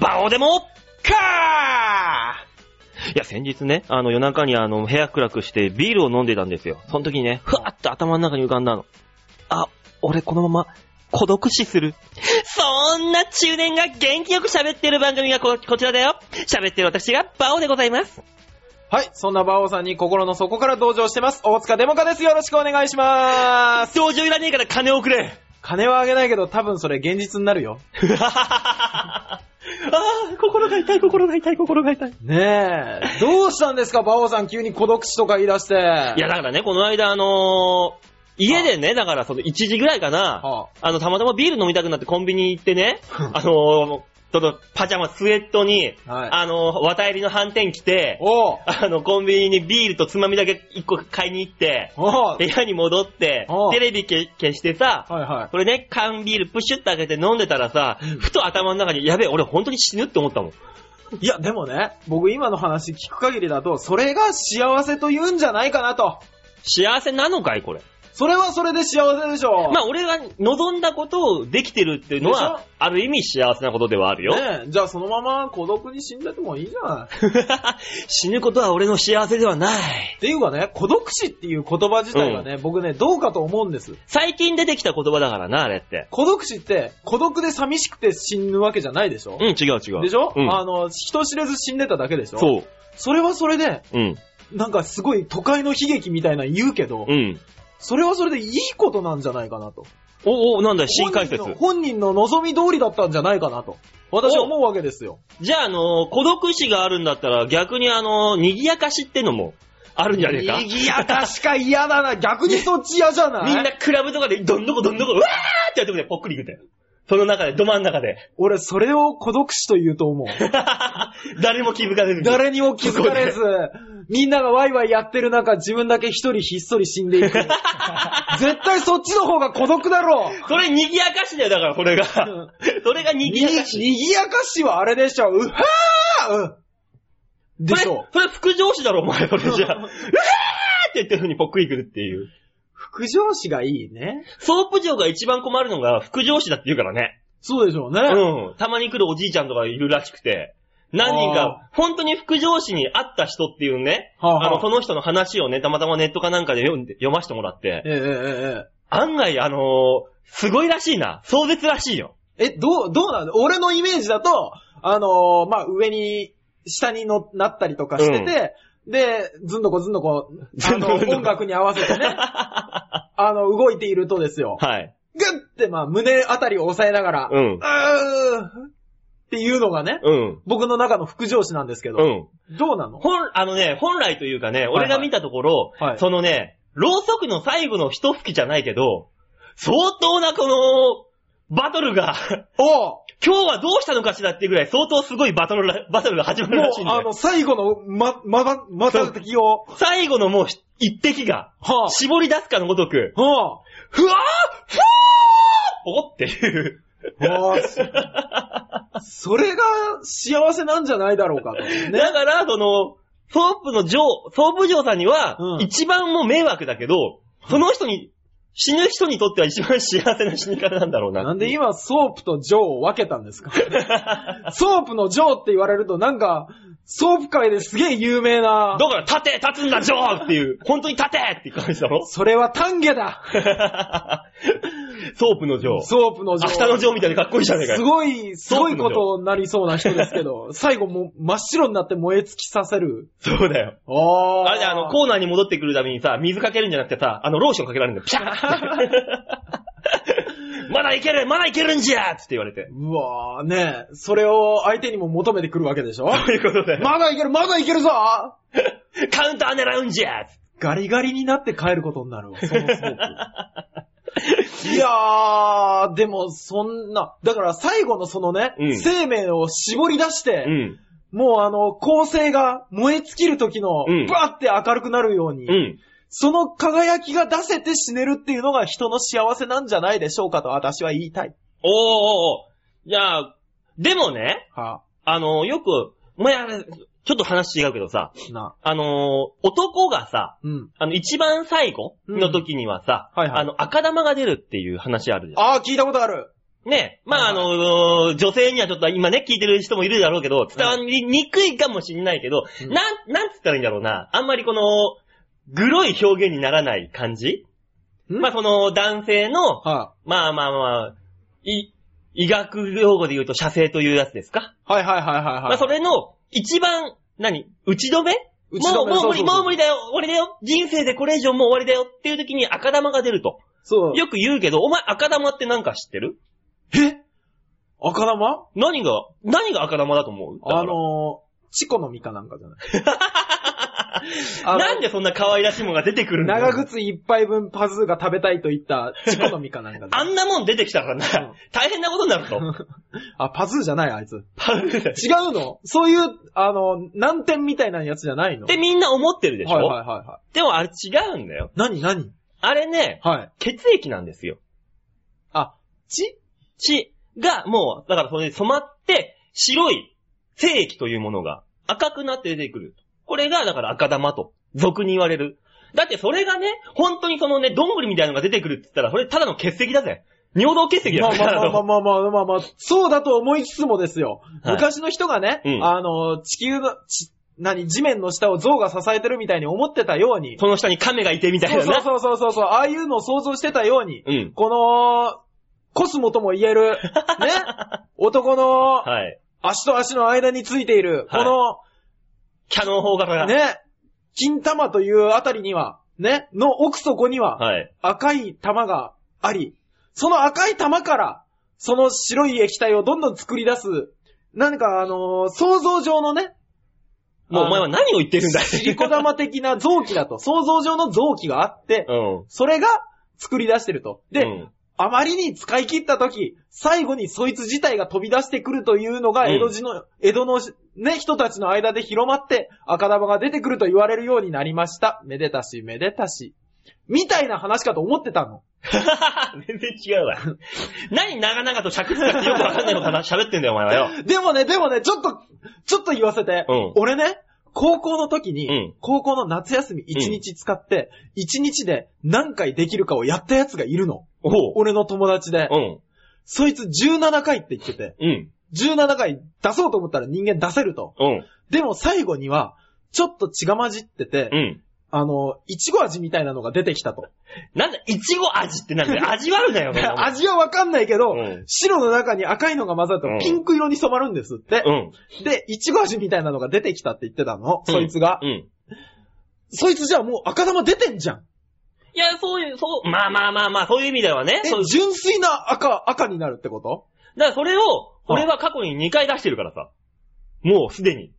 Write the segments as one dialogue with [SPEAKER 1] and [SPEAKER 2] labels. [SPEAKER 1] どうでも、かーいや、先日ね、あの、夜中にあの、部屋暗くしてビールを飲んでたんですよ。その時にね、ふわっと頭の中に浮かんだの。あ、俺このまま、孤独死する。そんな中年が元気よく喋ってる番組がここちらだよ。喋ってる私が、バオでございます。
[SPEAKER 2] はい、そんな馬王さんに心の底から同情してます。大塚デモカです。よろしくお願いしまーす。
[SPEAKER 1] 同情いらねえから金をくれ。
[SPEAKER 2] 金はあげないけど、多分それ現実になるよ。
[SPEAKER 1] ああ、心が痛い、心が痛い、心が痛い。
[SPEAKER 2] ねえ、どうしたんですか、馬王さん急に孤独死とか言い出して。い
[SPEAKER 1] いや、、だからね、この間、あのー家でね、だからその1時ぐらいかな、
[SPEAKER 2] は
[SPEAKER 1] あの、たまたまビール飲みたくなってコンビニ行ってね、あのーちょっとパジャマ、スウェットに、
[SPEAKER 2] はい
[SPEAKER 1] あのー綿襟の反転着て、
[SPEAKER 2] おう
[SPEAKER 1] あの、コンビニにビールとつまみだけ1個買いに行って、
[SPEAKER 2] おう
[SPEAKER 1] 部屋に戻って
[SPEAKER 2] お、
[SPEAKER 1] テレビけ消してさ、
[SPEAKER 2] はいはい。
[SPEAKER 1] これね、缶ビールプシュッと開けて飲んでたらさ、ふと頭の中に、やべえ、俺本当に死ぬって思ったもん。
[SPEAKER 2] いや、でもね、僕今の話聞く限りだと、それが幸せと言うんじゃないかなと。
[SPEAKER 1] 幸せなのかい、これ。
[SPEAKER 2] それはそれで幸せでしょ。
[SPEAKER 1] まあ俺が望んだことをできてるっていうの
[SPEAKER 2] で
[SPEAKER 1] は
[SPEAKER 2] しょ、
[SPEAKER 1] ある意味幸せなことではあるよ。
[SPEAKER 2] ねえ、じゃあそのまま孤独に死んでてもいいじゃない。
[SPEAKER 1] 死ぬことは俺の幸せではない
[SPEAKER 2] っ。ていうかね、孤独死っていう言葉自体がね、僕ね、どうかと思うんです。
[SPEAKER 1] 最近出てきた言葉だからな、あれって。
[SPEAKER 2] 孤独死って、孤独で寂しくて死ぬわけじゃないでしょ、
[SPEAKER 1] うん、違う違う。
[SPEAKER 2] でしょ、
[SPEAKER 1] うん。
[SPEAKER 2] あの、人知れず死んでただけでしょう。
[SPEAKER 1] そう。
[SPEAKER 2] それはそれで、
[SPEAKER 1] うん。
[SPEAKER 2] なんかすごい都会の悲劇みたいなの言うけど、
[SPEAKER 1] うん。
[SPEAKER 2] それはそれでいいことなんじゃないかなと。
[SPEAKER 1] お、お、なんだ、新解説。
[SPEAKER 2] 本人の本人の望み通りだったんじゃないかなと。私は思うわけですよ。
[SPEAKER 1] じゃあ、あのー孤独死があるんだったら、逆にあのー賑やかしってのも、あるんじゃねえか。
[SPEAKER 2] 賑やかしか嫌だな。逆にそっち嫌じゃない
[SPEAKER 1] みんなクラブとかで、どんどこどんどこ、うわーってやってくれ、ぽっくり行くんだよ。その中で、ど真ん中で。
[SPEAKER 2] 俺、それを孤独死と言うと思う。
[SPEAKER 1] 誰も気づかれずに。
[SPEAKER 2] 誰にも気づかれず、みんながワイワイやってる中、自分だけ一人ひっそり死ん でいく。絶対そっちの方が孤独だろう
[SPEAKER 1] それ賑やかしだよ、だから、これが
[SPEAKER 2] うん。
[SPEAKER 1] それが賑
[SPEAKER 2] に、
[SPEAKER 1] やかし。
[SPEAKER 2] にぎやかしはあれでしょ、うはーうんでし
[SPEAKER 1] それ
[SPEAKER 2] ょ。、
[SPEAKER 1] それ副上司だろ、お前、それじゃあ。うわーって言ってるのにぽっくり来るっていう。
[SPEAKER 2] 副上司がいいね。
[SPEAKER 1] ソープ嬢が一番困るのが副上司だって言うからね。
[SPEAKER 2] そうでしょうね。
[SPEAKER 1] うん。たまに来るおじいちゃんとかいるらしくて。何人か、本当に副上司に会った人っていうね、
[SPEAKER 2] はあはあ
[SPEAKER 1] あの、その人の話をね、たまたまネットかなんかで読んで読ませてもらって、
[SPEAKER 2] ええええ
[SPEAKER 1] 案外、あのーすごいらしいな。壮絶らしいよ。
[SPEAKER 2] ええ。え、どう、どうなん俺のイメージだと、あのーまあ、上に、下にのなったりとかしてて、で、ずんどこずんどこ、あ
[SPEAKER 1] ずんど
[SPEAKER 2] の、
[SPEAKER 1] こずんどこ
[SPEAKER 2] 音楽に合わせ てね、あの、動いているとですよ。
[SPEAKER 1] はい。
[SPEAKER 2] ぐって、まあ、胸あたりを押さえながら、
[SPEAKER 1] う。
[SPEAKER 2] うんーっていうのがね、
[SPEAKER 1] うん。
[SPEAKER 2] 僕の中の副上司なんですけど、
[SPEAKER 1] うん。
[SPEAKER 2] どうなの
[SPEAKER 1] 本、あのね、本来というかね、
[SPEAKER 2] い
[SPEAKER 1] 俺が見たところ、
[SPEAKER 2] はい
[SPEAKER 1] そのね、ろうそくの最後の一吹きじゃないけど、相当なこの、バトルが、
[SPEAKER 2] お
[SPEAKER 1] 今日はどうしたのかしらっていうぐらい相当すごいバトルら、バトルが始ま
[SPEAKER 2] う
[SPEAKER 1] る
[SPEAKER 2] も
[SPEAKER 1] らしいん
[SPEAKER 2] う、
[SPEAKER 1] だ
[SPEAKER 2] あ
[SPEAKER 1] よ。
[SPEAKER 2] の、最後の、ま、まば、また敵を、
[SPEAKER 1] 最後のもう一滴が、
[SPEAKER 2] は
[SPEAKER 1] 絞り出すかのごとく、
[SPEAKER 2] あ、は
[SPEAKER 1] ふわーふわーおっていう。
[SPEAKER 2] あ、はあ、そそれが幸せなんじゃないだろうかと。
[SPEAKER 1] だから、その、ソープの上、ソープ嬢さんには
[SPEAKER 2] う、ん
[SPEAKER 1] 一番もう迷惑だけど、その人に、死ぬ人にとっては一番幸せな死に方なんだろうな。
[SPEAKER 2] なんで今、ソープとジョーを分けた んですかソープのジョーって言われると、なんか、ソープ界ですげえ有名な、
[SPEAKER 1] だから、立て立つんだ、ジョーっていう、本当に立てっていう感じだろ
[SPEAKER 2] それは丹下だ
[SPEAKER 1] ソープのジョー。
[SPEAKER 2] ソープのジョ
[SPEAKER 1] 明
[SPEAKER 2] ー。
[SPEAKER 1] 日のジョーみたいでかっこいいじゃねえかよ
[SPEAKER 2] すごい、すごいことになりそうな人です けど、最後もう真っ白になって燃え尽きさせる。
[SPEAKER 1] そうだよ。
[SPEAKER 2] あ
[SPEAKER 1] あれであの、コーナーに戻ってくるためにさ、水かけるんじゃなくてさ、あの、ローションかけられるんだ よ。ピシ ャーまだいけるまだいけるんじゃーつって言われて。
[SPEAKER 2] うわーねえ、それを相手にも求めてくるわけでしょ
[SPEAKER 1] ということで、
[SPEAKER 2] まだいける、まだいけるぞ
[SPEAKER 1] カウンター狙うんじゃーつって
[SPEAKER 2] ガリガリになって帰ることになるわ、そのソープいやー、でもそんな、だから最後のそのね、
[SPEAKER 1] うん
[SPEAKER 2] 生命を絞り出して、
[SPEAKER 1] うん。
[SPEAKER 2] もうあの、構成が燃え尽きる時の、
[SPEAKER 1] うん
[SPEAKER 2] バーって明るくなるように、
[SPEAKER 1] うん。
[SPEAKER 2] その輝きが出せて死ねるっていうのが人の幸せなんじゃないでしょうかと私は言いたい。
[SPEAKER 1] おーおーおーじゃあ、でもね、
[SPEAKER 2] は
[SPEAKER 1] あの、よく、もうや、ちょっと話違うけどさ、
[SPEAKER 2] あ、な。
[SPEAKER 1] あのー男がさ、
[SPEAKER 2] うん。
[SPEAKER 1] あの、一番最後の時にはさ、
[SPEAKER 2] うんはいはい
[SPEAKER 1] あの、赤玉が出るっていう話あるじゃん。
[SPEAKER 2] ああ、聞いたことある。
[SPEAKER 1] ね、まあ、あの、女性にはちょっと今ね、聞いてる人もいるだろうけど、伝わりにくいかもしんないけど、
[SPEAKER 2] うん
[SPEAKER 1] なん、なんつったらいいんだろうな。あんまりこの、グロい表現にならない感じ
[SPEAKER 2] ん
[SPEAKER 1] まあ、その、男性の、
[SPEAKER 2] は
[SPEAKER 1] まあまあまあ、い、医学用語で言うと射精というやつですか
[SPEAKER 2] いはいはいはいはい。
[SPEAKER 1] まあ、それの、一番、何打ち止め
[SPEAKER 2] 打ち止め
[SPEAKER 1] もう、もう無
[SPEAKER 2] そうそうそ
[SPEAKER 1] 理、
[SPEAKER 2] う
[SPEAKER 1] もう無理だよ、終わりだよ、人生でこれ以上もう終わりだよっていう時に赤玉が出ると。
[SPEAKER 2] そう。
[SPEAKER 1] よく言うけど、お前赤玉ってなんか知ってる
[SPEAKER 2] え赤玉
[SPEAKER 1] 何が、何が赤玉だと思うだから
[SPEAKER 2] あのー、チコの実かなんかじゃない。 あの
[SPEAKER 1] なんでそんな可愛らしいものが出てくるんだよ
[SPEAKER 2] 長靴一杯分パズーが食べたいと言ったチコの実かなんかじゃ
[SPEAKER 1] あ
[SPEAKER 2] ない。
[SPEAKER 1] んなもん出てきたから
[SPEAKER 2] う、
[SPEAKER 1] なん大変なことになると。
[SPEAKER 2] あ、パズーじゃないあいつ。
[SPEAKER 1] パウルだし
[SPEAKER 2] 違うのそういう、あの、難点みたいなやつじゃないの
[SPEAKER 1] ってみんな思ってるでしょ、
[SPEAKER 2] はいはいはいはい。
[SPEAKER 1] でもあれ違うんだよ。
[SPEAKER 2] 何何
[SPEAKER 1] あれね、
[SPEAKER 2] はい。
[SPEAKER 1] 血液なんですよ。
[SPEAKER 2] あ、ち
[SPEAKER 1] 血がもう、だからそれで染まって、白い精液というものが赤くなって出てくる。これが、だから赤玉と、俗に言われる。だってそれがね、本当にそのね、どんぐりみたいなのが出てくるって言ったら、それただの血石だぜ。尿道血石だ
[SPEAKER 2] まあ
[SPEAKER 1] よ。
[SPEAKER 2] まあまあまあまあまあまあまあ、そうだと思いつつもですよ。
[SPEAKER 1] はい
[SPEAKER 2] 昔の人がね、
[SPEAKER 1] うん
[SPEAKER 2] あの、地球の、ち何、地面の下を象が支えてるみたいに思ってたように、
[SPEAKER 1] その下に亀がいてみたい
[SPEAKER 2] そう
[SPEAKER 1] なな。
[SPEAKER 2] そうそうそうそう、ああいうのを想像してたように、
[SPEAKER 1] うん。
[SPEAKER 2] この、コスモとも言える、 ね、男の
[SPEAKER 1] はい。
[SPEAKER 2] 足と足の間についている、
[SPEAKER 1] はい
[SPEAKER 2] こ
[SPEAKER 1] キャノン砲型
[SPEAKER 2] の、
[SPEAKER 1] が。
[SPEAKER 2] ね、金玉というあたりには、ね、の奥底には、
[SPEAKER 1] はい。
[SPEAKER 2] 赤い玉があり、その赤い玉から、その白い液体をどんどん作り出す、何かあのー想像上の ね、
[SPEAKER 1] もうお前は何を言ってるんだ
[SPEAKER 2] シリコ玉的な臓器だと、想像上の臓器があって、
[SPEAKER 1] う
[SPEAKER 2] それが作り出してると。
[SPEAKER 1] ん。
[SPEAKER 2] で、
[SPEAKER 1] うん
[SPEAKER 2] あまりに使い切った時、最後にそいつ自体が飛び出してくるというのが、
[SPEAKER 1] うん
[SPEAKER 2] 江戸時の、江戸のね、人たちの間で広まって、赤玉が出てくると言われるようになりました。めでたし、めでたし。みたいな話かと思ってたの。
[SPEAKER 1] 全然違うわ。何長々と尺使ってよくわかんないこと喋ってんだよ、お前は よ。
[SPEAKER 2] でもね、でもね、ちょっと、ちょっと言わせて。
[SPEAKER 1] うん
[SPEAKER 2] 俺ね、高校の時に、
[SPEAKER 1] うん
[SPEAKER 2] 高校の夏休み1日使って、1日で何回できるかをやった奴がいるの。
[SPEAKER 1] おう。
[SPEAKER 2] 俺の友達で。
[SPEAKER 1] うん。
[SPEAKER 2] そいつ17回って言ってて、
[SPEAKER 1] うん。
[SPEAKER 2] 17回出そうと思ったら人間出せると。
[SPEAKER 1] うん。
[SPEAKER 2] でも最後には、ちょっと血が混じってて、
[SPEAKER 1] うん。
[SPEAKER 2] あの、いちご味みたいなのが出てきたと。
[SPEAKER 1] なんだ、いちご味ってなん だよ。味わるなよ、そんなもん
[SPEAKER 2] 味はわかんないけど、
[SPEAKER 1] うん
[SPEAKER 2] 白の中に赤いのが混ざると
[SPEAKER 1] うん
[SPEAKER 2] ピンク色に染まるんですって。
[SPEAKER 1] うん。
[SPEAKER 2] で、いちご味みたいなのが出てきたって言ってたの、そいつが。
[SPEAKER 1] うん。
[SPEAKER 2] そいつじゃあもう赤玉出てんじゃん。
[SPEAKER 1] いや、そういう、そう、まあまあまあまあ、そういう意味ではね。
[SPEAKER 2] え
[SPEAKER 1] そう、
[SPEAKER 2] 純粋な赤、赤になるってこと
[SPEAKER 1] だからそれを、俺は過去に2回出してるからさ。もうすでに。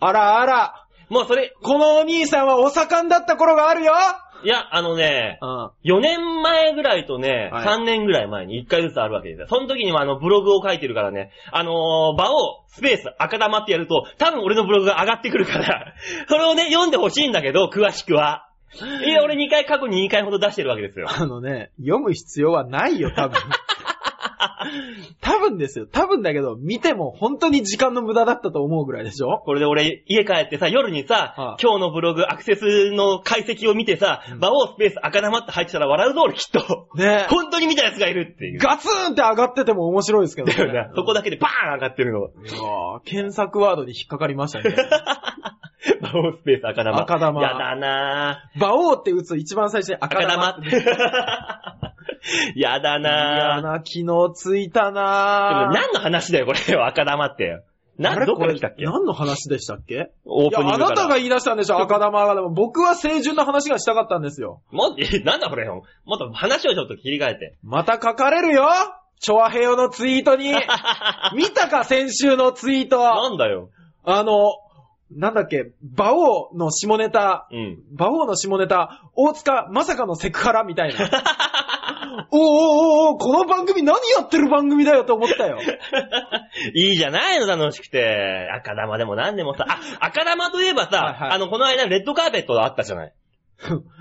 [SPEAKER 2] あらあら、
[SPEAKER 1] もうそれ、
[SPEAKER 2] このお兄さんはお盛んだった頃があるよ
[SPEAKER 1] いや、あのね、
[SPEAKER 2] うん。は
[SPEAKER 1] 4年前ぐらいとね、
[SPEAKER 2] はい
[SPEAKER 1] 3年ぐらい前に1回ずつあるわけですよ。その時にはあのブログを書いてるからね、あのー場をスペース赤玉ってやると、多分俺のブログが上がってくるから、 それをね、読んでほしいんだけど、詳しくは。いや、俺2回過去に2回ほど出してるわけですよ。
[SPEAKER 2] あのね、読む必要はないよ、 多分。多分ですよ。多分だけど、見ても本当に時間の無駄だったと思うぐらいでしょ
[SPEAKER 1] これで俺、家帰ってさ、夜にさ、
[SPEAKER 2] はあ
[SPEAKER 1] 今日のブログアクセスの解析を見てさ、場をスペース赤玉って入ってたら笑うぞ、俺きっ と。
[SPEAKER 2] ね
[SPEAKER 1] 本当に見たやつがいるっていう。
[SPEAKER 2] ガツンって上がってても面白いですけど
[SPEAKER 1] だ
[SPEAKER 2] ね。
[SPEAKER 1] よな。そこだけでバーン上がってるの。
[SPEAKER 2] うわぁ検索ワードに引っかかりましたね。
[SPEAKER 1] バオスペース赤玉。
[SPEAKER 2] 赤玉
[SPEAKER 1] やだな
[SPEAKER 2] 馬王って打つ一番最初に
[SPEAKER 1] ぁ。
[SPEAKER 2] 赤
[SPEAKER 1] 赤
[SPEAKER 2] 玉
[SPEAKER 1] 玉
[SPEAKER 2] っ。
[SPEAKER 1] ってて。やだ
[SPEAKER 2] 嫌
[SPEAKER 1] なぁ。
[SPEAKER 2] な機能ついた
[SPEAKER 1] でも
[SPEAKER 2] なぁ。
[SPEAKER 1] 何の話だよ、これ。赤玉って。
[SPEAKER 2] あ
[SPEAKER 1] な、
[SPEAKER 2] れ
[SPEAKER 1] どっから来たっ
[SPEAKER 2] こ
[SPEAKER 1] け
[SPEAKER 2] れ何の話でしたっけ
[SPEAKER 1] オー
[SPEAKER 2] い
[SPEAKER 1] プ
[SPEAKER 2] や、
[SPEAKER 1] ニング
[SPEAKER 2] あ
[SPEAKER 1] から。
[SPEAKER 2] なたが言い出したんでしょ、赤玉が。でも僕は清純な話がしたかったんですよ。
[SPEAKER 1] もっと、なんだこれ。もっと話をちょっと切り替えて。
[SPEAKER 2] また書かれるよチョアヘヨのツイート に。見たか、先週のツイー
[SPEAKER 1] な
[SPEAKER 2] ト。
[SPEAKER 1] んだよ。
[SPEAKER 2] あの、なんだっけ、馬王の下ネタ、
[SPEAKER 1] うん。
[SPEAKER 2] 馬王の下ネタ、大塚まさかのセクハラみたいな。 おおおおこの番組何やってる番組だよと思ったよ。
[SPEAKER 1] いいじゃないの、楽しくて。赤玉でも何でもさ。あ、赤玉といえばさ、
[SPEAKER 2] はいはい
[SPEAKER 1] あの、この間、レッドカーペットあったじゃない。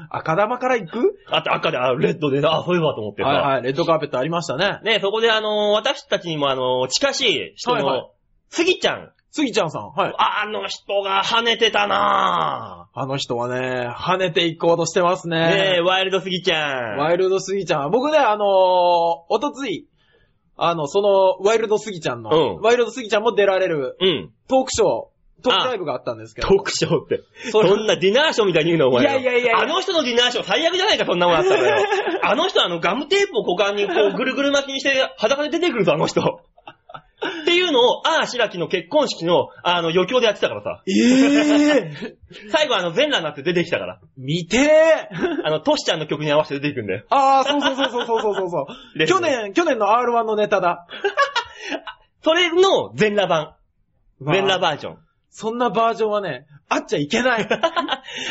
[SPEAKER 2] 赤玉から行く
[SPEAKER 1] あと赤で、あ、レッドで、あ、そういえばと思ってさ。
[SPEAKER 2] はいはい、レッドカーペットありましたね。
[SPEAKER 1] ね、そこであの、私たちにもあの、近しい人
[SPEAKER 2] はいはい
[SPEAKER 1] の、スギちゃん。
[SPEAKER 2] スギちゃんさん、はい。
[SPEAKER 1] ああの人が跳ねてたな
[SPEAKER 2] あの人はね、跳ねていこうとしてます
[SPEAKER 1] ぁ。ねえ、
[SPEAKER 2] ね。
[SPEAKER 1] ワイルドスギちゃん。
[SPEAKER 2] ワイルドスギちゃん。僕ね、あのー、おとつい、あの、その、ワイルドスギちゃんの、
[SPEAKER 1] うん
[SPEAKER 2] ワイルドスギちゃんも出られる
[SPEAKER 1] うん。
[SPEAKER 2] トークショー、トークライブがあったんですけど。
[SPEAKER 1] トークショーって。
[SPEAKER 2] それ
[SPEAKER 1] そんなディナーショーみたいに言うの、お前。
[SPEAKER 2] いやいやいやいや
[SPEAKER 1] あの人のディナーショー最悪じゃないか、そんなもんあった らよ。あの人、あの、ガムテープを股間にこう、ぐるぐる巻きにして、裸で出てくるぞ、あの人。っていうのを、ああ、白木の結婚式の、あの、余興でやってたからさ。
[SPEAKER 2] ええ ー、
[SPEAKER 1] 最後、あの、全裸になって出てきたから。
[SPEAKER 2] 見てー
[SPEAKER 1] あの、トシちゃんの曲に合わせて出てくんだよ。
[SPEAKER 2] ああ、そうそうそうそうそうそうそ う
[SPEAKER 1] で。す
[SPEAKER 2] 去
[SPEAKER 1] ね
[SPEAKER 2] 年、去年の R1 のネタだ。
[SPEAKER 1] それの全裸版。全
[SPEAKER 2] まあ
[SPEAKER 1] 裸バージョン。
[SPEAKER 2] そんなバージョンはね、あっちゃいけない。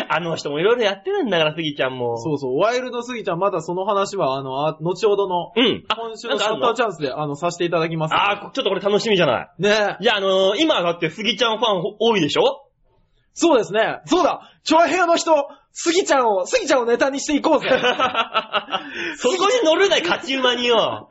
[SPEAKER 1] あの人もいろいろやってるんだから、杉ちゃんも。
[SPEAKER 2] そうそう、ワイルドスギちゃん、まだその話は、あの、あ後ほどの、
[SPEAKER 1] うん。あ、
[SPEAKER 2] 今週
[SPEAKER 1] な
[SPEAKER 2] の
[SPEAKER 1] ん
[SPEAKER 2] シ
[SPEAKER 1] かあ
[SPEAKER 2] ャ
[SPEAKER 1] ん
[SPEAKER 2] ッ
[SPEAKER 1] の
[SPEAKER 2] ターチャンスで、あの、させていただきます。
[SPEAKER 1] あー、ちょっとこれ楽しみじゃない。
[SPEAKER 2] ねえ。
[SPEAKER 1] じゃあ、あのー今だって杉ちゃんファン多いでしょ
[SPEAKER 2] そうですね。そうだ長編の人、スギちゃんを、スギちゃんをネタにしていこうぜ。
[SPEAKER 1] そこに乗るなよ、勝ち馬によ。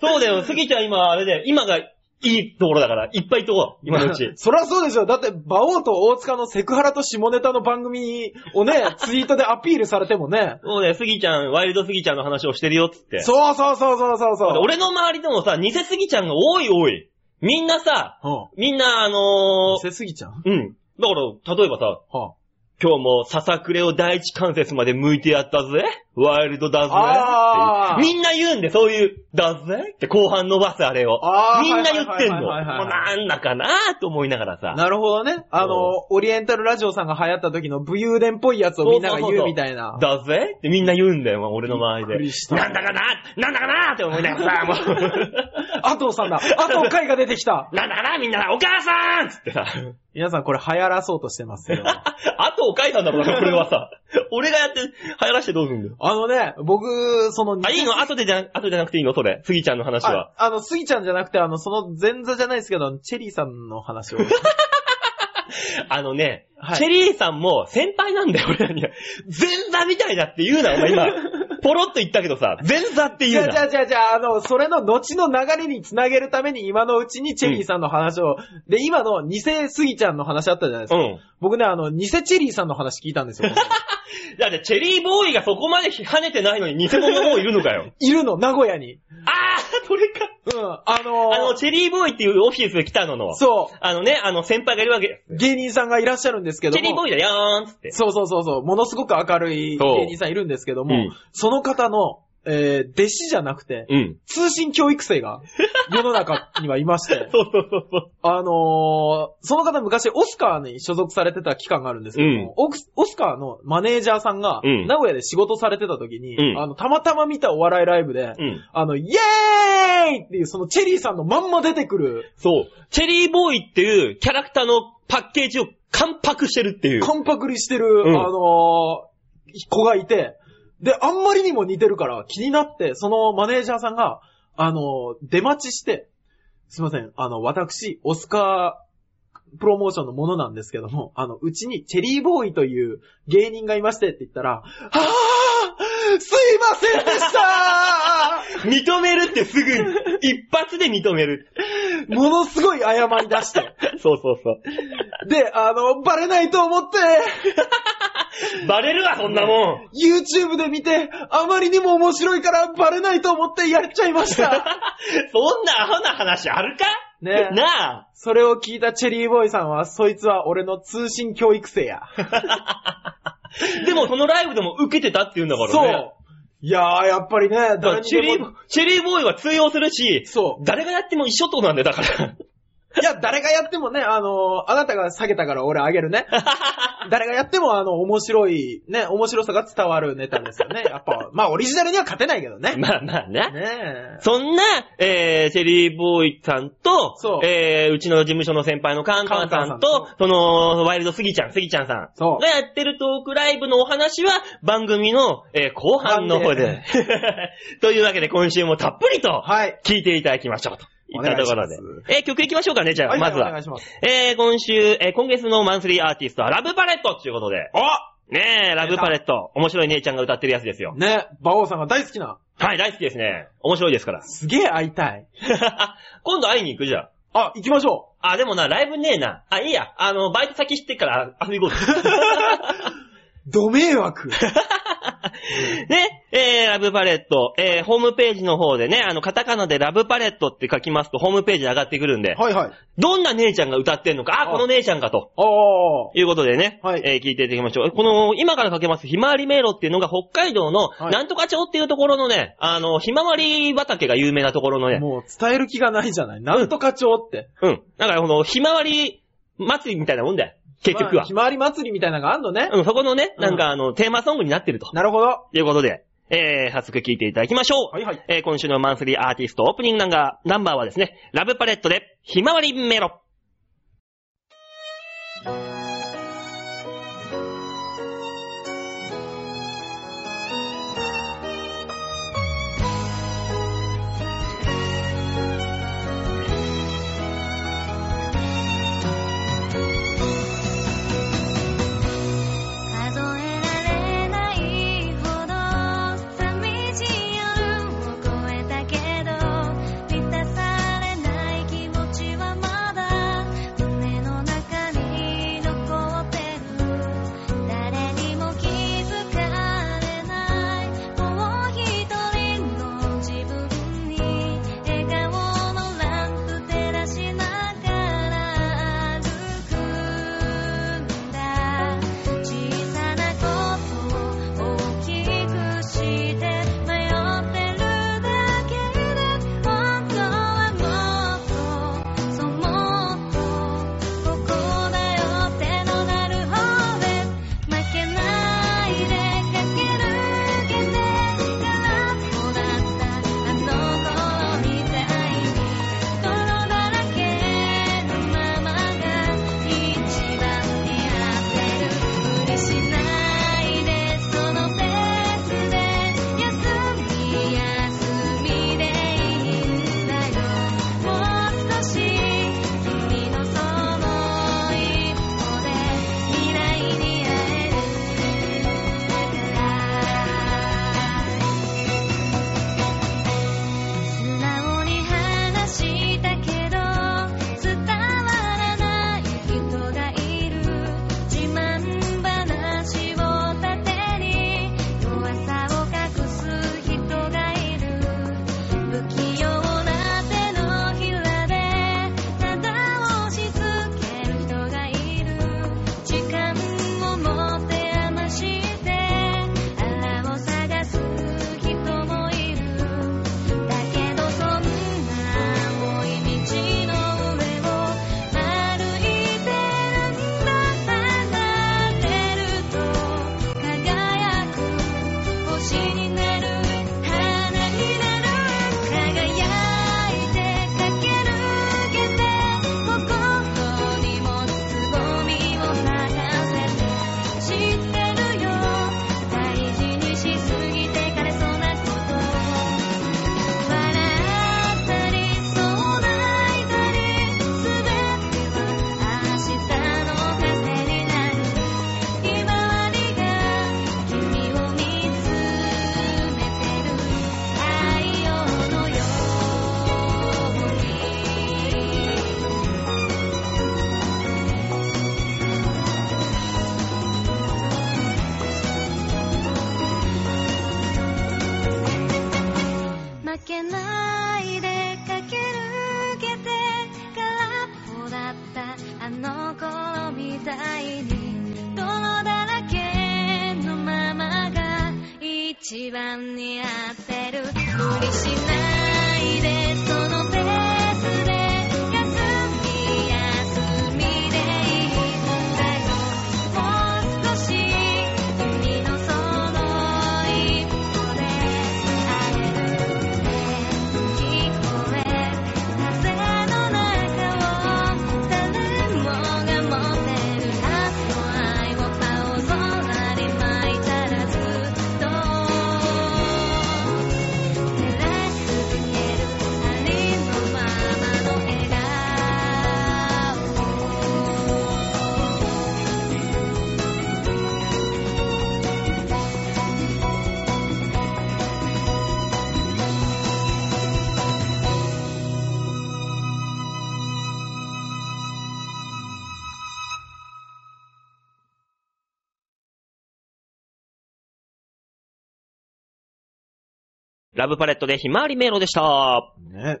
[SPEAKER 1] そうだよ、杉ちゃん今、あれだよ、今がいいところだから、いっぱい行っとこう、今のうち
[SPEAKER 2] そりゃそうですよ。だって、馬王と大塚のセクハラと下ネタの番組をね、 ツイートでアピールされてもね。
[SPEAKER 1] そうだよ、杉ちゃん、ワイルド杉ちゃんの話をしてるよ、つって。
[SPEAKER 2] そうそうそうそうそうそう。
[SPEAKER 1] 俺の周りでもさ、偽杉ちゃんが多い多い。みんなさ、
[SPEAKER 2] は
[SPEAKER 1] みんな、あの
[SPEAKER 2] あ、
[SPEAKER 1] ー
[SPEAKER 2] せすぎちゃん
[SPEAKER 1] うん。だから、例えばさ、
[SPEAKER 2] は
[SPEAKER 1] 今日もささくれを第一関節まで向いてやったぜ。ワイルドだ
[SPEAKER 2] あ
[SPEAKER 1] ぜ。
[SPEAKER 2] ー
[SPEAKER 1] っていうみんな言うんで、そういう、だぜって後半伸ばすあれを
[SPEAKER 2] あ。ー
[SPEAKER 1] みんな言ってんの。もう
[SPEAKER 2] はいはいはいはいはい
[SPEAKER 1] なんだかなーと思いながら
[SPEAKER 2] あ。
[SPEAKER 1] さ。
[SPEAKER 2] なるほどね。あ
[SPEAKER 1] そ
[SPEAKER 2] の、オリエンタルラジオさんが流行った時の武勇伝っぽいやつをみんなが言うみたいな。
[SPEAKER 1] だぜってみんな言うんだよ、まあ俺の周
[SPEAKER 2] びっく
[SPEAKER 1] り
[SPEAKER 2] り
[SPEAKER 1] で
[SPEAKER 2] し。た
[SPEAKER 1] なんだかななんだかなーって思いながら さ、もう。
[SPEAKER 2] あとさんだ。あと回が出てきた。
[SPEAKER 1] なんだかなみんなお母さんつってさ。
[SPEAKER 2] 皆さんこれ流行らそうとしてま すよ。
[SPEAKER 1] あとお母さんだから、これはさ。俺がやって、流行らしてどうすんだよ。
[SPEAKER 2] あのね、僕、その、
[SPEAKER 1] あ、いいの後でじゃ、後じゃなくていいのそれ。杉ちゃんの話は。
[SPEAKER 2] ああの、スギちゃんじゃなくて、あの、その前座じゃないですけど、チェリーさんの話を。
[SPEAKER 1] あのね、
[SPEAKER 2] はい
[SPEAKER 1] チェリーさんも先輩なんだよ、俺らには。前座みたいだって言うな、お前今。ポロッと言ったけどさ、前座って
[SPEAKER 2] じ
[SPEAKER 1] 言う
[SPEAKER 2] ゃあじゃ
[SPEAKER 1] な。
[SPEAKER 2] あじゃあじゃあ、あの、それの後の流れにつなげるために今のうちにチェリーさんの話を、で、今の偽スギちゃんの話あったじゃないです
[SPEAKER 1] う
[SPEAKER 2] か。
[SPEAKER 1] ん。
[SPEAKER 2] 僕ね、あの、偽チェリーさんの話聞いたんですよ。
[SPEAKER 1] だって、チェリーボーイがそこまで跳ねてないのに偽物の方いるのかよ。
[SPEAKER 2] いるの、名古屋に。
[SPEAKER 1] あー、それか。
[SPEAKER 2] うん、あのー
[SPEAKER 1] あの、チェリーボーイっていうオフィス来たのの。
[SPEAKER 2] そ
[SPEAKER 1] あのね、あの、先輩がいるわけ。
[SPEAKER 2] う、芸人さんがいらっしゃるんですけど
[SPEAKER 1] チ
[SPEAKER 2] も。
[SPEAKER 1] ェリーボーイだよーんっつって。
[SPEAKER 2] そうそうそうそう、ものすごく明るい
[SPEAKER 1] そう
[SPEAKER 2] 芸人さんいるんですけども、
[SPEAKER 1] うん
[SPEAKER 2] その方の、えー、弟子じゃなくて、
[SPEAKER 1] うん。
[SPEAKER 2] 通信教育生が世の中にはい まして、
[SPEAKER 1] そうそうそうそう。
[SPEAKER 2] あのー、その方昔オスカーに所属されてた期間があるんですけども、オクスオスカーのマネージャーさんが、
[SPEAKER 1] うん
[SPEAKER 2] 名古屋で仕事されてた時に、
[SPEAKER 1] うん
[SPEAKER 2] あの、たまたま見たお笑いライブで、
[SPEAKER 1] うん。
[SPEAKER 2] あの、イエーイっていう、そのチェリーさんのまんま出てくる、
[SPEAKER 1] そう。チェリーボーイっていうキャラクターのパッケージを完白してるっていう。
[SPEAKER 2] 完パクリしてる、
[SPEAKER 1] うん
[SPEAKER 2] あのー、子がいて、で、あんまりにも似てるから気になって、そのマネージャーさんが、あのー、出待ちして、すいません、あの、私、オスカープロモーションのものなんですけども、あの、うちにチェリーボーイという芸人がいましてって言ったら、あーすいませんでした
[SPEAKER 1] 認めるってすぐに、一発で認める。
[SPEAKER 2] ー ものすごい謝り出して。
[SPEAKER 1] そうそうそう。
[SPEAKER 2] で、あの、バレないと思って、
[SPEAKER 1] バレるわ、そんなも ん。
[SPEAKER 2] YouTube で見て、あまりにも面白いからバレないと思ってやっちゃいま した。
[SPEAKER 1] そんなアホな話あるか
[SPEAKER 2] ね え
[SPEAKER 1] なあ。
[SPEAKER 2] それを聞いたチェリーボーイさんは、そいつは俺の通信教育生や。
[SPEAKER 1] でもそのライブでも受けてたって言うんだから
[SPEAKER 2] そ
[SPEAKER 1] ね
[SPEAKER 2] う。。いやー、やっぱりね、
[SPEAKER 1] だか
[SPEAKER 2] 誰
[SPEAKER 1] ら
[SPEAKER 2] に
[SPEAKER 1] チェリ
[SPEAKER 2] で
[SPEAKER 1] ー
[SPEAKER 2] も、、
[SPEAKER 1] チェリーボーイは通用するし、
[SPEAKER 2] そう。
[SPEAKER 1] 誰がやっても一緒ってことなんだよ、だ から。
[SPEAKER 2] いや、誰がやってもね、あのーあなたが下げたから俺あげ るね。誰がやっても、あの、面白い、ね、面白さが伝わるネタですよね。やっぱ、まあ、オリジナルには勝てないけどね。ね
[SPEAKER 1] まあまあな。
[SPEAKER 2] え。
[SPEAKER 1] そんな、えー、チェリーボーイさんと
[SPEAKER 2] そ、う
[SPEAKER 1] えー、うちの事務所の先輩のカンカンさんと
[SPEAKER 2] カンカン、
[SPEAKER 1] その、ワイルドスギちゃん、スギちゃんさん
[SPEAKER 2] そう
[SPEAKER 1] がやってるトークライブのお話は、番組の、えー、後半の方で。 というわけで、今週もたっぷりと、
[SPEAKER 2] はい。
[SPEAKER 1] 聞いていただきましょうと。いったところで
[SPEAKER 2] お願いし。
[SPEAKER 1] えー、曲行きましょうかね、じゃあ、
[SPEAKER 2] はい
[SPEAKER 1] まず
[SPEAKER 2] お願。
[SPEAKER 1] はい
[SPEAKER 2] します。
[SPEAKER 1] えー、今週、えー今月のマンスリーアーティストはラブパレットということで。ねえ、ラブパレット。面白い姉ちゃんが歌ってるやつですよ。
[SPEAKER 2] ね、馬王さんが大好きな。
[SPEAKER 1] はい、大好きですね。面白いですから。
[SPEAKER 2] すげえ会いたい。
[SPEAKER 1] 今度会いに行くじゃん。
[SPEAKER 2] あ、行きましょう。
[SPEAKER 1] あ、でもな、ライブねえな。あ、いいや。あの、バイト先知ってっから遊び行こう。
[SPEAKER 2] ど迷惑。
[SPEAKER 1] ね、えー、ラブパレット。えー、ホームページの方でね、あの、カタカナでラブパレットって書きますと、ホームページ上がってくるんで、
[SPEAKER 2] はいはい。
[SPEAKER 1] どんな姉ちゃんが歌ってんのか、あ、
[SPEAKER 2] あ
[SPEAKER 1] この姉ちゃんかと。
[SPEAKER 2] ああ。
[SPEAKER 1] いうことでね、
[SPEAKER 2] はい
[SPEAKER 1] えー聞いていただきましょう。この、今からかけます、ひまわり迷路っていうのが北海道の、
[SPEAKER 2] はい
[SPEAKER 1] なんとか町っていうところのね、あの、ひまわり畑が有名なところのね、
[SPEAKER 2] もう伝える気がないじゃない。なんとか町って。
[SPEAKER 1] うん。だからこの、ひまわり祭りみたいなもんだよ。結局
[SPEAKER 2] まあ
[SPEAKER 1] は
[SPEAKER 2] ひ。まわり祭りみたいなのがあんのね。
[SPEAKER 1] うん、そこのね、
[SPEAKER 2] うん
[SPEAKER 1] なんかあの、テーマソングになってると。
[SPEAKER 2] なるほど。は
[SPEAKER 1] ということで、えー、早速聞いていただきましょう。
[SPEAKER 2] いはい。
[SPEAKER 1] えー、今週のマンスリーアーティストオープニングナンバーナンバーはですね、ラブパレットで、ひまわりメロ。
[SPEAKER 3] 数えられないほど寂しい夜を越えたけど満たされない気持ちはまだ胸の中に残ってる誰にも気づかれないもう一人の自分に笑顔のランプ照らしながら歩くんだ小さなことを大きくして迷ってるだけで本当はもっとそうもっとここだよ手のなる方へ負けないで駆け抜けてからもだったあの頃みたいに泥だらけのままが一番似合ってる無理しないでそのペースで休み休みでいいんだよもう少し君のその一歩で未来に会えるから素直に話したけど伝わらない人がいる自慢話を盾に弱さを隠す人がいる不器用な手のひらでただ押し付ける人がいる時間を持て余してあらを探す人もいるだけどそんな重い道の上を歩いているんだ離れると輝く星になる花になる輝いて駆け抜けて心にもつぼみを咲かせて知ってるよ大事にしすぎて枯れそうなこと笑ったりそう泣いたり全ては明日の風になるひまわりが君を見つめてる太陽のように負けないで駆け抜けて空っぽだったあの頃みたいに泥だらけのままが一番似合ってる無理しないでそのペースで休み休みでいいんだよもう少し君のその一歩で会える聞こえ風の中を誰もが持ってる愛の愛を青空に舞いたらずっと照らし続けるあり
[SPEAKER 1] ラブパレットでひまわり迷路でした。
[SPEAKER 2] ね。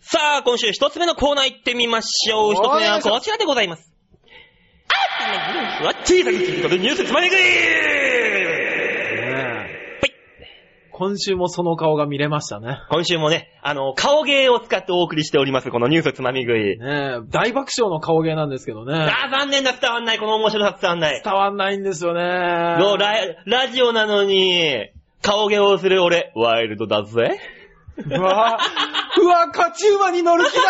[SPEAKER 1] さあ、今週一つ目のコーナー行ってみましょう。一つ目はこちらでございます。あっ小さく切り取るニュースつまみ食い
[SPEAKER 2] ね
[SPEAKER 1] はい
[SPEAKER 2] 今週もその顔が見れましたね。
[SPEAKER 1] 今週もね、あの、顔芸を使ってお送りしております、このニュースつまみ食い。
[SPEAKER 2] ねえ、大爆笑の顔芸なんですけどね。
[SPEAKER 1] あー、残念だ、伝わんない、この面白さ伝わんない。
[SPEAKER 2] 伝わんないんですよね。
[SPEAKER 1] どうララジオなのに、顔芸をする俺、ワイルドだぜ。
[SPEAKER 2] うわうわ勝ち馬に乗る気 だ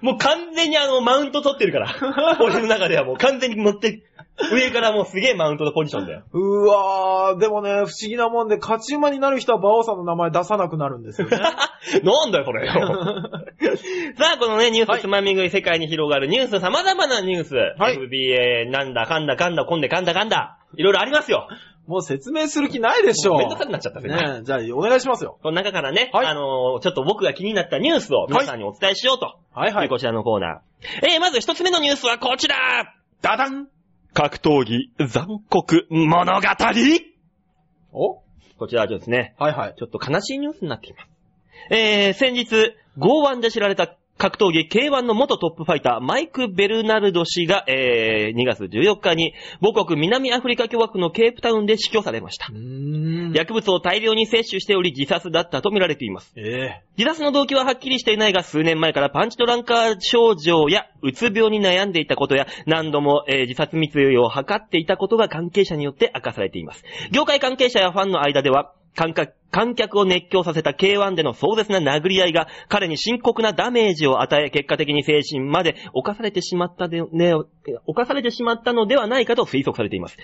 [SPEAKER 1] もう完全にあの、マウント取ってる から。俺の中ではもう完全に乗って、上からもうすげえマウントのポジションだよ。
[SPEAKER 2] うわー、でもね、不思議なもんで、勝ち馬になる人は馬王さんの名前出さなくなるんですよね。
[SPEAKER 1] なんだよ、 これよ。さあ、このね、ニュースつまみ食い世界に広がるニュース、様々なニュース。
[SPEAKER 2] はい
[SPEAKER 1] FBA、なんだかんだかんだ、こんでかんだかんだ。いろいろありますよ。
[SPEAKER 2] もう説明する気ないでしょ。
[SPEAKER 1] めんどくさくなっちゃったね。
[SPEAKER 2] ねえ、じゃあ、お願いしますよ。
[SPEAKER 1] この中からね、
[SPEAKER 2] はい
[SPEAKER 1] あのーちょっと僕が気になったニュースを皆さんにお伝えしようと。
[SPEAKER 2] はいはい。
[SPEAKER 1] こちらのコーナー。えー、まず一つ目のニュースはこちら
[SPEAKER 2] ダダン
[SPEAKER 1] 格闘技残酷物語
[SPEAKER 2] お
[SPEAKER 1] こちらはですね、
[SPEAKER 2] はいはい。
[SPEAKER 1] ちょっと悲しいニュースになっています。えー、先日、剛腕で知られた格闘技 K1 の元トップファイター、マイク・ベルナルド氏が、えー、2月14日に母国南アフリカ共和国のケープタウンで死去されました
[SPEAKER 2] う。ーん。
[SPEAKER 1] 薬物を大量に摂取しており自殺だったと見られています。
[SPEAKER 2] ええ
[SPEAKER 1] 自殺の動機ははっきりしていないが、数年前からパンチドランカー症状や、うつ病に悩んでいたことや、何度も、えー自殺密輸を図っていたことが関係者によって明かされています。業界関係者やファンの間では、観客観客を熱狂させた K1 での壮絶な殴り合いが彼に深刻なダメージを与え、結果的に精神まで侵されてしまったで、ね、侵されてしまったのではないかと推測されています。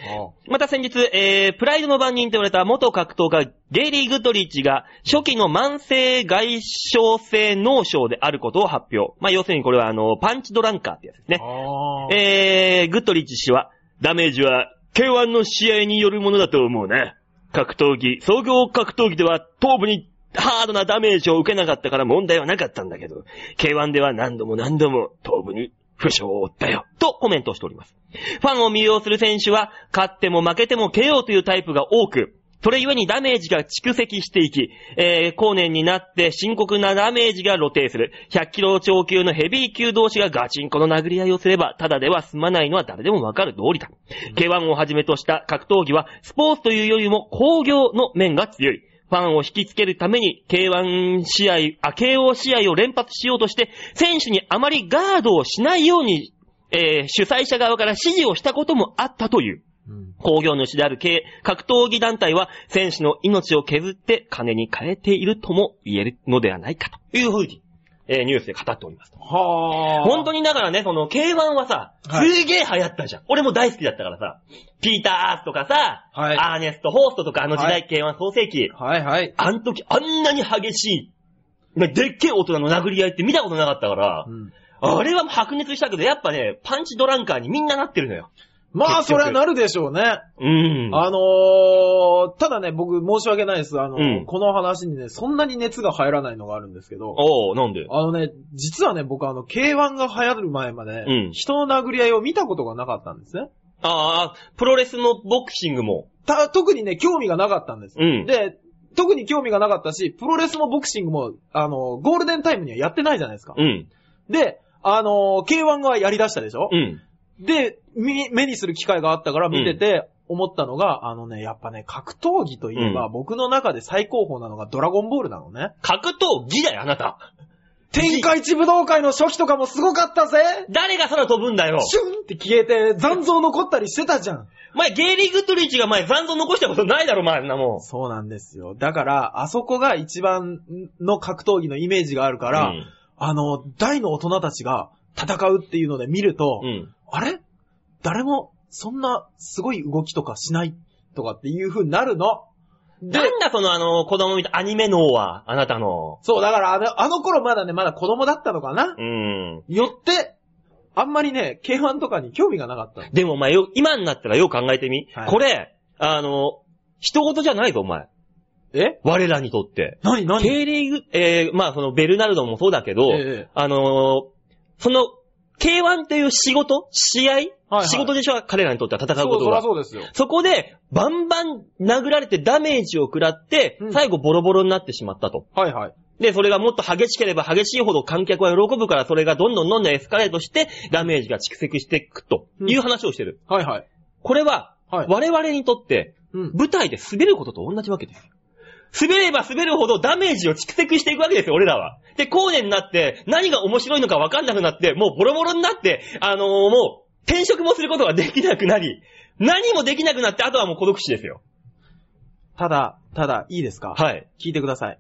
[SPEAKER 1] また先日、えー、プライドの番人と言われた元格闘家、ゲイリー・グッドリッチが、初期の慢性外傷性脳症であることを発表。まあ、要するにこれは、あの、パンチドランカーってやつですね。
[SPEAKER 2] あー
[SPEAKER 1] えー、グッドリッチ氏は、ダメージは K1 の試合によるものだと思うな。格闘技、総合格闘技では頭部にハードなダメージを受けなかったから問題はなかったんだけど、K1 では何度も何度も頭部に負傷を負ったよ、とコメントしております。ファンを魅了する選手は、勝っても負けても KO というタイプが多く、それゆえにダメージが蓄積していき、えー、後年になって深刻なダメージが露呈する。100キロ超級のヘビー級同士がガチンコの殴り合いをすれば、ただでは済まないのは誰でもわかる通りだ。K1 をはじめとした格闘技は、スポーツというよりも工業の面が強い。ファンを引きつけるために K1 試合、あ、KO 試合を連発しようとして、選手にあまりガードをしないように、えー主催者側から指示をしたこともあったという。
[SPEAKER 2] うん
[SPEAKER 1] 工業主である軽格闘技団体は、選手の命を削って金に変えているとも言えるのではないかというふうに、えーニュースで語っておりますと。
[SPEAKER 2] はあ。
[SPEAKER 1] 本当
[SPEAKER 2] に
[SPEAKER 1] にだからね、その K1 はさ、
[SPEAKER 2] はい
[SPEAKER 1] すげえ流行ったじゃん。俺も大好きだったからさ、ピーター・アースとかさ、
[SPEAKER 2] はい
[SPEAKER 1] アーネスト・ホーストとかあの時
[SPEAKER 2] は
[SPEAKER 1] 代 K1 創世紀、
[SPEAKER 2] はいはい。
[SPEAKER 1] あの時あんなに激しい、ねでっけえ大人の殴り合いって見たことなかったから、
[SPEAKER 2] うん
[SPEAKER 1] あれは白熱したけど、やっぱね、パンチドランカーにみんななってるのよ。
[SPEAKER 2] まあ、
[SPEAKER 1] 結
[SPEAKER 2] そ
[SPEAKER 1] 局
[SPEAKER 2] れはなるでしょうね。
[SPEAKER 1] うん。
[SPEAKER 2] あのー、ただね、僕申し訳ないです。あの、
[SPEAKER 1] うん
[SPEAKER 2] この話にね、そんなに熱が入らないのがあるんですけど、
[SPEAKER 1] おうなんで
[SPEAKER 2] あのね、実はね、僕あの、K1 が流行る前まで、
[SPEAKER 1] うん
[SPEAKER 2] 人の殴り合いを見たことがなかったんですね。
[SPEAKER 1] ああ、プロレスもボクシングも。
[SPEAKER 2] た、特にね、興味がなかったんです。
[SPEAKER 1] うん
[SPEAKER 2] で、特に興味がなかったし、プロレスもボクシングも、あの、ゴールデンタイムにはやってないじゃないですか。
[SPEAKER 1] うん。
[SPEAKER 2] で、あの、K1 がやり出したでしょ、
[SPEAKER 1] うん。
[SPEAKER 2] で、み目にする機会があったから見てて、思ったのが、あのね、やっぱね、格闘技といえば、
[SPEAKER 1] う
[SPEAKER 2] 僕の中で最高峰なのがドラゴンボールなのね。
[SPEAKER 1] 格闘技だよ、あなた。
[SPEAKER 2] 天下一武道会の初期とかもすごかったぜ
[SPEAKER 1] 誰が空飛ぶんだよ。
[SPEAKER 2] シュンって消えて、残像残ったりしてたじゃん。
[SPEAKER 1] 前、ゲイリー・グッドリッチが前残像残したことないだろ、前あんなもん。
[SPEAKER 2] そうなんですよ。だから、あそこが一番の格闘技のイメージがあるから、
[SPEAKER 1] うん
[SPEAKER 2] あの、大の大人たちが戦うっていうので見ると、
[SPEAKER 1] うん。
[SPEAKER 2] あれ誰もそんなすごい動きとかしないとかっていう風になるの。で、
[SPEAKER 1] なんだそのあの、子供みたい、アニメ脳は、あなたの。
[SPEAKER 2] そう、だからあのあの頃まだね、まだ子供だったのかな、
[SPEAKER 1] うん。
[SPEAKER 2] よって、あんまりね、K1 とかに興味がなかった。
[SPEAKER 1] でもお前よ、今になったらよう考えてみ。
[SPEAKER 2] はい
[SPEAKER 1] これ、あの、人事じゃないぞ、お前。
[SPEAKER 2] え
[SPEAKER 1] 我らにとって。
[SPEAKER 2] 何何
[SPEAKER 1] ゲイリー・グえー、まあそのベルナルドもそうだけど、
[SPEAKER 2] ええ
[SPEAKER 1] あのーその、 K1 っていう仕事試合、
[SPEAKER 2] はい
[SPEAKER 1] 仕事でしょ彼らにとっては戦う
[SPEAKER 2] そ
[SPEAKER 1] こ
[SPEAKER 2] う、
[SPEAKER 1] と
[SPEAKER 2] そら
[SPEAKER 1] が。
[SPEAKER 2] そうですよ。
[SPEAKER 1] そこで、バンバン殴られてダメージを食らって
[SPEAKER 2] う、ん
[SPEAKER 1] 最後ボロボロになってしまったと。
[SPEAKER 2] はいはい。
[SPEAKER 1] で、それがもっと激しければ激しいほど観客は喜ぶから、それがどんどんどんどんエスカレートして、ダメージが蓄積していくという話をしてる。
[SPEAKER 2] はいはい。
[SPEAKER 1] これは、
[SPEAKER 2] はい
[SPEAKER 1] 我々にとって、
[SPEAKER 2] うん。
[SPEAKER 1] 舞台で滑ることと同じわけですよ。滑れば滑るほどダメージを蓄積していくわけですよ、俺らは。で、後年になって、何が面白いのか分かんなくなって、もうボロボロになって、あのーもう、転職もすることができなくなり、何もできなくなって、あとはもう孤独死ですよ。
[SPEAKER 2] ただ、ただ、いいですか
[SPEAKER 1] はい。
[SPEAKER 2] 聞いてください。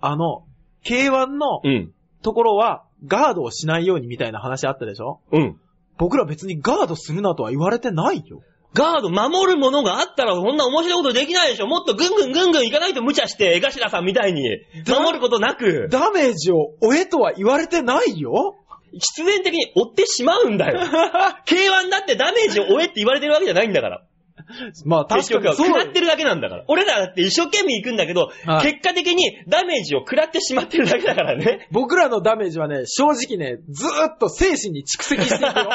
[SPEAKER 2] あの、K1 の
[SPEAKER 1] うん。
[SPEAKER 2] ところは、ガードをしないようにみたいな話あったでしょ
[SPEAKER 1] うん。
[SPEAKER 2] 僕ら別にガードするなとは言われてないよ。
[SPEAKER 1] ガード守るものがあったら、そんな面白いことできないでしょ。もっとぐんぐんぐんぐん行かないと無茶して、江頭さんみたいに、守ることなく、
[SPEAKER 2] ダメージを負えとは言われてないよ
[SPEAKER 1] 必然的に追ってしまうんだよ。K1 だってダメージを負えって言われてるわけじゃないんだから。
[SPEAKER 2] まあ確
[SPEAKER 1] 結
[SPEAKER 2] か
[SPEAKER 1] 局は
[SPEAKER 2] にそう
[SPEAKER 1] 食らってるだけなんだから。俺らだって一生懸命行くんだけど、
[SPEAKER 2] はい
[SPEAKER 1] 結果的にダメージを食らってしまってるだけだからね。
[SPEAKER 2] 僕らのダメージはね、正直ね、ずーっと精神に蓄積していくよ。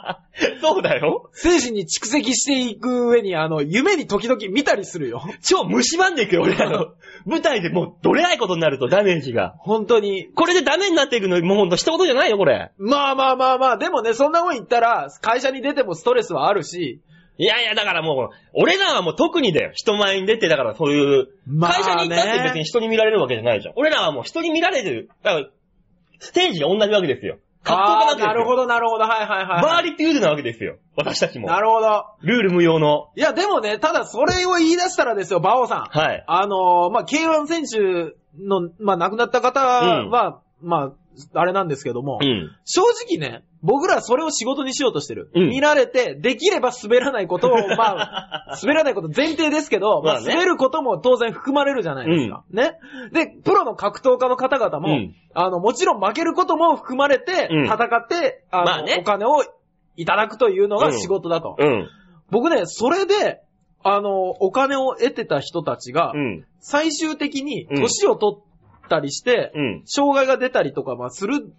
[SPEAKER 1] そうだよ。
[SPEAKER 2] 精神に蓄積していく上に、あの、夢に時々見たりするよ。
[SPEAKER 1] 超蝕んでいくよ、俺らの。舞台でもうどれないことになるとダメージが。
[SPEAKER 2] 本当に。
[SPEAKER 1] これでダメになっていくの、もうほんと一言じゃないよ、これ。
[SPEAKER 2] まあまあまあまあ、でもね、そんなもん言ったら、会社に出てもストレスはあるし、
[SPEAKER 1] いやいや、だからもう、俺らはもう特にだよ。人前に出て、だからそういう、
[SPEAKER 2] まあね
[SPEAKER 1] 会社に行ったって別に人に見られるわけじゃないじゃん。俺らはもう人に見られてる。だから、ステージが同じわけですよ。格好
[SPEAKER 2] あ
[SPEAKER 1] がな
[SPEAKER 2] ー
[SPEAKER 1] く
[SPEAKER 2] なるほどなるほど、はいはいはい。
[SPEAKER 1] バーリピュールなわけですよ。私たちも。
[SPEAKER 2] なるほど。
[SPEAKER 1] ルール無用の。
[SPEAKER 2] いや、でもね、ただそれを言い出したらですよ、バオさん。
[SPEAKER 1] はい。
[SPEAKER 2] あのーまあ、K1 選手の、まあ、亡くなった方は、まあ、あれなんですけども、
[SPEAKER 1] ん。
[SPEAKER 2] 正直ね、僕らはそれを仕事にしようとしてる。
[SPEAKER 1] うん
[SPEAKER 2] 見られて、できれば滑らな いことを、まあ、滑らないこと前提ですけど、ま
[SPEAKER 1] ま
[SPEAKER 2] あ、
[SPEAKER 1] あね
[SPEAKER 2] 滑ることも当然含まれるじゃないですか。ね。で、プロの格闘家の方々も、
[SPEAKER 1] うん
[SPEAKER 2] あの、もちろん負けることも含まれて、
[SPEAKER 1] うん
[SPEAKER 2] 戦って、あの、
[SPEAKER 1] まあね
[SPEAKER 2] お金をいただくというのが仕事だと。
[SPEAKER 1] うん。
[SPEAKER 2] 僕ね、それで、あの、お金を得てた人たちが、
[SPEAKER 1] うん。
[SPEAKER 2] 最終的に
[SPEAKER 1] うん
[SPEAKER 2] 年を取ったりして、
[SPEAKER 1] うん。
[SPEAKER 2] 障害が出たりとか、まあ、する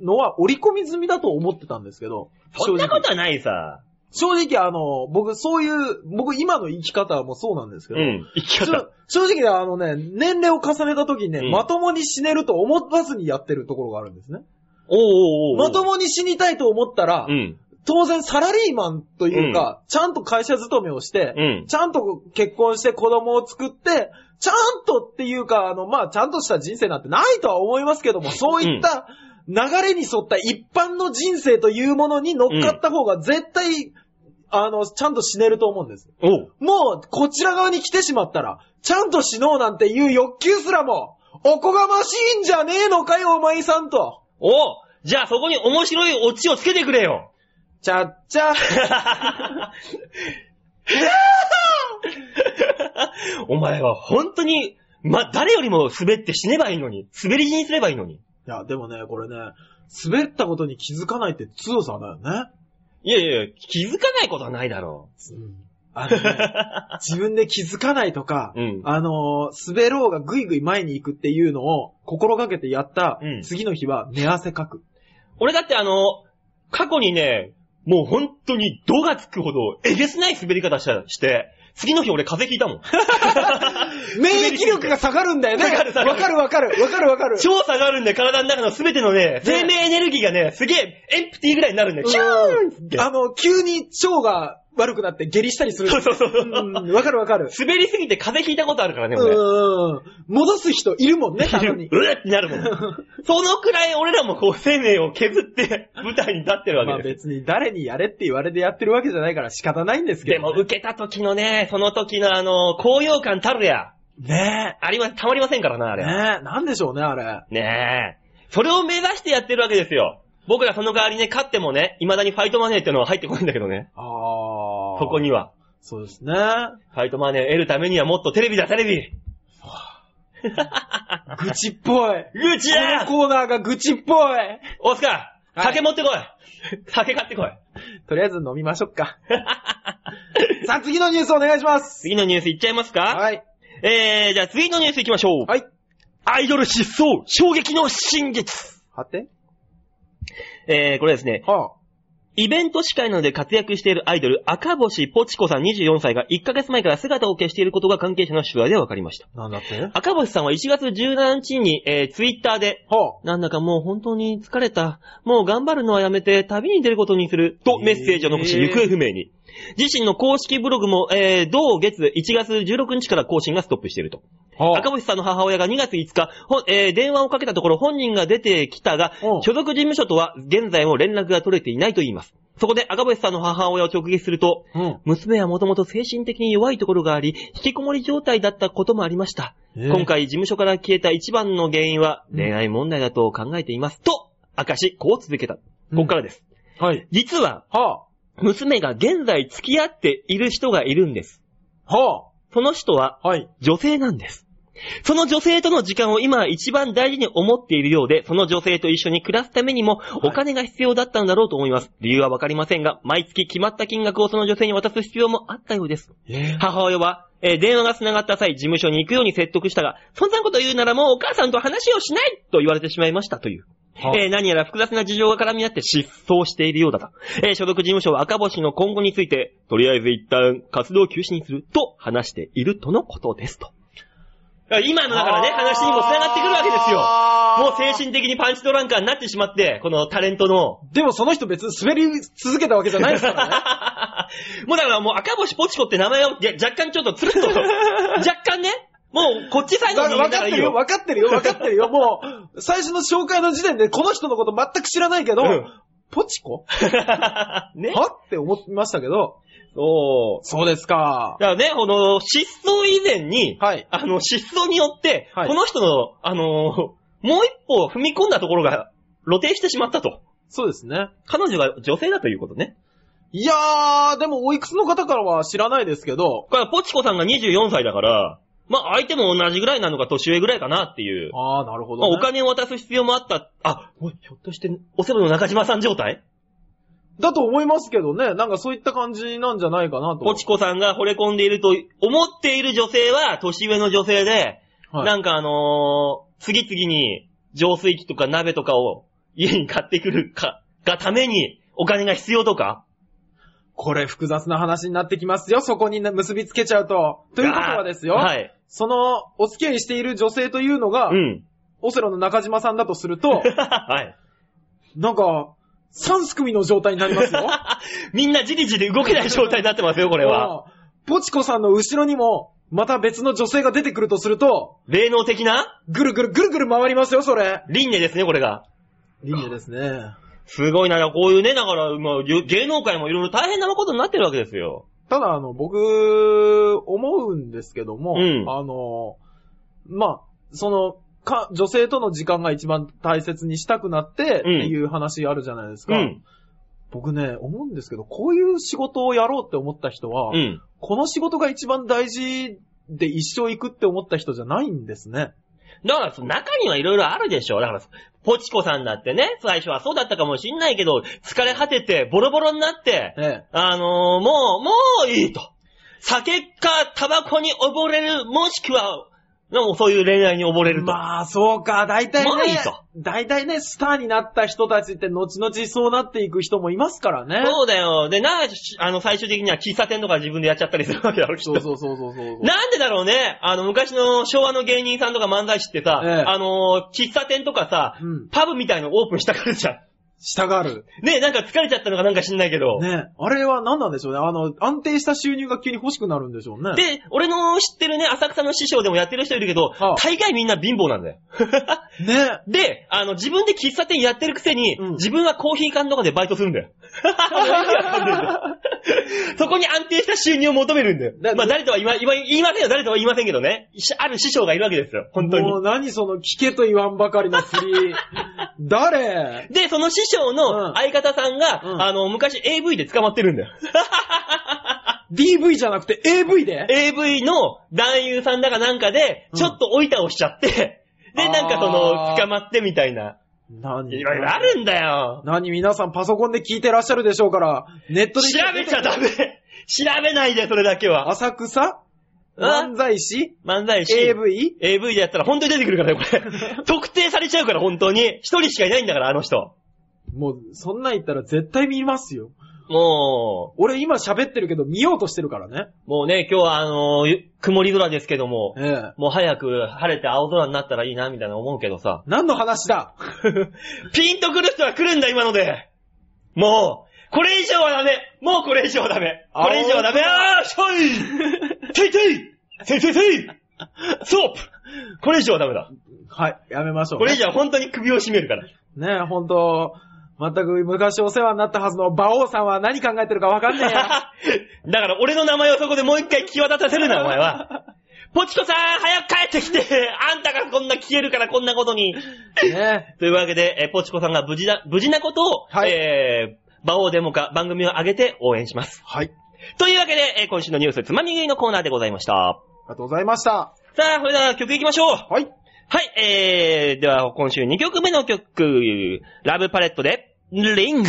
[SPEAKER 2] のは折り込み済みだと思ってたんですけど、
[SPEAKER 1] そんなこ
[SPEAKER 2] 正直
[SPEAKER 1] とはないさ。
[SPEAKER 2] 正直あの、僕、そういう、僕、今の生き方もそうなんですけ
[SPEAKER 1] う
[SPEAKER 2] ど、
[SPEAKER 1] ん。生き
[SPEAKER 2] ちょ
[SPEAKER 1] 方。
[SPEAKER 2] 正直ね、あのね、年齢を重ねた時にね、
[SPEAKER 1] うん
[SPEAKER 2] まともに死ねると思わずにやってるところがあるんですね。
[SPEAKER 1] おうおうおうおう
[SPEAKER 2] まともに死にたいと思ったら、
[SPEAKER 1] うん。
[SPEAKER 2] 当然サラリーマンというか、ちゃんと会社勤めをして、
[SPEAKER 1] うん
[SPEAKER 2] ちゃんと結婚して子供を作って、ちゃんとっていうか、あの、まあ、ちゃんとした人生なんてないとは思いますけども、そういった流れに沿った一般の人生というものに乗っかった方が絶対、あの、ちゃんと死ねると思うんです。
[SPEAKER 1] おう。
[SPEAKER 2] もう、こちら側に来てしまったら、ちゃんと死のうなんていう欲求すらも、おこがましいんじゃねえのかよ、お前さんと。
[SPEAKER 1] おうじゃあそこに面白いオチをつけてくれ よ。
[SPEAKER 2] ちゃっちゃ。
[SPEAKER 1] お前は本当に、ま、誰よりも滑って死ねばいいのに。滑り死にすればいいのに。
[SPEAKER 2] いや、でもね、これね、滑ったことに気づかないって強さだよね。
[SPEAKER 1] いやいやいや、気づかないことはないだろ
[SPEAKER 2] あのね、 自分で気づかないとか、
[SPEAKER 1] うん
[SPEAKER 2] あのー滑ろうがぐいぐい前に行くっていうのを心がけてやった、
[SPEAKER 1] うん
[SPEAKER 2] 次の日は寝汗かく。
[SPEAKER 1] う。俺だってあの、過去にね、もう本当に度がつくほど、えげつない滑り方したして、次の日俺風邪ひいたも ん。
[SPEAKER 2] 免疫力が下がるんだよね。
[SPEAKER 1] 下がる下が
[SPEAKER 2] わかるわかる。わかるわか る。
[SPEAKER 1] 超下がるんで、体の中のすべてのね、生命エネルギーがね、すげえ、エンプティーぐらいになるんで、キューンっつって。
[SPEAKER 2] あの、急に腸が悪くなって下痢したりする。
[SPEAKER 1] そうそうそうそう
[SPEAKER 2] うんわかるわかる。
[SPEAKER 1] 滑りすぎて風邪ひいたことあるからね、
[SPEAKER 2] う
[SPEAKER 1] 俺。
[SPEAKER 2] ん。戻す人いるもんね、たま
[SPEAKER 1] う
[SPEAKER 2] に。
[SPEAKER 1] ってなるもん。そのくらい俺らもこう生命を削 って舞台に立ってる
[SPEAKER 2] まあ
[SPEAKER 1] わけです。
[SPEAKER 2] 別に誰にやれって言われてやってるわけじゃないから仕方ないんですけ
[SPEAKER 1] で
[SPEAKER 2] ど
[SPEAKER 1] も
[SPEAKER 2] ね、
[SPEAKER 1] 受けた時のね、その時のあの、高揚感たるや、
[SPEAKER 2] ね
[SPEAKER 1] ありま、たまりませんからな、あ
[SPEAKER 2] え。
[SPEAKER 1] れ。
[SPEAKER 2] ねえ。なんでしょうね、あれ。
[SPEAKER 1] ねえ。それを目指してやってるわけですよ。僕らその代わりね、勝ってもね、未だにファイトマネーってのは入ってこないんだけどね。
[SPEAKER 2] ああ。
[SPEAKER 1] ここ。には。
[SPEAKER 2] そうですね。愚
[SPEAKER 1] ファイトマネーを得るためにはもっとテレビだ、テレビ
[SPEAKER 2] 痴っぽ い。
[SPEAKER 1] 愚痴だ
[SPEAKER 2] このコーナーが愚痴っぽい。
[SPEAKER 1] オスカー
[SPEAKER 2] はい
[SPEAKER 1] 酒持ってこい酒買ってこい
[SPEAKER 2] とりあえず飲みましょう か。さあ、次のニュースお願いします。
[SPEAKER 1] 次のニュースいっちゃいますか
[SPEAKER 2] はい。
[SPEAKER 1] えー、じゃあ次のニュースいきましょう。
[SPEAKER 2] はい。
[SPEAKER 1] アイドル失踪衝撃の真実
[SPEAKER 2] はて
[SPEAKER 1] えー、これですね、
[SPEAKER 2] は
[SPEAKER 1] イベント司会などで活躍しているアイドル、赤星ポチコさん24歳が1ヶ月前から姿を消していることが関係者の取材で分かりました。
[SPEAKER 2] あ、なんだって
[SPEAKER 1] 赤星さんは1月17日に、えー、ツイッターで、
[SPEAKER 2] は
[SPEAKER 1] なんだかもう本当に疲れた。もう頑張るのはやめて旅に出ることにする。と
[SPEAKER 2] えー
[SPEAKER 1] メッセージを残し、行方不明に。自身の公式ブログも、えー、同月1月16日から更新がストップしていると。
[SPEAKER 2] あ、はあ、
[SPEAKER 1] 赤星さんの母親が2月5日、ほえー電話をかけたところ本人が出てきたが
[SPEAKER 2] うん、
[SPEAKER 1] 所属事務所とは現在も連絡が取れていないと言います。そこで赤星さんの母親を直撃すると、
[SPEAKER 2] うん。
[SPEAKER 1] 娘はもともと精神的に弱いところがあり、引きこもり状態だったこともありました。
[SPEAKER 2] えー
[SPEAKER 1] 今回事務所から消えた一番の原因は
[SPEAKER 2] うん
[SPEAKER 1] 恋愛問題だと考えています。と、明かし、こう続けた。ここからです。
[SPEAKER 2] はい。
[SPEAKER 1] 実は、
[SPEAKER 2] は
[SPEAKER 1] 娘が現在付き合っている人がいるんです。
[SPEAKER 2] あ、は
[SPEAKER 1] その人は
[SPEAKER 2] あ、はい。
[SPEAKER 1] 女性なんです。その女性との時間を今一番大事に思っているようで、その女性と一緒に暮らすためにも
[SPEAKER 2] い
[SPEAKER 1] お金が必要だったんだろうと思います。理由はわかりませんが、毎月決まった金額をその女性に渡す必要もあったようです。
[SPEAKER 2] え
[SPEAKER 1] 母親は、えー電話が繋がった際、事務所に行くように説得したが、そんなこと言うならもうお母さんと話をしないと言われてしまいましたという。
[SPEAKER 2] はあ
[SPEAKER 1] えー何やら複雑な事情が絡み合って失踪しているようだと。えー所属事務所は赤星の今後について、とりあえず一旦活動休止にすると話しているとのことですと。今のだからね、話にも繋がってくるわけですよ。もう精神的にパンチドランカーになってしまって、このタレントの。
[SPEAKER 2] でもその人別に滑り続けたわけじゃないですからね。
[SPEAKER 1] もうだからもう赤星ポチコって名前をいや若干ちょっとつるっ と、若干ね、もうこっちサイドの
[SPEAKER 2] だ
[SPEAKER 1] 人
[SPEAKER 2] から
[SPEAKER 1] 間だから
[SPEAKER 2] 分かって
[SPEAKER 1] いい
[SPEAKER 2] るよ、
[SPEAKER 1] よ。
[SPEAKER 2] 分かってるよ、分かってるよ。もう、最初の紹介の時点でこの人のこと全く知らないけど、
[SPEAKER 1] うん
[SPEAKER 2] ポチ コ
[SPEAKER 1] ね。
[SPEAKER 2] はって思いましたけど、
[SPEAKER 1] そう。
[SPEAKER 2] そうですか。
[SPEAKER 1] だからね、この失踪以前に、
[SPEAKER 2] はい。
[SPEAKER 1] あの、失踪によって、
[SPEAKER 2] はい
[SPEAKER 1] この人の、あのーもう一歩踏み込んだところが露呈してしまったと。
[SPEAKER 2] そうですね。
[SPEAKER 1] 彼女が女性だということね。
[SPEAKER 2] いやー、でもおいくつの方からは知らないですけど、
[SPEAKER 1] これはポチコさんが24歳だから、まあ相手も同じぐらいなのか年上ぐらいかなっていう。
[SPEAKER 2] あー、なるほ
[SPEAKER 1] ま
[SPEAKER 2] ど、
[SPEAKER 1] あ
[SPEAKER 2] ね。
[SPEAKER 1] お金を渡す必要もあった。あ、おいひょっとして、お世話の中島さん状態
[SPEAKER 2] だと思いますけどね、なんかそういった感じなんじゃないかなと。
[SPEAKER 1] ポチコさんが惚れ込んでいると思っている女性は年上の女性で、
[SPEAKER 2] はい
[SPEAKER 1] なんかあのー次々に浄水器とか鍋とかを家に買ってくるか、がためにお金が必要とか。
[SPEAKER 2] これ複雑な話になってきますよ、そこにね結びつけちゃうと。ということはですよ、
[SPEAKER 1] はい。
[SPEAKER 2] その、お付き合いしている女性というのが、
[SPEAKER 1] うん。
[SPEAKER 2] オセロの中島さんだとす ると、
[SPEAKER 1] はい。
[SPEAKER 2] なんか、三すくみの状態になりますよ。
[SPEAKER 1] みんなじりじり動けない状態になってますよ、 こ
[SPEAKER 2] こ
[SPEAKER 1] れは。。
[SPEAKER 2] ポチコさんの後ろにも、また別の女性が出てくるとすると、
[SPEAKER 1] 霊能的な
[SPEAKER 2] ぐるぐるぐるぐる回りますよ、それ。
[SPEAKER 1] 輪廻ですね、これが。
[SPEAKER 2] リンネですね。
[SPEAKER 1] すごいな、こういうね、だから、まあ、芸芸能界もいろいろ大変なことになってるわけですよ。
[SPEAKER 2] ただ、あの、僕、思うんですけども、
[SPEAKER 1] うん
[SPEAKER 2] あの、まあ、その、か、女性との時間が一番大切にしたくなってっていう話あるじゃないです
[SPEAKER 1] う
[SPEAKER 2] か。
[SPEAKER 1] ん。
[SPEAKER 2] 僕ね、思うんですけど、こういう仕事をやろうって思った人は、
[SPEAKER 1] うん。
[SPEAKER 2] この仕事が一番大事で一生行くって思った人じゃないんですね。
[SPEAKER 1] だから、その中にはいろいろあるでしょ。だから、ポチコさんだってね、最初はそうだったかもしんないけど、疲れ果てて、ボロボロになって、
[SPEAKER 2] ええ。
[SPEAKER 1] あのーもう、もういいと。酒か、タバコに溺れる、もしくは、もうそういう恋愛に溺れると。
[SPEAKER 2] まあ、そうか、大体
[SPEAKER 1] まあいい
[SPEAKER 2] ね
[SPEAKER 1] と、
[SPEAKER 2] 大体ね、スターになった人たちって後々そうなっていく人もいますからね。
[SPEAKER 1] そうだよ。で、な、しあの、最終的には喫茶店とか自分でやっちゃったりするわけだろ、きっと。
[SPEAKER 2] そうそうそうそうそうそう。
[SPEAKER 1] なんでだろうね。あの、昔の昭和の芸人さんとか漫才師ってさ、
[SPEAKER 2] ええ
[SPEAKER 1] あのー喫茶店とかさ、
[SPEAKER 2] うん
[SPEAKER 1] パブみたいのオープンしたからじゃん。
[SPEAKER 2] 下がる。
[SPEAKER 1] ねなんか疲れちゃったのかなんか知んないけど。
[SPEAKER 2] ねあれは何なんでしょうね。あの、安定した収入が急に欲しくなるんでしょうね。
[SPEAKER 1] で、俺の知ってるね、浅草の師匠でもやってる人いるけど、
[SPEAKER 2] ああ
[SPEAKER 1] 大概みんな貧乏なんだよ。
[SPEAKER 2] ね
[SPEAKER 1] で、あの、自分で喫茶店やってるくせに、
[SPEAKER 2] うん
[SPEAKER 1] 自分はコーヒー缶とかでバイトするんだよ。 そこに安定した収入を求めるんだよ。
[SPEAKER 2] だ
[SPEAKER 1] まあ、誰とは言わ言わ言いませんよ。誰とは言いませんけどね。しある師匠がいるわけですよ。本当に
[SPEAKER 2] も。う何その聞けと言わんばかりの 釣り。誰
[SPEAKER 1] で、その師匠
[SPEAKER 2] う
[SPEAKER 1] の
[SPEAKER 2] ん
[SPEAKER 1] 相方さんが、
[SPEAKER 2] うん
[SPEAKER 1] あの、昔 AV で捕まってるんだよ。
[SPEAKER 2] ?DV じゃなくて AV で
[SPEAKER 1] AV の男優さんだかなんかで、
[SPEAKER 2] うん
[SPEAKER 1] ちょっとおいたをしちゃって、で、なんかそ
[SPEAKER 2] あ
[SPEAKER 1] の、
[SPEAKER 2] ー
[SPEAKER 1] 捕まってみたいな。
[SPEAKER 2] 何
[SPEAKER 1] いろいろあるんだよ。
[SPEAKER 2] 何皆さんパソコンで聞いてらっしゃるでしょうから、ネット
[SPEAKER 1] 調
[SPEAKER 2] で
[SPEAKER 1] べちゃダメ。調べないで、それだけは。
[SPEAKER 2] 浅草
[SPEAKER 1] あ
[SPEAKER 2] 漫才師
[SPEAKER 1] 漫才師。
[SPEAKER 2] ?AV?
[SPEAKER 1] AV でやったら本当に出てくるからね、これ。特定されちゃうから、本当に。一人しかいないんだから、あの人。
[SPEAKER 2] もう、そんなん言ったら絶対見ますよ。
[SPEAKER 1] も
[SPEAKER 2] 俺今喋ってるけど見ようとしてるからね。
[SPEAKER 1] う、もうね、今日はあのー曇り空ですけども、
[SPEAKER 2] ええ。
[SPEAKER 1] もう早く晴れて青空になったらいいな、みたいな思うけどさ。
[SPEAKER 2] 何の話だ
[SPEAKER 1] ピンとくる人は来るんだ、今のでもうこれ以上はダメもうこれ以上はダメこれ以上はダメあーしょいていていていていていソープこれ以上はダメだ。
[SPEAKER 2] はい、やめましょう、
[SPEAKER 1] これ以
[SPEAKER 2] ね。
[SPEAKER 1] 上は本当に首を絞めるから。
[SPEAKER 2] ねえ、ほんと、全く昔お世話になったはずの馬王さんは何考えてるかわかんねえや。
[SPEAKER 1] だから俺の名前をそこでもう一回際立たせるな、お前は。ポチコさん、早く帰ってきて、あんたがこんな消えるからこんなことに。
[SPEAKER 2] ね
[SPEAKER 1] というわけで、えーポチコさんが無事だ、無事なことを、
[SPEAKER 2] はい
[SPEAKER 1] えー、馬王デモか番組を上げて応援します。
[SPEAKER 2] はい。
[SPEAKER 1] というわけで、えー今週のニュースつまみ食いのコーナーでございました。
[SPEAKER 2] ありがとうございました。
[SPEAKER 1] さあ、それでは曲行きましょう。
[SPEAKER 2] はい。
[SPEAKER 1] はい、えー、では今週2曲目の曲、ラブパレットで、リング。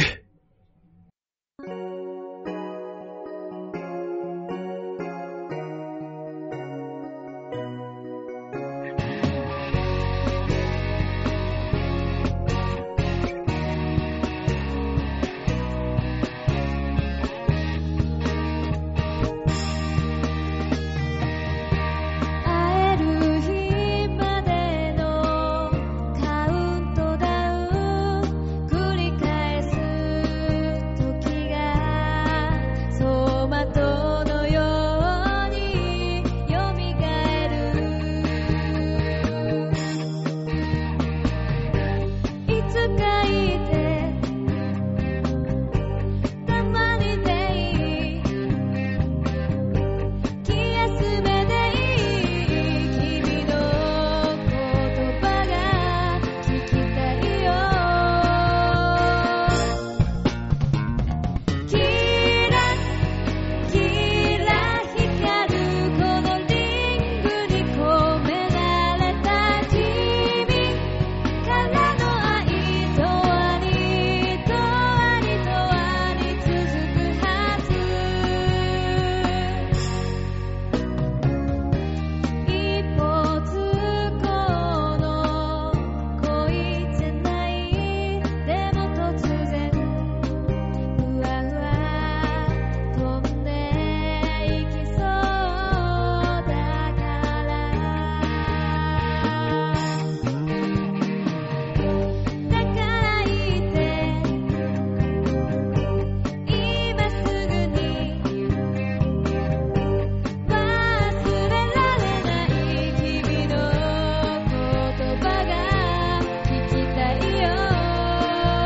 [SPEAKER 3] 会える日までのカウントダウン繰り返す時が走馬灯のようによみがえるいつかいてたまにでいい気休めでいい君の言葉が聞きたいよキラキラ光るこのリングに込められた君からの愛とありとありとあり続くはず一歩通行の恋じゃないでも突然ふわふわ飛んでいきそうだからだから言って今すぐに忘れられない君の言葉が聞きたいよ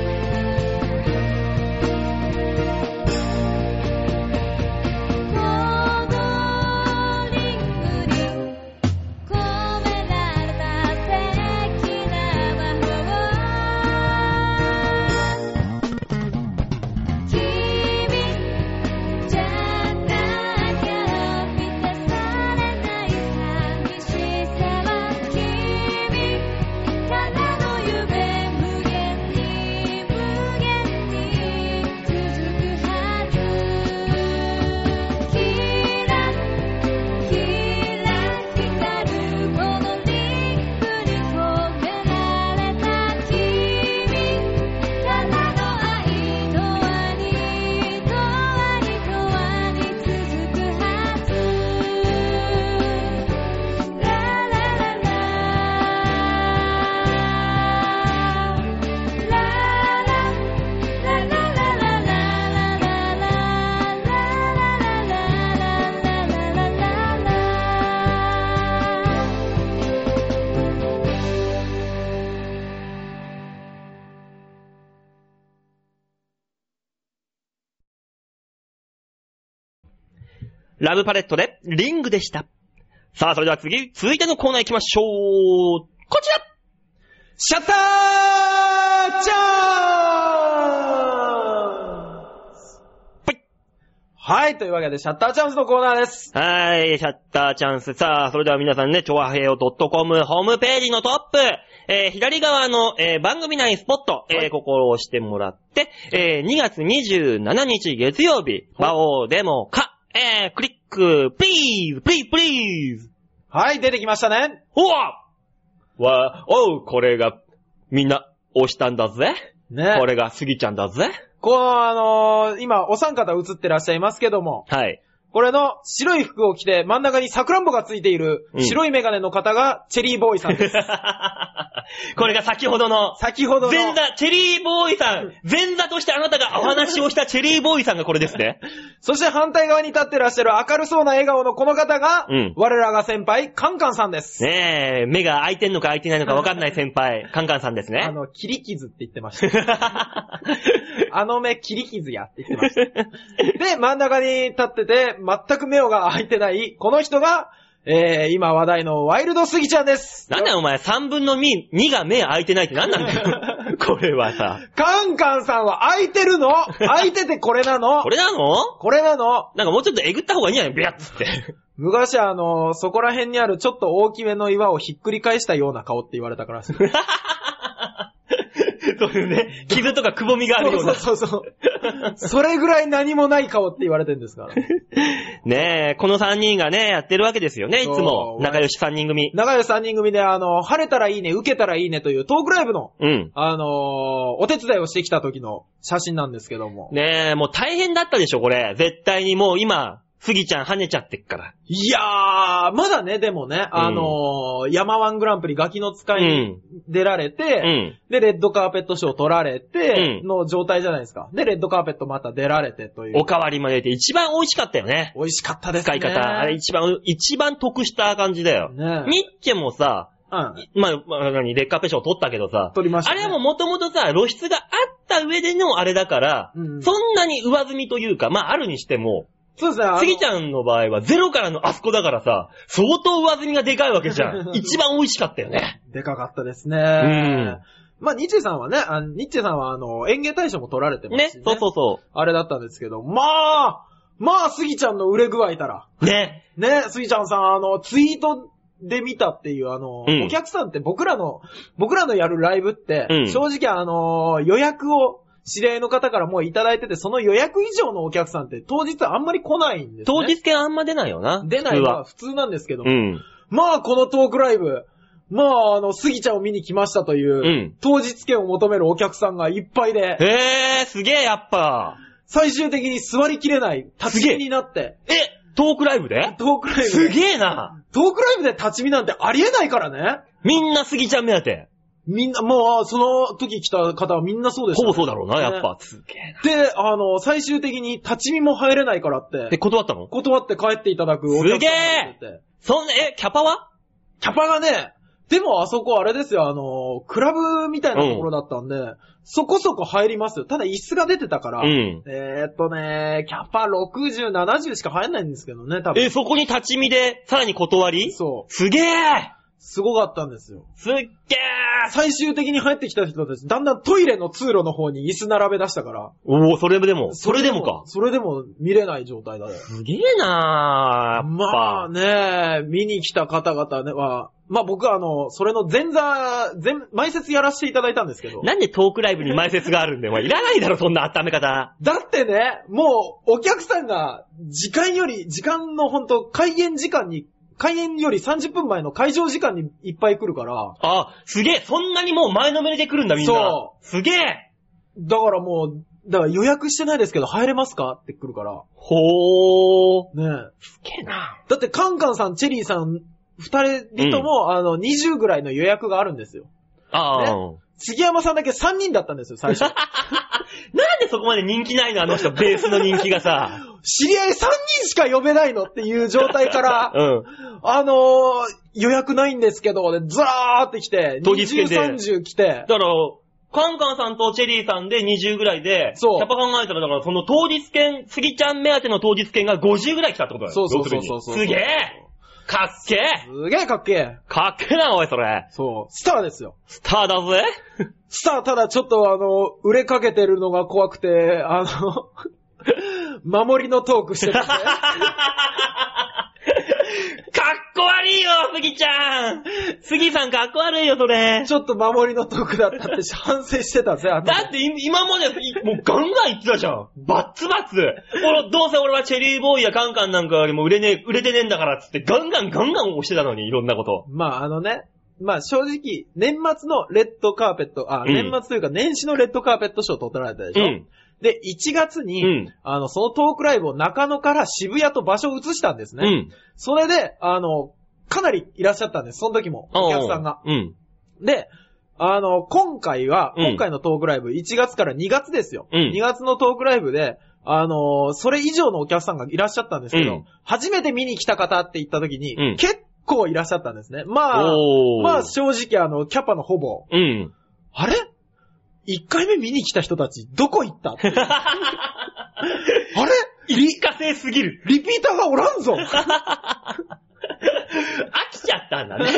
[SPEAKER 3] このリングに込められた素敵な魔法君じゃなきゃ満たされない寂しさは君からの夢無限に無限に続くはずキラキラ光るこのリングに込められた君「ただの愛とありとありとあり続くはず」「ララララララララララララララララララララララ」
[SPEAKER 1] ラブパレットで、リングでした。さあ、それでは次、続いてのコーナー行きましょう。こちら
[SPEAKER 2] シャッターチャンス
[SPEAKER 1] はい。
[SPEAKER 2] はい、というわけで、シャッターチャンスのコーナーです。
[SPEAKER 1] はーい、シャッターチャンス。さあ、それでは皆さんね、ちょわへよ .com ホームページのトップ、えー左側の、えー番組内スポット、えーここを押してもらって、えー2月27日月曜日、
[SPEAKER 2] はい
[SPEAKER 1] 魔王でもか、えークリック、プリーズ、プリーズ、プリーズ、
[SPEAKER 2] はい、出てきましたね。
[SPEAKER 1] おわわ、おう、これが、みんな、押したんだぜ。
[SPEAKER 2] ね。
[SPEAKER 1] これが、すぎちゃんだぜ。
[SPEAKER 2] こう、あのー今、お三方映ってらっしゃいますけども、
[SPEAKER 1] はい。
[SPEAKER 2] これの白い服を着て真ん中に桜んぼがついている
[SPEAKER 1] うん
[SPEAKER 2] 白いメガネの方がチェリーボーイさん です。
[SPEAKER 1] これが先ほどの、
[SPEAKER 2] 先ほどの。
[SPEAKER 1] 前座、チェリーボーイさん、前座としてあなたがお話をしたチェリーボーイさんがこれです ね。
[SPEAKER 2] そして反対側に立ってらっしゃる明るそうな笑顔のこの方が、
[SPEAKER 1] うん
[SPEAKER 2] 我らが先輩、カンカンさんです。
[SPEAKER 1] ねえ、目が開いてんのか開いてないのか分かんない先輩、 カンカンさんです
[SPEAKER 2] あ
[SPEAKER 1] ね。
[SPEAKER 2] の、切り傷って言ってました。 あの目、切り傷やって言ってました。で、真ん中に立ってて、全く目が開いてない、この人が、えー、今話題のワイルドスギちゃんです。
[SPEAKER 1] なんだよお前、3分の2、2が目開いてないってなんなん だよ。これはさ、
[SPEAKER 2] カンカンさんは開いてるの開いててこれなの
[SPEAKER 1] これなの
[SPEAKER 2] これなの
[SPEAKER 1] なんかもうちょっとえぐった方がいいんじゃないビャッつ って。
[SPEAKER 2] 昔あの、そこら辺にあるちょっと大きめの岩をひっくり返したような顔って言われたからしい。
[SPEAKER 1] そういうね、傷とかくぼみが あるよう
[SPEAKER 2] そ
[SPEAKER 1] な
[SPEAKER 2] う。そうそう。それぐらい何もない顔って言われてるんで すから。
[SPEAKER 1] ねえ、この3人がね、やってるわけですよね、いつも
[SPEAKER 2] そ。う
[SPEAKER 1] 仲良し3人組。
[SPEAKER 2] 長良3人組であの、晴れたらいいね、受けたらいいねというトークライブの、
[SPEAKER 1] うん。
[SPEAKER 2] あのーお手伝いをしてきた時の写真なんですけども。
[SPEAKER 1] ねえ、もう大変だったでしょ、これ。絶対にもう今、スギちゃん跳ねちゃってっから。
[SPEAKER 2] いやー、まだね、でもね、あのー山ワングランプリガキの使いに出られて、
[SPEAKER 1] うん。
[SPEAKER 2] で、レッドカーペット賞取られて
[SPEAKER 1] う、ん
[SPEAKER 2] の状態じゃないですか。で、レッドカーペットまた出られてという。
[SPEAKER 1] おかわりまでって一番美味しかったよね。
[SPEAKER 2] 美味しかったです
[SPEAKER 1] 使
[SPEAKER 2] ね。
[SPEAKER 1] い方。あれ一番、一番得した感じだよ。
[SPEAKER 2] ねえ
[SPEAKER 1] ニッチェもさ、
[SPEAKER 2] うん。
[SPEAKER 1] まあ、まあ、何、劣化ペション取ったけどさ、
[SPEAKER 2] 取りました、
[SPEAKER 1] あ
[SPEAKER 2] ね。
[SPEAKER 1] れはもうもともとさ、露出があった上でのあれだから、
[SPEAKER 2] うん
[SPEAKER 1] そんなに上積みというか、まああるにしても、
[SPEAKER 2] そうですね。あの
[SPEAKER 1] スギちゃんの場合はゼロからのあそこだからさ、相当上積みがでかいわけじゃ ん。一番美味しかったよね。
[SPEAKER 2] でかかったですね。
[SPEAKER 1] ん
[SPEAKER 2] まあ、ニッチェさんはね、あニッチェさんは、あの、演芸大賞も取られてま
[SPEAKER 1] ね
[SPEAKER 2] すし、ね。
[SPEAKER 1] そうそうそ
[SPEAKER 2] あれだったんですけど、まあ、まあ、スギちゃんの売れ具合たら。
[SPEAKER 1] う。ね。
[SPEAKER 2] ね、スギちゃんさん、あの、ツイートで見たっていう、あの、
[SPEAKER 1] うん
[SPEAKER 2] お客さんって僕らの、僕らのやるライブって、
[SPEAKER 1] うん
[SPEAKER 2] 正直あの、予約を、知り合いの方からもういただいてて、その予約以上のお客さんって当日あんまり来ないんですね。
[SPEAKER 1] 当日券あんま出ないよな。
[SPEAKER 2] 出ない
[SPEAKER 1] 普
[SPEAKER 2] の
[SPEAKER 1] 通
[SPEAKER 2] は
[SPEAKER 1] は。
[SPEAKER 2] 普通なんですけども
[SPEAKER 1] うん。
[SPEAKER 2] まあ、このトークライブ、まあ、あの、スギちゃんを見に来ましたという、
[SPEAKER 1] うん
[SPEAKER 2] 当日券を求めるお客さんがいっぱいで、
[SPEAKER 1] へえー、すげえやっぱ。
[SPEAKER 2] 最終的に座りきれない、立ち
[SPEAKER 1] すげえ
[SPEAKER 2] 見になって、
[SPEAKER 1] え、トークライブで
[SPEAKER 2] トークライブ
[SPEAKER 1] す
[SPEAKER 2] で、
[SPEAKER 1] げえな。
[SPEAKER 2] トークライブで立ち見なんてありえないからね。
[SPEAKER 1] みんなスギちゃん目当て。
[SPEAKER 2] みんな、もう、その時来た方はみんなそうでした、
[SPEAKER 1] ほぼそうだろうな、
[SPEAKER 2] ね
[SPEAKER 1] やっぱ。すげえな。
[SPEAKER 2] で、あの、最終的に立ち見も入れないからっ
[SPEAKER 1] で、
[SPEAKER 2] て、
[SPEAKER 1] 断ったの
[SPEAKER 2] 断って帰っていただくお客さんがいてて
[SPEAKER 1] そんな、え、キャパは
[SPEAKER 2] キャパがね、でもあそこあれですよ、あのークラブみたいなところだったんで、そこそこ入りますよ。ただ椅子が出てたから、
[SPEAKER 1] うん。
[SPEAKER 2] えーっとね、キャパ60、70しか入んないんですけどね、多分。
[SPEAKER 1] え、そこに立ち見で、さらに断り
[SPEAKER 2] そう。
[SPEAKER 1] すげえ
[SPEAKER 2] すごかったんですよ。
[SPEAKER 1] すっげえ
[SPEAKER 2] 最終的に入ってきた人たち、だんだんトイレの通路の方に椅子並べ出したから。
[SPEAKER 1] おお、それでも。それでもか。
[SPEAKER 2] それでも見れない状態だね。
[SPEAKER 1] すげえなーやっ
[SPEAKER 2] まあ
[SPEAKER 1] ぱ。
[SPEAKER 2] ね、見に来た方々は、まあ僕はあの、それの前座、前、前説やらせていただいたんですけど。
[SPEAKER 1] なんでトークライブに前説があるんだよ。お前いらないだろ、そんな温め方。
[SPEAKER 2] だってね、もうお客さんが時間より、時間のほんと開演時間に、開演より30分前の会場時間にいっぱい来るから、
[SPEAKER 1] あ、すげえそんなにもう前のめりで来るんだ、みんな。。
[SPEAKER 2] そう
[SPEAKER 1] すげえ
[SPEAKER 2] だからもう、だから予約してないですけど入れますかって来るから。
[SPEAKER 1] ほー。
[SPEAKER 2] ねえ。
[SPEAKER 1] すげえな
[SPEAKER 2] だってカンカンさん、チェリーさん、二人とも、あの、20ぐらいの予約があるんですよ。
[SPEAKER 1] ああ。
[SPEAKER 2] 杉山さんだけ3人だったんですよ、最初。
[SPEAKER 1] なんでそこまで人気ないのあの人、ベースの人気がさ。
[SPEAKER 2] 知り合い3人しか呼べないのっていう状態から、
[SPEAKER 1] うん。
[SPEAKER 2] あのー予約ないんですけど、でずらーって来て、
[SPEAKER 1] 当日券
[SPEAKER 2] 20、
[SPEAKER 1] で
[SPEAKER 2] 30来て、
[SPEAKER 1] だから、カンカンさんとチェリーさんで20ぐらいで、
[SPEAKER 2] そう
[SPEAKER 1] キャパ考えたら、だからその当日券、スギちゃん目当ての当日券が50ぐらい来たってことだよ。
[SPEAKER 2] そうそうそうそう
[SPEAKER 1] 要するにすげえかっけえ
[SPEAKER 2] すげえかっけえ。
[SPEAKER 1] かっけえな、おい、それ。
[SPEAKER 2] そう。スターですよ。
[SPEAKER 1] スターだ ぜ。
[SPEAKER 2] スター、ただちょっとあの、売れかけてるのが怖くて、あの、守りのトークしてたね。
[SPEAKER 1] っこ悪いよ、杉ちゃん杉さんかっこ悪いよ、それ。
[SPEAKER 2] ちょっと守りのトークだったって反省してたぜ、あの
[SPEAKER 1] だってい今までもうガンガン言ってたじゃん。バッツバツ。俺、どうせ俺はチェリーボーイやカンカンなんかよりも売れねえ、売れてねえんだからっつってガンガンガンガン押してたのに、いろんなこと。
[SPEAKER 2] まああのね、まあ正直、年末のレッドカーペット、あ、
[SPEAKER 1] うん
[SPEAKER 2] 年末というか年始のレッドカーペット賞取られたでしょ、
[SPEAKER 1] うん。
[SPEAKER 2] で、1月に、
[SPEAKER 1] うん
[SPEAKER 2] あの、そのトークライブを中野から渋谷と場所を移したんです
[SPEAKER 1] う
[SPEAKER 2] ね。
[SPEAKER 1] ん。
[SPEAKER 2] それで、あの、かなりいらっしゃったんです、その時も、お客さんが。
[SPEAKER 1] うん。
[SPEAKER 2] で、あの、今回は、
[SPEAKER 1] うん
[SPEAKER 2] 今回のトークライブ、1月から2月ですよ。
[SPEAKER 1] うん
[SPEAKER 2] 2月のトークライブで、あの、それ以上のお客さんがいらっしゃったんですけ
[SPEAKER 1] う
[SPEAKER 2] ど、
[SPEAKER 1] ん
[SPEAKER 2] 初めて見に来た方って言った時に、
[SPEAKER 1] うん
[SPEAKER 2] 結構いらっしゃったんですね。まあ、
[SPEAKER 1] おー。
[SPEAKER 2] まあ正直あの、キャパのほぼ、
[SPEAKER 1] うん。
[SPEAKER 2] あれ ?1 回目見に来た人たち、どこ行 ったっていうあれ
[SPEAKER 1] 一過性すぎる。
[SPEAKER 2] リピーターがおらんぞな
[SPEAKER 1] 飽きちゃったんだね。
[SPEAKER 2] ん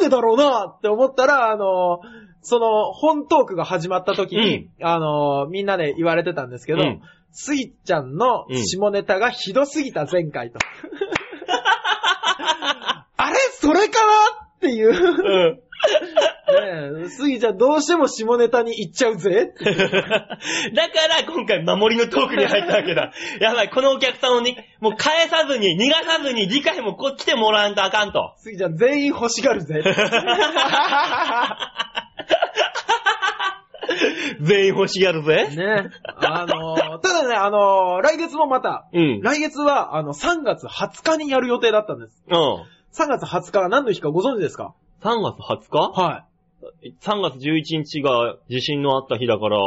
[SPEAKER 2] でだろうなって思ったら、あの、その、本トークが始まった時に、あの、みんなで言われてたんですけど、
[SPEAKER 1] うん
[SPEAKER 2] スギちゃんの下ネタがひどすぎた前回と。あれそれかなっていう う。
[SPEAKER 1] ん。
[SPEAKER 2] ねえ、スギちゃんどうしても下ネタに行っちゃうぜって
[SPEAKER 1] だから今回守りのトークに入ったわけだ。やばい、このお客さんをに、もう返さずに、逃がさずに、次回もこっちでもらわんとあかんと。
[SPEAKER 2] スギちゃん全員欲しが るぜ。
[SPEAKER 1] 全員欲しがるぜ。
[SPEAKER 2] ね。あのーただね、あのー来月もまた、
[SPEAKER 1] うん。
[SPEAKER 2] 来月は、あの、3月20日にやる予定だったんです。
[SPEAKER 1] うん。
[SPEAKER 2] 3月20日は何の日かご存知ですか
[SPEAKER 1] 3月20日
[SPEAKER 2] は
[SPEAKER 1] ?3 月11日が地震のあった日だから、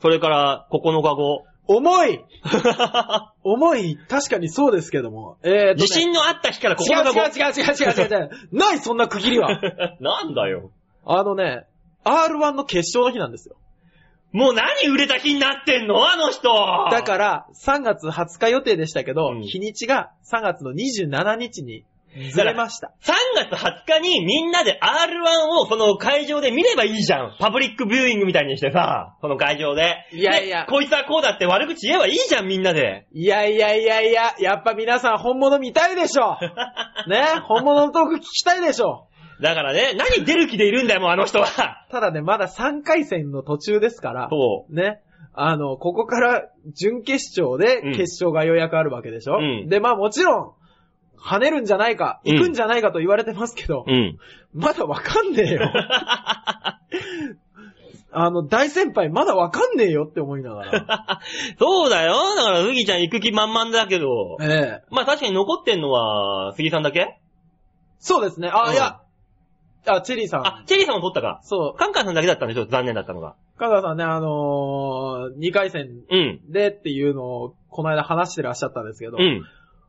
[SPEAKER 1] それから9日 後。
[SPEAKER 2] い。重い重い、確かにそうですけども。えーと、ね、
[SPEAKER 1] 地震のあった日から9
[SPEAKER 2] 違う
[SPEAKER 1] 日後。
[SPEAKER 2] 違う違う違う違う違 う違う。ない、そんな区切りは。
[SPEAKER 1] なんだよ。
[SPEAKER 2] あのね、R1 の決勝の日なんですよ。
[SPEAKER 1] もう何売れた日になってんのあの人
[SPEAKER 2] だから、3月20日予定でしたけど、
[SPEAKER 1] うん
[SPEAKER 2] 日にちが3月の27日にずれました。
[SPEAKER 1] 3月20日にみんなで R1 をその会場で見ればいいじゃん。パブリックビューイングみたいにしてさ、その会場で。
[SPEAKER 2] いやい
[SPEAKER 1] で
[SPEAKER 2] や
[SPEAKER 1] こいつはこうだって悪口言えばいいじゃん、みんなで。
[SPEAKER 2] いやいやいやいや、やっぱ皆さん本物見たいで しょね本物のトーク聞きたいでしょ
[SPEAKER 1] だからね、何出る気でいるんだよ、もうあの人は。
[SPEAKER 2] ただね、まだ3回戦の途中ですから、
[SPEAKER 1] そ
[SPEAKER 2] ね。あの、ここから準決勝で
[SPEAKER 1] うん
[SPEAKER 2] 決勝がようやくあるわけでしょ、
[SPEAKER 1] うん
[SPEAKER 2] で、まあもちろん、跳ねるんじゃないか、
[SPEAKER 1] うん
[SPEAKER 2] 行くんじゃないかと言われてますけど
[SPEAKER 1] う。、 うん。
[SPEAKER 2] まだわかんねえよ。 あの、大先輩まだわかんねえよって思いなが ら。
[SPEAKER 1] そうだよ。だから、杉ちゃん行く気満々だけど。
[SPEAKER 2] ええ。
[SPEAKER 1] まあ確かに残ってんのは、杉さんだけ
[SPEAKER 2] そうですね。あ、
[SPEAKER 1] うん
[SPEAKER 2] いや、あ、チェリーさ
[SPEAKER 1] あ、
[SPEAKER 2] ん。
[SPEAKER 1] チェリーさんも取ったか。
[SPEAKER 2] そう、
[SPEAKER 1] カンカンさんだけだったんで、ちょっと残念だったのが。
[SPEAKER 2] 香川さんね、あのー、2回戦
[SPEAKER 1] うん。
[SPEAKER 2] でっていうのを、この間話してらっしゃったんですけど、
[SPEAKER 1] うん。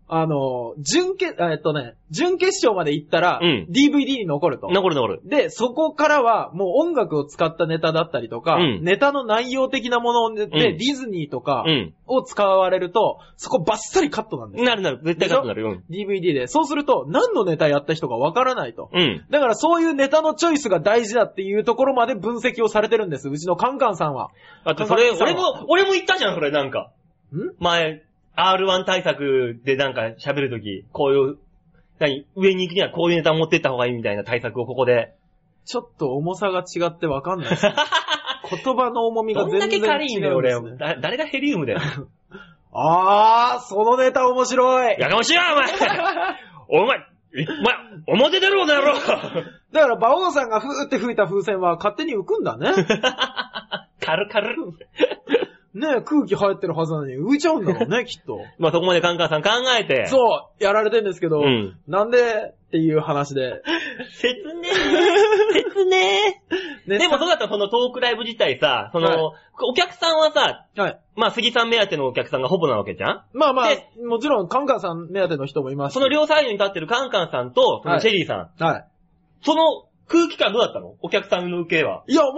[SPEAKER 2] あのー、準決、えっとね、準決勝まで行ったら、
[SPEAKER 1] うん
[SPEAKER 2] DVD に残ると。
[SPEAKER 1] 残る残る。
[SPEAKER 2] で、そこからは、もう音楽を使ったネタだったりとか、
[SPEAKER 1] うん
[SPEAKER 2] ネタの内容的なもので、で
[SPEAKER 1] うん
[SPEAKER 2] ディズニーとか
[SPEAKER 1] う
[SPEAKER 2] を使われると、そこバッサリカットなんです
[SPEAKER 1] ん。
[SPEAKER 2] よ。
[SPEAKER 1] なるなる。絶対勝つなる。うん。
[SPEAKER 2] DVD で。そうすると、何のネタやった人かわからないと。
[SPEAKER 1] うん。
[SPEAKER 2] だからそういうネタのチョイスが大事だっていうところまで分析をされてるんです。うちのカンカンさんは。
[SPEAKER 1] だってそれ、
[SPEAKER 2] カン
[SPEAKER 1] 俺
[SPEAKER 2] カンさんは
[SPEAKER 1] も、俺も言ったじゃん、それ、なんか。
[SPEAKER 2] ん
[SPEAKER 1] 前、R1 対策でなんか喋るとき、こういう、何、上に行くにはこういうネタ持ってった方がいいみたいな対策をここで。
[SPEAKER 2] ちょっと重さが違ってわかんない ですね、言葉の重みが
[SPEAKER 1] どんだ
[SPEAKER 2] 全
[SPEAKER 1] け
[SPEAKER 2] 然
[SPEAKER 1] 軽い
[SPEAKER 2] 違
[SPEAKER 1] んだよ、
[SPEAKER 2] うんで
[SPEAKER 1] 俺
[SPEAKER 2] す、。ね。
[SPEAKER 1] だ誰がヘリウムだよ。
[SPEAKER 2] あー、そのネタ面白い。
[SPEAKER 1] やかましいわ、 お前お前、いお前、表出ろ、この野 郎
[SPEAKER 2] だから、馬王さんがふーって吹いた風船は勝手に浮くん だね。
[SPEAKER 1] 軽軽。
[SPEAKER 2] ねえ、空気入ってるはずなのに浮いちゃうんだろう ね、きっと。
[SPEAKER 1] まあ、そこまでカンカンさん考えて。
[SPEAKER 2] そう、やられてんですけ
[SPEAKER 1] う
[SPEAKER 2] ど、
[SPEAKER 1] ん
[SPEAKER 2] なんでっていう話で。
[SPEAKER 1] 切 ねえ。切ねえ。
[SPEAKER 2] ね
[SPEAKER 1] でも、そうだったら、そのトークライブ自体さ、その、お客さんはさ、
[SPEAKER 2] はい。
[SPEAKER 1] まあ、杉さん目当てのお客さんがほぼなわけじゃん
[SPEAKER 2] まあまあ
[SPEAKER 1] で、
[SPEAKER 2] もちろん、カンカンさん目当ての人もいますし。
[SPEAKER 1] その両サイドに立ってるカンカンさんと、そのチェリーさん、
[SPEAKER 2] は
[SPEAKER 1] その空気感どうだったのお客さんの受けは。
[SPEAKER 2] い。いや、まあ、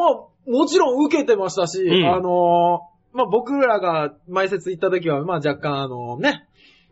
[SPEAKER 2] もちろん受けてましたし、
[SPEAKER 1] うん
[SPEAKER 2] あのーまあ僕らが前説行った時は、まあ若干あのね、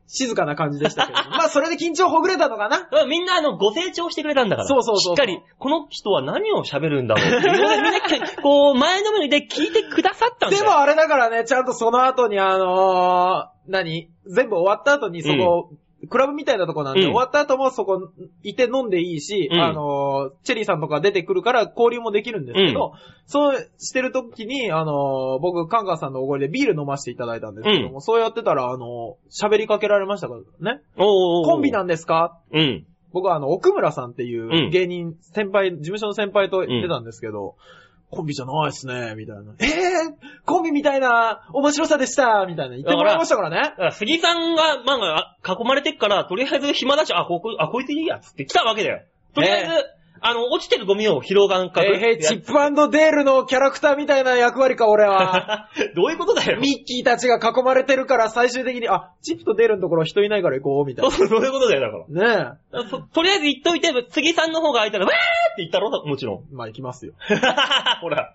[SPEAKER 2] 静かな感じでした けど。まあ、それで緊張ほぐれたのかな
[SPEAKER 1] うんみんなあの、ご成長してくれたんだから。
[SPEAKER 2] そうそうそうそう
[SPEAKER 1] しっかり、この人は何を喋るんだろうっていうのがみん な、こう、前のめりで聞いてくださったんだ
[SPEAKER 2] で
[SPEAKER 1] よ。
[SPEAKER 2] もあれだからね、ちゃんとその後にあのー何全部終わった後にそこ、クラブみたいなとこなんで、
[SPEAKER 1] うん
[SPEAKER 2] 終わった後もそこいて飲んでいいし、
[SPEAKER 1] うん
[SPEAKER 2] あのーチェリーさんとか出てくるから交流もできるんですけど、そうしてる時に、あのー僕、カンカンさんのおごりでビール飲ませていただいたんですけども、そうやってたら、あのー喋りかけられましたからね。
[SPEAKER 1] おーおーおー
[SPEAKER 2] コンビなんですか
[SPEAKER 1] うん。
[SPEAKER 2] 僕はあの、奥村さんっていううん芸人、先輩、事務所の先輩と出たんですけど、コンビじゃないっすね、みたいな。えぇ、コンビみたいな面白さでした、みたいな言ってもらいましたからね
[SPEAKER 1] だ。から杉さんが、まあ、あ囲まれてっから、とりあえず暇だし、あ、ここ、あ、こいついいや、つって来たわけだよ。とりあえず、
[SPEAKER 2] ね
[SPEAKER 1] あの、落ちてるゴミを拾う感覚。
[SPEAKER 2] えーへい、チップデールのキャラクターみたいな役割か、俺は。
[SPEAKER 1] どういうことだよ。
[SPEAKER 2] ミッキーたちが囲まれてるから最終的に、あ、チップとデールのところ人いないから行こう、みたい
[SPEAKER 1] そうそうそういうことだよ、だから。
[SPEAKER 2] な。ねえ。
[SPEAKER 1] ととりあえず言っといて、次さんの方が開いたら、わーって言ったろもちろん。
[SPEAKER 2] まあ行きますよ。
[SPEAKER 1] ほら。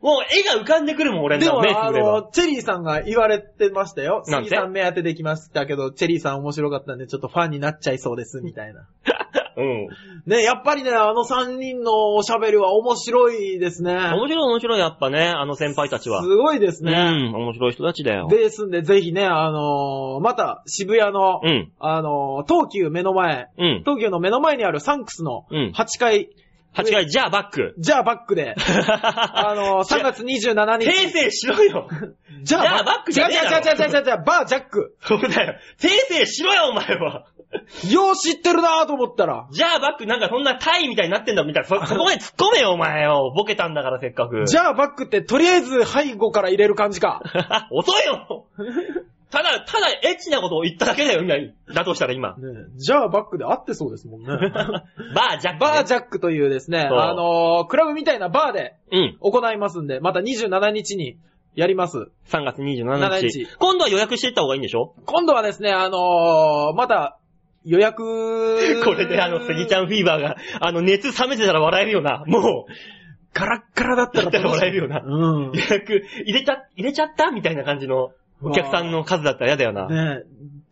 [SPEAKER 1] もう絵が浮かんでくるもん、俺
[SPEAKER 2] で
[SPEAKER 1] の
[SPEAKER 2] も
[SPEAKER 1] 目、つ
[SPEAKER 2] あ
[SPEAKER 1] ぶれば。
[SPEAKER 2] の、チェリーさんが言われてましたよ。
[SPEAKER 1] なん
[SPEAKER 2] 杉
[SPEAKER 1] て
[SPEAKER 2] さん目当てできましたけど、チェリーさん面白かったんでちょっとファンになっちゃいそうです、みたいな。
[SPEAKER 1] うん。
[SPEAKER 2] ね、やっぱりね、あの三人のおしゃべりは面白いですね。
[SPEAKER 1] 面白い面白い、やっぱね、あの先輩たちは。
[SPEAKER 2] すごいです
[SPEAKER 1] うん、
[SPEAKER 2] ね。
[SPEAKER 1] 面白い人たちだよ。
[SPEAKER 2] ですんで、ぜひね、あのーまた渋谷の、
[SPEAKER 1] うん、
[SPEAKER 2] あのー東急目の前、
[SPEAKER 1] うん。
[SPEAKER 2] 東急の目の前にあるサンクスの
[SPEAKER 1] うん
[SPEAKER 2] 8階、
[SPEAKER 1] 8回、じゃあバック。
[SPEAKER 2] じゃあバッ クで、あのー3月27日、
[SPEAKER 1] 訂正しろよ。
[SPEAKER 2] じ
[SPEAKER 1] じゃあバックじゃねえだろ
[SPEAKER 2] 違う違う違う違う違う違う、バージャック。
[SPEAKER 1] そうだよ。訂正しろよ、お前は。
[SPEAKER 2] よう知ってるなぁと思ったら、
[SPEAKER 1] じゃあバック、なんかそんなタイみたいになってんだ、みたいな。 そ、そこまで突っ込めよ、お前よ。ボケたんだから、せっかく。
[SPEAKER 2] じゃあバックってとりあえず背後から入れる感じか。
[SPEAKER 1] あ。 遅いよ。ただ、ただ、エッチなことを言っただけだよ、今。だとしたら 今。
[SPEAKER 2] ねえじゃあバックで合ってそうですもん ね。
[SPEAKER 1] バージャックね。
[SPEAKER 2] バージャックというですね、
[SPEAKER 1] そう
[SPEAKER 2] あのークラブみたいなバーで
[SPEAKER 1] うん。
[SPEAKER 2] 行いますんで、また27日にやります。
[SPEAKER 1] 3月27
[SPEAKER 2] 27
[SPEAKER 1] 日。今度は予約していった方がいいんでしょ
[SPEAKER 2] 今度はですね、あのーまた予約。
[SPEAKER 1] これであの、杉ちゃんフィーバーが、あの、熱冷めてたら笑えるよな。も
[SPEAKER 2] ガラッガラだった
[SPEAKER 1] だ
[SPEAKER 2] ら
[SPEAKER 1] ったら
[SPEAKER 2] 楽し
[SPEAKER 1] 笑え
[SPEAKER 2] い
[SPEAKER 1] るよな
[SPEAKER 2] うん
[SPEAKER 1] う、予。約、入れちゃ、入れちゃったみたいな感じの、お客さんの数だったら嫌だよな。
[SPEAKER 2] ね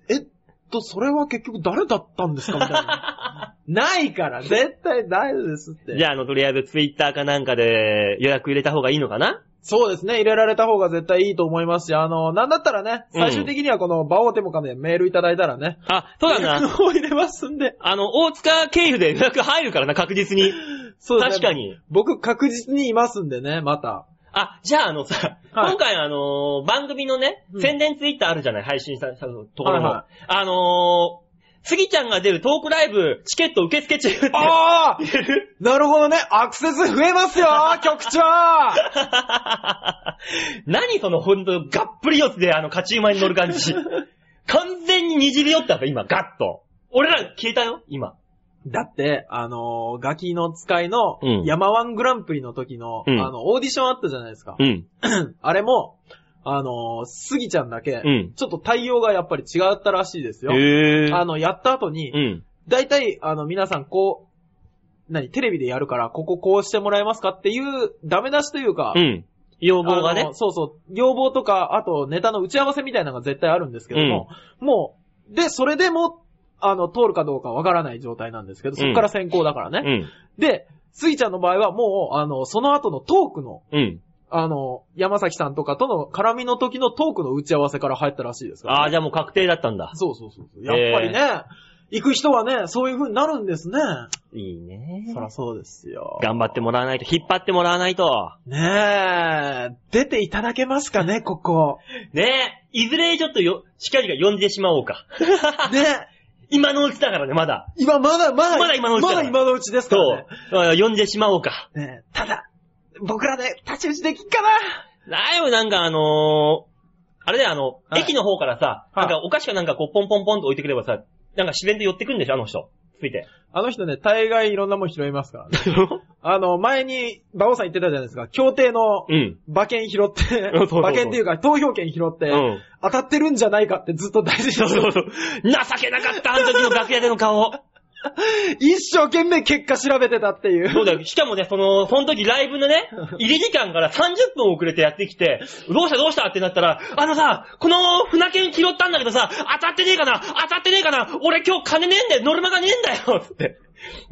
[SPEAKER 2] え、えっと、それは結局誰だったんですかみたいな。 ないから、絶対ないですって。
[SPEAKER 1] じゃあ、あの、とりあえずツイッターかなんかで予約入れた方がいいのかな
[SPEAKER 2] そうですね、入れられた方が絶対いいと思いますし、あのーなんだったらね、最終的にはこの、バオーテモカでメールいただいたらね、
[SPEAKER 1] あ、そうだ
[SPEAKER 2] 予
[SPEAKER 1] な。
[SPEAKER 2] 約を入れますんで、
[SPEAKER 1] あの、大塚経由で予約入るからな、確実に。
[SPEAKER 2] そうです
[SPEAKER 1] 確
[SPEAKER 2] ね
[SPEAKER 1] かに。
[SPEAKER 2] 僕確実にいますんでね、また。
[SPEAKER 1] あ、じゃああのさ、
[SPEAKER 2] はい
[SPEAKER 1] 今回あのー番組のね
[SPEAKER 2] う、ん
[SPEAKER 1] 宣伝ツイッターあるじゃない、配信したところの。
[SPEAKER 2] はいはい
[SPEAKER 1] あのー、杉ちゃんが出るトークライブ、チケット受付中って。
[SPEAKER 2] ああなるほどね。アクセス増えますよ局長
[SPEAKER 1] 何そのほんと、がっぷり四つであの、勝ち馬に乗る感 じ。完全ににじり寄ったぞ、今、ガッと。俺ら消えたよ、今。
[SPEAKER 2] だって、あのーガキの使いの
[SPEAKER 1] うん、
[SPEAKER 2] ヤマワングランプリの時の、
[SPEAKER 1] うん
[SPEAKER 2] あの、オーディションあったじゃないですか。
[SPEAKER 1] ん。
[SPEAKER 2] あれも、あのースギちゃんだけ、
[SPEAKER 1] うん
[SPEAKER 2] ちょっと対応がやっぱり違ったらしいですよ。
[SPEAKER 1] へ
[SPEAKER 2] あの、やった後に、
[SPEAKER 1] ん。
[SPEAKER 2] 大体、あの、皆さん、こう、何、テレビでやるから、こここうしてもらえますかっていう、ダメ出しというか、
[SPEAKER 1] ん。要望が
[SPEAKER 2] あ
[SPEAKER 1] ね
[SPEAKER 2] の。そうそう。要望とか、あとネタの打ち合わせみたいなのが絶対あるんですけども、もう、で、それでも、あの、通るかどうかわからない状態なんですけど、そこから先行だからね。
[SPEAKER 1] ん。
[SPEAKER 2] で、スイちゃんの場合はもう、あの、その後のトークの、
[SPEAKER 1] うん。
[SPEAKER 2] あの、山崎さんとかとの絡みの時のトークの打ち合わせから入ったらしいですから、
[SPEAKER 1] ああ、じゃあもう確定だったんだ。
[SPEAKER 2] そうそうそうそう。やっぱりね、行く人はね、そういう風になるんですね。
[SPEAKER 1] いいね
[SPEAKER 2] そらそうですよ。
[SPEAKER 1] 頑張ってもらわないと、引っ張ってもらわないと。
[SPEAKER 2] ねえ、出ていただけますかね、ここ。
[SPEAKER 1] ねえ、いずれちょっとよ、近々呼んでしまおうか。
[SPEAKER 2] ねえ。
[SPEAKER 1] 今のうちだからね、まだ。
[SPEAKER 2] 今まだ、まだ、
[SPEAKER 1] まだ今のうちだか
[SPEAKER 2] ま
[SPEAKER 1] ら
[SPEAKER 2] だ今のうちですか
[SPEAKER 1] そ
[SPEAKER 2] らね
[SPEAKER 1] う。。うん呼んでしまおうか。
[SPEAKER 2] ねえただ、僕らで立ち打ちできっかな
[SPEAKER 1] だいぶなんかあのー、あれだよ、あの、
[SPEAKER 2] はい
[SPEAKER 1] 駅の方からさ、
[SPEAKER 2] は
[SPEAKER 1] な
[SPEAKER 2] い
[SPEAKER 1] んかお菓子かなんかこう、ポンポンポンと置いてくればさ、なんか自然と寄ってくんでしょ、あの人。つい て。
[SPEAKER 2] あの人ね、大概いろんなもん拾いますからね。あの、前に、馬王さん言ってたじゃないですか、協定の
[SPEAKER 1] うん。
[SPEAKER 2] 馬券拾っ
[SPEAKER 1] うん
[SPEAKER 2] て
[SPEAKER 1] そうそう、そう
[SPEAKER 2] 馬券っていうか投票券拾って、
[SPEAKER 1] うん
[SPEAKER 2] 当たってるんじゃないかってずっと大事
[SPEAKER 1] そう
[SPEAKER 2] に
[SPEAKER 1] そうそう。情けなかった、あの時の楽屋での顔。
[SPEAKER 2] 一生懸命結果調べてたっていう。
[SPEAKER 1] そうだよ。しかもね、その、その時ライブのね、入り時間から30分遅れてやってきて、どうしたどうしたってなったら、あのさ、この船券拾ったんだけどさ、当たってねえかな当たってねえかな俺今日金ねえんだよノルマがねえんだよつって。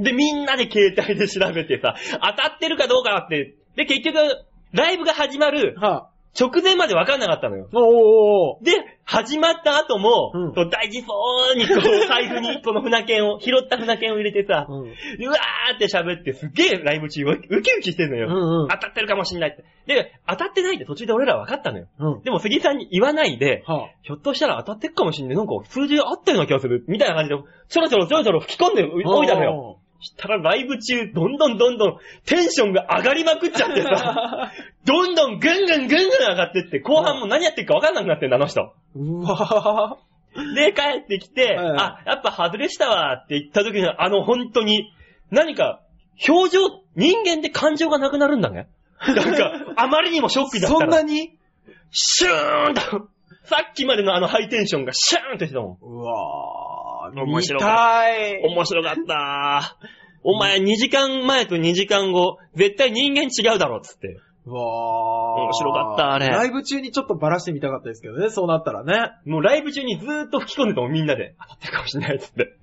[SPEAKER 1] で、みんなで携帯で調べてさ、当たってるかどうかって。で、結局、ライブが始まる
[SPEAKER 2] は
[SPEAKER 1] 直前まで分かんなかったのよ。
[SPEAKER 2] い。おーおーお
[SPEAKER 1] で、始まった後も、
[SPEAKER 2] うん
[SPEAKER 1] こう大事そうにこう財布にこの船券を、拾った船券を入れてさ、
[SPEAKER 2] ー。うん。
[SPEAKER 1] うわーって喋ってすげーライブ中ウキウキしてんのよ、
[SPEAKER 2] うんうん
[SPEAKER 1] 当たってるかもしんないって。で、当たってないって途中で俺ら分かったのよ。
[SPEAKER 2] うん。
[SPEAKER 1] でも杉井さんに言わないで、
[SPEAKER 2] は
[SPEAKER 1] ひょっとしたら当たってるかもしんない。なんか数字合ったような気がする。みたいな感じで、ちょろちょろちょろちょろ吹き込んで
[SPEAKER 2] い。
[SPEAKER 1] おいたのよ。したらライブ中、どんどんどんどんテンションが上がりまくっちゃって さ、どんどんぐんぐんぐんぐん上がってって、後半もう何やってるか分かんなくなってんだ、あの人。
[SPEAKER 2] おー。うわ
[SPEAKER 1] で、帰ってきて、
[SPEAKER 2] はいはい
[SPEAKER 1] あ、やっぱ外れしたわって言った時の、あの本当に、何か、表情、人間って感情がなくなるんだ ね。なんか、あまりにもショック
[SPEAKER 2] ー。
[SPEAKER 1] だった
[SPEAKER 2] そんな
[SPEAKER 1] ら、
[SPEAKER 2] に
[SPEAKER 1] シューンと、さっきまでのあのハイテンションがシューンってしてたもん。
[SPEAKER 2] うわー。
[SPEAKER 1] 面白
[SPEAKER 2] 見
[SPEAKER 1] かった
[SPEAKER 2] い。
[SPEAKER 1] 面白かったー。お前2時間前と2時間後、絶対人間違うだろ、つって。
[SPEAKER 2] うわー。
[SPEAKER 1] 面白かったあれ
[SPEAKER 2] ライブ中にちょっとバラしてみたかったですけどね、そうなったらね。
[SPEAKER 1] もうライブ中にずーっと吹き込んでたもん、みんなで。当たってるかもしれない、つって。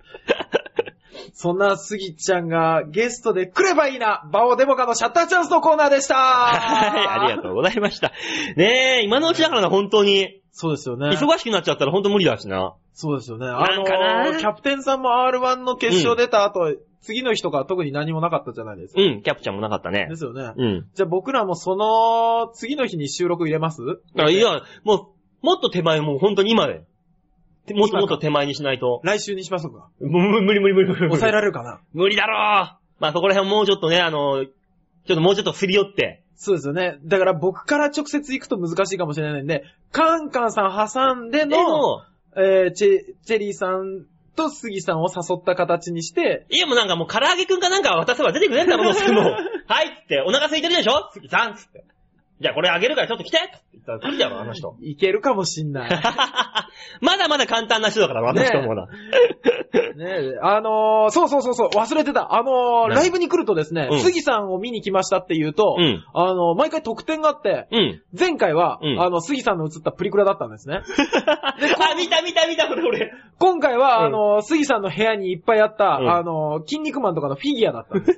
[SPEAKER 2] そんなスギちゃんがゲストで来ればいいな、バオデモカのシャッターチャンスのコーナーでした
[SPEAKER 1] はい、ありが
[SPEAKER 2] う。
[SPEAKER 1] とうございました。ねえ、今のうちだからな、本当に。
[SPEAKER 2] そうですよね。
[SPEAKER 1] 忙しくなっちゃったら本当無理だしな。
[SPEAKER 2] そうですよね。あ
[SPEAKER 1] なんかな
[SPEAKER 2] のー、キャプテンさんも R1 の決勝出た後、次の日とか特に何もなかったじゃないですか。
[SPEAKER 1] うん、キャプチャーもなかったね
[SPEAKER 2] で。すよね。
[SPEAKER 1] うん。
[SPEAKER 2] じゃあ僕らもその、次の日に収録入れます
[SPEAKER 1] だからいや、もう、もっと手前、もう本当に今で。てもっともっと手前にしないと。
[SPEAKER 2] 来週にしましょうか。
[SPEAKER 1] むむ無理無理無理無理無理。
[SPEAKER 2] 抑えられるかな
[SPEAKER 1] 無理だろうまあそこら辺もうちょっとね、あの、ちょっともうちょっとすり寄って。
[SPEAKER 2] そうですよね。だから僕から直接行くと難しいかもしれないんで、カンカンさん挟ん
[SPEAKER 1] で
[SPEAKER 2] での、
[SPEAKER 1] も、
[SPEAKER 2] えーチェ、チェリーさんとスギさんを誘った形にして、
[SPEAKER 1] いやもうなんかもう唐揚げくんかなんか渡せば出てくれんだもの、すぐもう。 はいっつって、お腹空いてるでしょ次さんっつって。じゃあこれあげるからちょっと来てって言ったら来るじゃろ、あの 人。
[SPEAKER 2] いけるかも しんない。
[SPEAKER 1] まだまだ簡単な人だから、あの人もな。
[SPEAKER 2] ねえ、あのー、そうそうそうそう、忘れてた。あのー、
[SPEAKER 1] 何
[SPEAKER 2] ライブに来るとですね、
[SPEAKER 1] うん
[SPEAKER 2] 杉さんを見に来ましたって言うと、
[SPEAKER 1] うん
[SPEAKER 2] あのー、毎回特典があって、
[SPEAKER 1] うん。
[SPEAKER 2] 前回は、
[SPEAKER 1] うん
[SPEAKER 2] あの、杉さんの映ったプリクラだったんですね。
[SPEAKER 1] あ、見た見た見た、これ俺。
[SPEAKER 2] 今回
[SPEAKER 1] うん
[SPEAKER 2] は、あのー、杉さんの部屋にいっぱいあった、
[SPEAKER 1] うん
[SPEAKER 2] あのー、筋肉マンとかのフィギュアだったんですよ。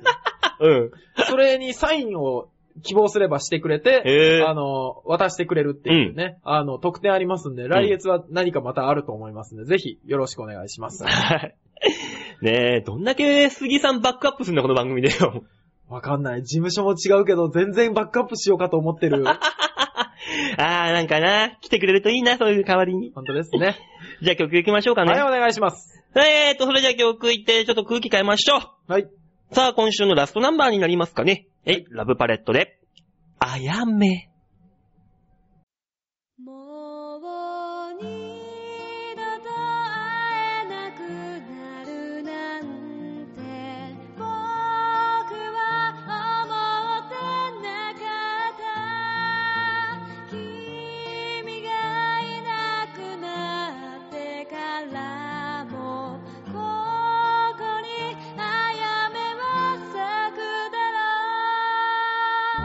[SPEAKER 1] うん。
[SPEAKER 2] それにサインを希望すればしてくれ
[SPEAKER 1] へ
[SPEAKER 2] て
[SPEAKER 1] え、
[SPEAKER 2] あのー、渡してくれるっていうね、あの、特典ありますんで、来月は何かまたあると思いますんで、ぜひよろしくお願いします。
[SPEAKER 1] はい ねえ、どんだけ杉さんバックアップすんだ、この番組でよ。
[SPEAKER 2] わかんない。事務所も違うけど、全然バックアップしようかと思 ってる。
[SPEAKER 1] あー、なんかな、来てくれるといいな、そういう代わりに。
[SPEAKER 2] 本当ですね。
[SPEAKER 1] じゃあ曲行きましょうかね。
[SPEAKER 2] はい、お願いします。
[SPEAKER 1] えーと、それじゃあ曲行って、ちょっと空気変えましょ
[SPEAKER 2] はい。
[SPEAKER 1] う。さあ、今週のラストナンバーになりますかね。えい、ラブパレットで、あやめ。
[SPEAKER 3] もう二度と会えなくなるなんて僕は思ってなかった君がいなくなってからもここにあやめは咲くだろう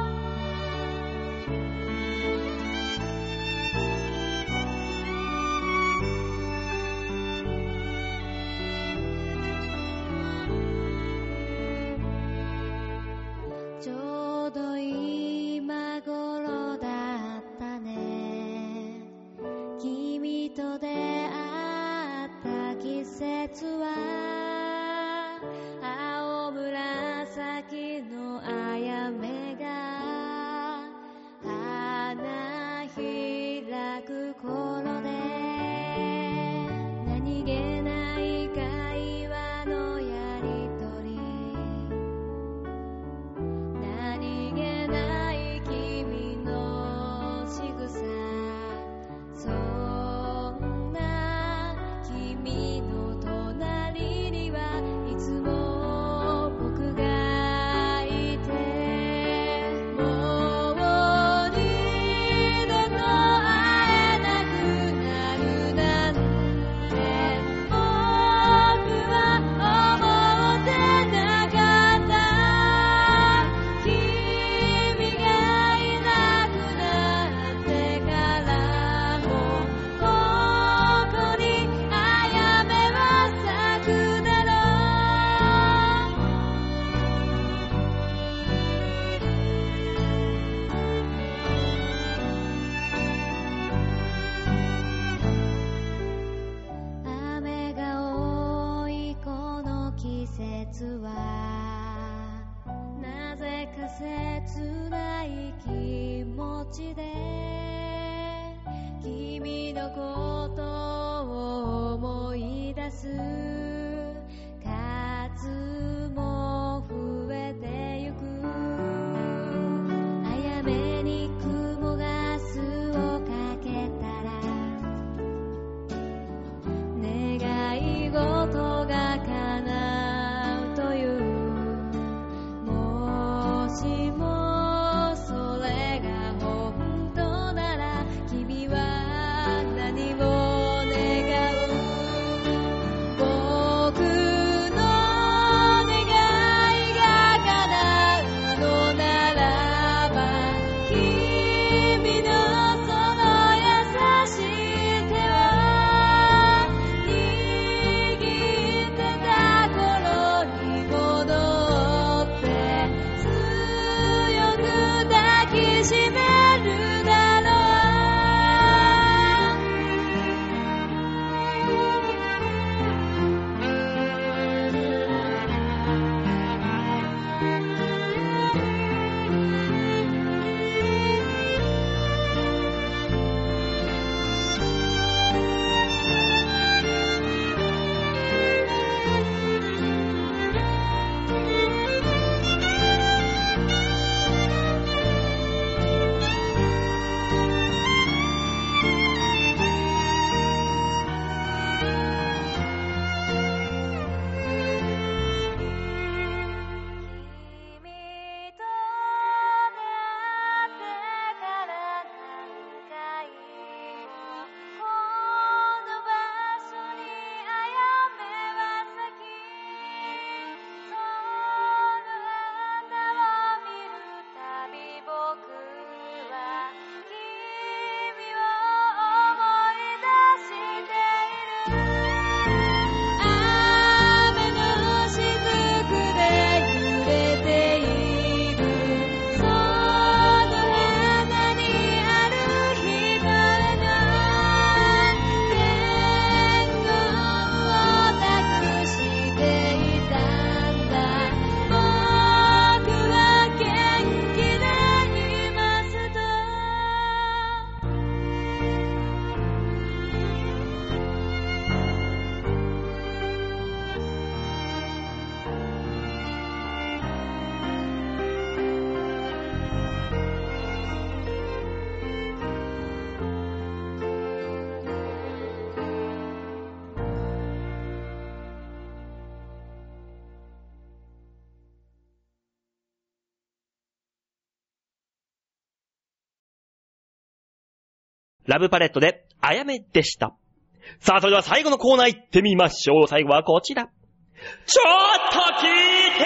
[SPEAKER 3] 実はなぜか切ない気持ちで君のことを思い出す数も増えてゆく早めに雲が巣をかけたら願い事が叶うというもしもそれが本当なら君は何を願う僕の願いが叶うのならば君のその優しい手は握ってた頃に戻って強く抱きしめるだろう君と出会ってから何回もこの場所にあやめは咲きその花を見るたび僕は君を思い出している雨のしずくで揺れているその花にある日からが天空を託していたんだ僕は元気でいますと
[SPEAKER 1] ラブパレットで、あやめでした。さあ、それでは最後のコーナー行ってみましょう。最後はこちら。ちょっと聞いて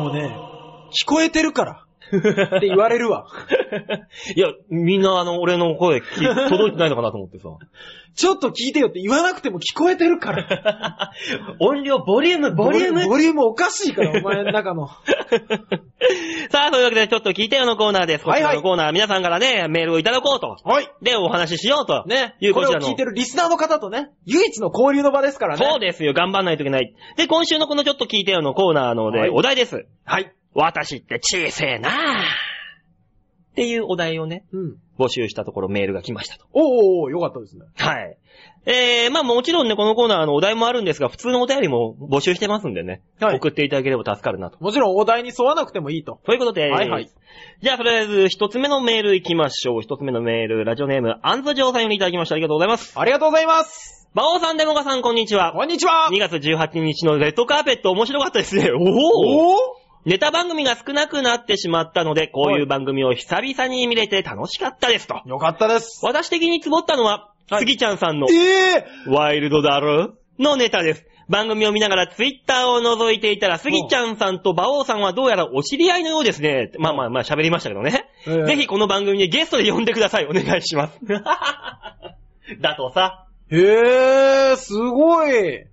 [SPEAKER 1] よ
[SPEAKER 2] もうね、聞こえてるからって言われるわ。
[SPEAKER 1] いや、みんなあの、俺の 声聞い届いてないのかなと思ってさ。
[SPEAKER 2] ちょっと聞いてよって言わなくても聞こえてるから。
[SPEAKER 1] 音量、ボリューム、ボリューム
[SPEAKER 2] ボリュームおかしいから、お前の 中の。
[SPEAKER 1] さあ、というわけで、ちょっと聞いてよのコーナーです。こ
[SPEAKER 2] は
[SPEAKER 1] ち
[SPEAKER 2] いは
[SPEAKER 1] ら
[SPEAKER 2] い
[SPEAKER 1] のコーナー、皆さんからね、メールをいただこうと。
[SPEAKER 2] はい。
[SPEAKER 1] で、お話ししようと。
[SPEAKER 2] ね、
[SPEAKER 1] いうこ
[SPEAKER 2] これ
[SPEAKER 1] ち
[SPEAKER 2] を
[SPEAKER 1] らの。
[SPEAKER 2] 聞いてるリスナーの方とね、唯一の交流の場ですからね。
[SPEAKER 1] そうですよ、頑張んないといけない。で、今週のこのちょっと聞いてよのコーナーので、
[SPEAKER 2] はい
[SPEAKER 1] お題です。
[SPEAKER 2] はい。
[SPEAKER 1] 私って小せえなあっていうお題をね、
[SPEAKER 2] うん。
[SPEAKER 1] 募集したところメールが来ましたと。
[SPEAKER 2] おーおーよかったですね。
[SPEAKER 1] はい。えー、まあもちろんね、このコーナーのお題もあるんですが、普通のお便りも募集してますんでね。
[SPEAKER 2] はい
[SPEAKER 1] 送っていただければ助かるなと。
[SPEAKER 2] もちろんお題に沿わなくてもいいと。
[SPEAKER 1] ということで、
[SPEAKER 2] はいはい
[SPEAKER 1] じゃあとりあえず一つ目のメール行きましょう。一つ目のメール、ラジオネーム、アンズジョーさんよりいただきました。ありがとうございます。
[SPEAKER 2] ありがとうございます。
[SPEAKER 1] 馬王さん、デモカさん、こんにちは。
[SPEAKER 2] こんにちは
[SPEAKER 1] 2月18日のレッドカーペット面白かったですね。おお
[SPEAKER 2] おー
[SPEAKER 1] ネタ番組が少なくなってしまったので、こういう番組を久々に見れて楽しかったですと。
[SPEAKER 2] よかったです。
[SPEAKER 1] 私的にツボったのは、
[SPEAKER 2] はい
[SPEAKER 1] スギちゃんさんの、
[SPEAKER 2] ええ
[SPEAKER 1] ワイルドだろのネタです。番組を見ながらツイッターを覗いていたら、スギちゃんさんと馬王さんはどうやらお知り合いのようですね。まあまあまあ喋りましたけどね。
[SPEAKER 2] えー
[SPEAKER 1] ぜひこの番組にゲストで呼んでください。お願いし ます。だとさ。
[SPEAKER 2] へえー、すごい。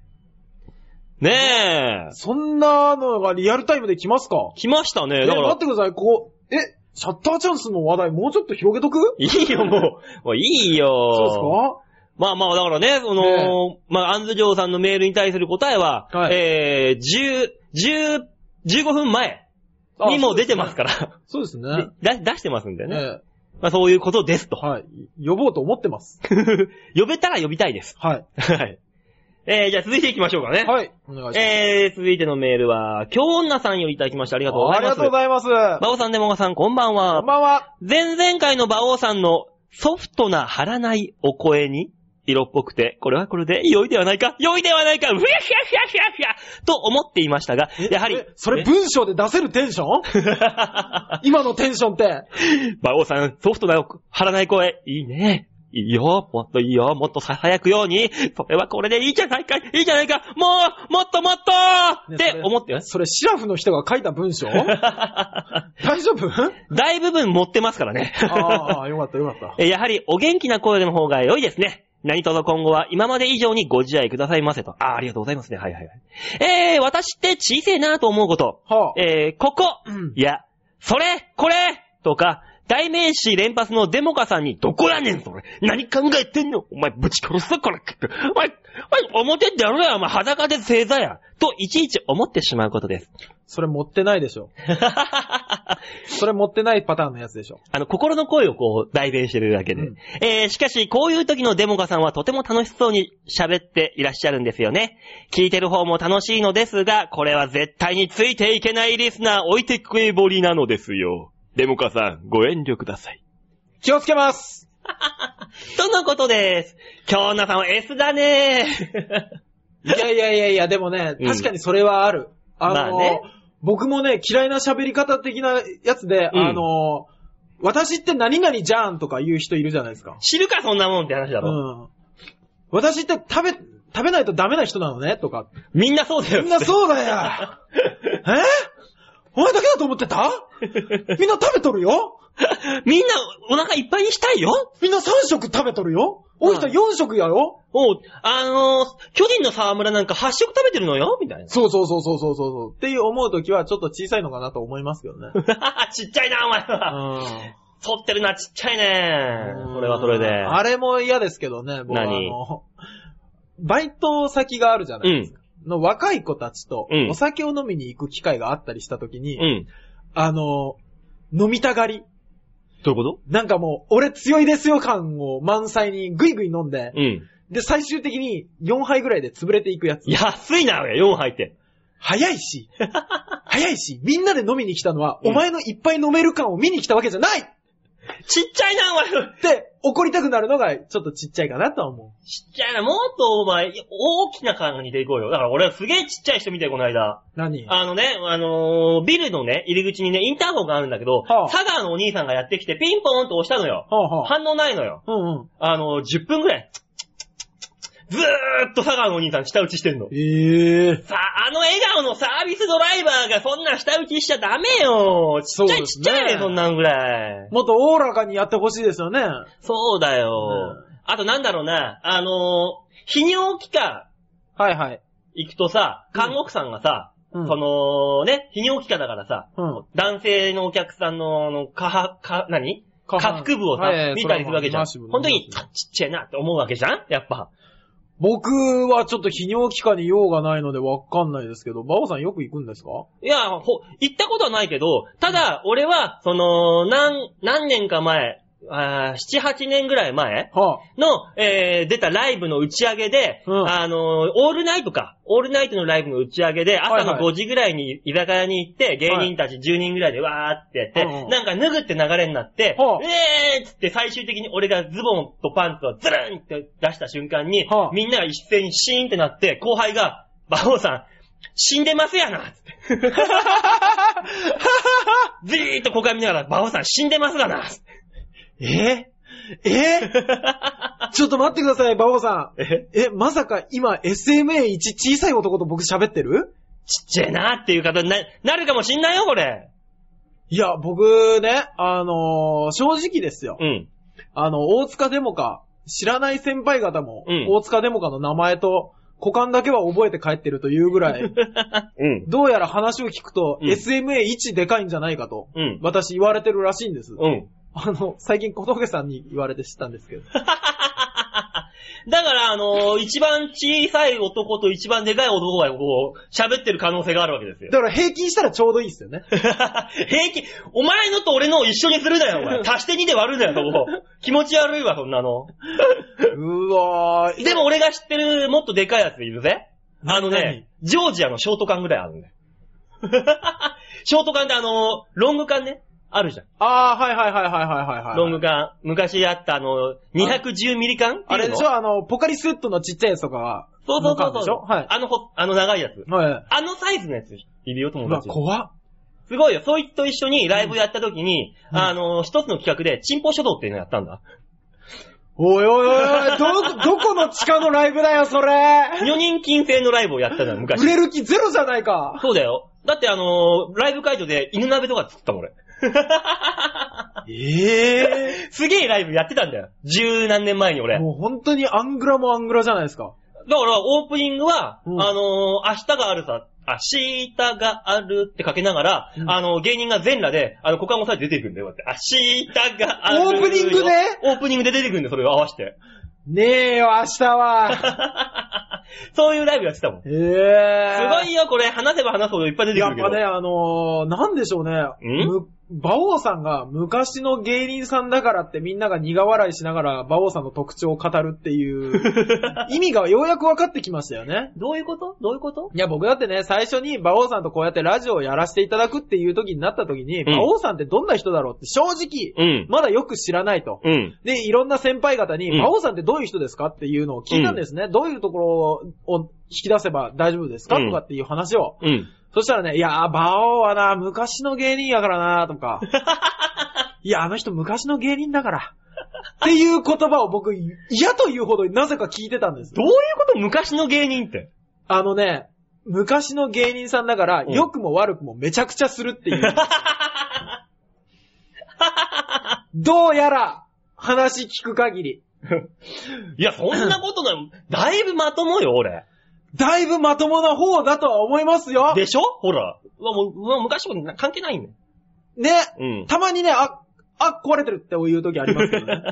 [SPEAKER 1] ねえ。
[SPEAKER 2] そんなのがリアルタイムで来ますか
[SPEAKER 1] 来ましたね。
[SPEAKER 2] え、
[SPEAKER 1] だか
[SPEAKER 2] 待っ
[SPEAKER 1] ら。
[SPEAKER 2] てください、こう、え、シャッターチャンスの話題もうちょっと広げとく
[SPEAKER 1] いいよ、もう。もういいよ。
[SPEAKER 2] そう
[SPEAKER 1] まあまあ、だからね、その、まあ、アンズジョーさんのメールに対する答えは、
[SPEAKER 2] はい
[SPEAKER 1] えー、10、10、15分前
[SPEAKER 2] あ
[SPEAKER 1] にも出てますから、
[SPEAKER 2] そうですね。
[SPEAKER 1] 出出してますんでね。
[SPEAKER 2] え
[SPEAKER 1] まあ、そういうことです
[SPEAKER 2] え
[SPEAKER 1] と。
[SPEAKER 2] はい。呼ぼうと思ってます。
[SPEAKER 1] 呼べたら呼びたいです。
[SPEAKER 2] はい。
[SPEAKER 1] はい。えー、じゃあ続いていきましょうかね。
[SPEAKER 2] はい。お願いします。
[SPEAKER 1] えー、続いてのメールは、京女さんよりいただきました。ありがとうござ
[SPEAKER 2] あ
[SPEAKER 1] い
[SPEAKER 2] り
[SPEAKER 1] ま
[SPEAKER 2] が
[SPEAKER 1] す。
[SPEAKER 2] とうございます。こ
[SPEAKER 1] 馬王さん、デモガさん、こんばんは
[SPEAKER 2] ん。ばんは。
[SPEAKER 1] 前々回の馬王さんのソフトな張らないお声に、色っぽくて、これはこれで良いではないか、良いではないか、ふやふやふやふやふやと思っていましたが、やはり
[SPEAKER 2] え、それ文章で出せるテンシ ョン今のテンションって。
[SPEAKER 1] 馬王さん、ソフトな張らない声、いいね。いいよ、もっといいよ、もっとささやくように、それはこれでいいじゃないか、いいじゃないか、もう、もっともっと、
[SPEAKER 2] ね
[SPEAKER 1] って
[SPEAKER 2] それ
[SPEAKER 1] 思ってます。
[SPEAKER 2] それシラフの人が書いた文 章大丈 夫
[SPEAKER 1] 大部分持ってますからね。
[SPEAKER 2] ああ、よかったよかった。
[SPEAKER 1] えーやはりお元気な声の方が良いですね。何卒今後は今まで以上にご自愛くださいませと。あーありがとうございますね。はいはいはい。えー、私って小せえなと思うこと。
[SPEAKER 2] はあ。
[SPEAKER 1] えー、ここ、
[SPEAKER 2] うん
[SPEAKER 1] いや、それこれとか、代名詞連発のデモカさんに、どこやねんそれ何考えてんのお前ぶち殺すぞこれお前、お前表でやろうやお前裸で正座やといちいち思ってしまうことです。
[SPEAKER 2] それ持ってないでしょ。それ持ってないパターンのやつでしょ。
[SPEAKER 1] あの、心の声をこう、代弁してるだけで。
[SPEAKER 2] うん
[SPEAKER 1] えー、しかし、こういう時のデモカさんはとても楽しそうに喋っていらっしゃるんですよね。聞いてる方も楽しいのですが、これは絶対についていけないリスナー置いてくえぼりなのですよ。デモカさん、ご遠慮ください。
[SPEAKER 2] 気をつけます
[SPEAKER 1] とのことです。京奈さんは S だね
[SPEAKER 2] いやいやいやいや、でもね、
[SPEAKER 1] うん
[SPEAKER 2] 確かにそれはある。あの、
[SPEAKER 1] まあね
[SPEAKER 2] 僕もね、嫌いな喋り方的なやつで、
[SPEAKER 1] うん
[SPEAKER 2] あの、私って何々じゃんとか言う人いるじゃないですか。
[SPEAKER 1] 知るか、そんなもんって話だ
[SPEAKER 2] う
[SPEAKER 1] ろ。
[SPEAKER 2] ん。私って食べ、食べないとダメな人なのねとか。
[SPEAKER 1] みんなそうだよ。
[SPEAKER 2] みんな
[SPEAKER 1] う。
[SPEAKER 2] そうだよ えお前だけだと思ってたみんな食べとるよ
[SPEAKER 1] みんなお腹いっぱいにしたいよ
[SPEAKER 2] みんな3食食べとるよ多い人4食やろ
[SPEAKER 1] おうあのー、巨人の沢村なんか8食食べてるのよみたいな。
[SPEAKER 2] そうそうそうそうそうそうそう。っていう思うときはちょっと小さいのかなと思いますけどね。
[SPEAKER 1] ちっちゃいな、お前は。
[SPEAKER 2] う
[SPEAKER 1] 反ってるな、ちっちゃいね
[SPEAKER 2] ん。。
[SPEAKER 1] それはそれで。
[SPEAKER 2] あれも嫌ですけどね、僕はあ
[SPEAKER 1] 何
[SPEAKER 2] の、バイト先があるじゃないですか。の若い子たちと
[SPEAKER 1] うん
[SPEAKER 2] お酒を飲みに行く機会があったりしたときに、
[SPEAKER 1] うん。
[SPEAKER 2] あの、飲みたがり。
[SPEAKER 1] どういうこと
[SPEAKER 2] なんかもう、俺強いですよ感を満載にぐいぐい飲んで、
[SPEAKER 1] うん。
[SPEAKER 2] で、最終的に4杯ぐらいで潰れていくやつ。
[SPEAKER 1] 安いな、おい4入って。
[SPEAKER 2] 早いし、早いし、みんなで飲みに来たのは、
[SPEAKER 1] うん
[SPEAKER 2] お前のいっぱい飲める感を見に来たわけじゃないっ
[SPEAKER 1] ちっちゃいな、お前。
[SPEAKER 2] て怒りたくなるのがちょっとちっちゃいかなとは思
[SPEAKER 1] ちっちゃいな、もっとお前、大きな感じでいこうよ。だから俺はすげえちっちゃい人見て、この間。
[SPEAKER 2] う。何
[SPEAKER 1] あのね、あのービルのね、入り口にね、インターホンがあるんだけど、
[SPEAKER 2] はあ
[SPEAKER 1] 佐川のお兄さんがやってきて、ピンポーンと押したのよ。
[SPEAKER 2] はあはあ。
[SPEAKER 1] 反応ないのよ。
[SPEAKER 2] うんうん。
[SPEAKER 1] あのー10分ぐらい。ずーっと佐川のお兄さん下打ちしてんの。
[SPEAKER 2] ええ
[SPEAKER 1] さあ、あの笑顔のサービスドライバーがそんな下打ちしちゃダメよ。ちっちゃい、
[SPEAKER 2] そうで
[SPEAKER 1] ち
[SPEAKER 2] す
[SPEAKER 1] っ
[SPEAKER 2] ね
[SPEAKER 1] ちゃいね、そんなんぐらい。
[SPEAKER 2] もっとおおらかにやってほしいですよね。
[SPEAKER 1] そうだよ。
[SPEAKER 2] う
[SPEAKER 1] あとなんだろうな、あのー泌尿器科
[SPEAKER 2] はいはい。
[SPEAKER 1] 行くとさ、看護婦さんがさ、
[SPEAKER 2] うん。
[SPEAKER 1] そのね、泌尿器科だからさ、
[SPEAKER 2] うん。
[SPEAKER 1] 男性のお客さんの、あの、下半、か、何下腹部をさ、見たりするわけじゃん。本当に、あちっちゃいなって思うわけじゃんやっぱ。
[SPEAKER 2] 僕はちょっと泌尿器科に用がないのでわかんないですけど、バオさんよく行くんですか
[SPEAKER 1] いや、ほ、行ったことはないけど、ただ、俺は、その、何、何年か前、あー七八年ぐらい前
[SPEAKER 2] は
[SPEAKER 1] の、えー、出たライブの打ち上げで、
[SPEAKER 2] うん
[SPEAKER 1] あのー、オールナイトか、オールナイトのライブの打ち上げで、朝の
[SPEAKER 2] はいは
[SPEAKER 1] 5時ぐらいに居酒屋に行って、芸人たち10人ぐらいでわーってやって、
[SPEAKER 2] うんうん
[SPEAKER 1] なんか脱ぐって流れになって、
[SPEAKER 2] はあ
[SPEAKER 1] えーっつって最終的に俺がズボンとパンツをズルンって出した瞬間に、
[SPEAKER 2] はあ
[SPEAKER 1] みんなが一斉にシーンってなって、後輩が、馬王さん、死んでますやなっつって。 じーっと股間見ながら、馬王さん死んでますがなっつって
[SPEAKER 2] い。ええ ちょっと待ってください、バオさん。
[SPEAKER 1] え
[SPEAKER 2] え、まさか今 SMA1 小さい男と僕喋ってる
[SPEAKER 1] ちっちゃいなっていう方にななるかもしんないよ、これ。
[SPEAKER 2] いや、僕ね、あのー正直ですよ。
[SPEAKER 1] うん。
[SPEAKER 2] あの、大塚デモか、知らない先輩方も、
[SPEAKER 1] うん
[SPEAKER 2] 大塚デモかの名前と、股間だけは覚えて帰ってるというぐ らい、
[SPEAKER 1] うん。
[SPEAKER 2] どうやら話を聞くと、
[SPEAKER 1] うん
[SPEAKER 2] SMA1 でかいんじゃないかと、
[SPEAKER 1] うん。
[SPEAKER 2] 私言われてるらしいんです。
[SPEAKER 1] うん。
[SPEAKER 2] あの、最近小峠さんに言われて知ったんですけど。
[SPEAKER 1] だから、あのー一番小さい男と一番でかい男がこう、喋ってる可能性があるわけですよ。
[SPEAKER 2] だから平均したらちょうどいいですよね。
[SPEAKER 1] 平気、お前のと俺のを一緒にするなよ、お 前。足して2で割るなよ、そこ。気持ち悪いわ、そんなの。
[SPEAKER 2] うわー。
[SPEAKER 1] でも俺が知ってるもっとでかいやついるぜ。あの
[SPEAKER 2] 何
[SPEAKER 1] ね、ジョージアのショート缶ぐらいあるんだよ。 ショート缶ってあの、ロング缶ね。あるじゃん。
[SPEAKER 2] あー、はいはいはいはいはいはいはい。
[SPEAKER 1] ロング缶。昔あったあの、210ミリ缶って
[SPEAKER 2] あ
[SPEAKER 1] い
[SPEAKER 2] れ
[SPEAKER 1] うの
[SPEAKER 2] でしょあの、ポカリスエットのちっちゃいやつとかは。
[SPEAKER 1] そうそうそ
[SPEAKER 2] の缶で
[SPEAKER 1] う
[SPEAKER 2] し
[SPEAKER 1] そう
[SPEAKER 2] ょ。はい。
[SPEAKER 1] あのほ、あの長いやつ。
[SPEAKER 2] はい。
[SPEAKER 1] あのサイズのやついるよ、友
[SPEAKER 2] うわ、
[SPEAKER 1] 達。
[SPEAKER 2] 怖っ。
[SPEAKER 1] すごいよ。そいつと一緒にライブやった時に、
[SPEAKER 2] うん
[SPEAKER 1] あの、一つの企画で、チンポ書道っていうのやったんだ。
[SPEAKER 2] おいおいおいおい、ど、どこの地下のライブだよ、それ。
[SPEAKER 1] 4人金制のライブをやったんだ、昔
[SPEAKER 2] 売。れる気ゼロじゃないか。
[SPEAKER 1] そうだよ。だってあのーライブ会場で犬鍋とか作ったもん、俺。
[SPEAKER 2] ええ
[SPEAKER 1] すげえライブやってたんだよ。十何年前に俺。だか
[SPEAKER 2] もう本当にアングラもアングラじゃないですか。
[SPEAKER 1] ら、オープニングは、
[SPEAKER 2] うん
[SPEAKER 1] あのー明日があるさ、あ、明日があるってかけながら、
[SPEAKER 2] うん
[SPEAKER 1] あのー芸人が全裸で、あの、股間を押さえて出てくるんだよ、こうやって。明日があるよ。
[SPEAKER 2] オープニングで
[SPEAKER 1] オープニングで出てくるんだよ、それを合わせて。
[SPEAKER 2] ねえよ、明日は。
[SPEAKER 1] そういうライブやってたもん。す
[SPEAKER 2] ええ
[SPEAKER 1] ごいよ、これ。話せば話すほどいっぱい出てく
[SPEAKER 2] や
[SPEAKER 1] る
[SPEAKER 2] っ
[SPEAKER 1] けど。
[SPEAKER 2] ぱね、あのー、なんでしょうね。む馬王さんが昔の芸人さんだからってみんなが苦笑いしながら馬王さんの特徴を語るっ ていう意味がようやく分かってきましたよね。
[SPEAKER 1] どういうことどういうこと
[SPEAKER 2] いや、僕だってね、最初に馬王さんとこうやってラジオをやらせていただくっていう時になった時に、
[SPEAKER 1] うん
[SPEAKER 2] 馬王さんってどんな人だろうって正直、
[SPEAKER 1] うん。
[SPEAKER 2] まだよく知らないと。
[SPEAKER 1] うん。
[SPEAKER 2] で、いろんな先輩方に、
[SPEAKER 1] うん
[SPEAKER 2] 馬王さんってどういう人ですかっていうのを聞いたんですね。どういうところを引き出せば大丈夫ですか
[SPEAKER 1] うん
[SPEAKER 2] とかっていう話を。
[SPEAKER 1] うん。
[SPEAKER 2] そしたらね、いやー、馬王はな、昔の芸人やからな、とか。いや、あの人昔の芸人だから。っていう言葉を僕、嫌というほどなぜか聞いてたんです。
[SPEAKER 1] どういうこと昔の芸人って。
[SPEAKER 2] あのね、昔の芸人さんだから、
[SPEAKER 1] うん
[SPEAKER 2] 良くも悪くもめちゃくちゃするっ ていう。どうやら、話聞く限り、
[SPEAKER 1] いや、そんなこと ない。だいぶまともよ、俺。
[SPEAKER 2] だいぶまともな方だとは思いますよ。
[SPEAKER 1] でしょほら。うわ、もう、うわ昔もな関係ないね。
[SPEAKER 2] ね、
[SPEAKER 1] うん。
[SPEAKER 2] たまにね、あ、あ、壊れてるっていう時ありますけどね。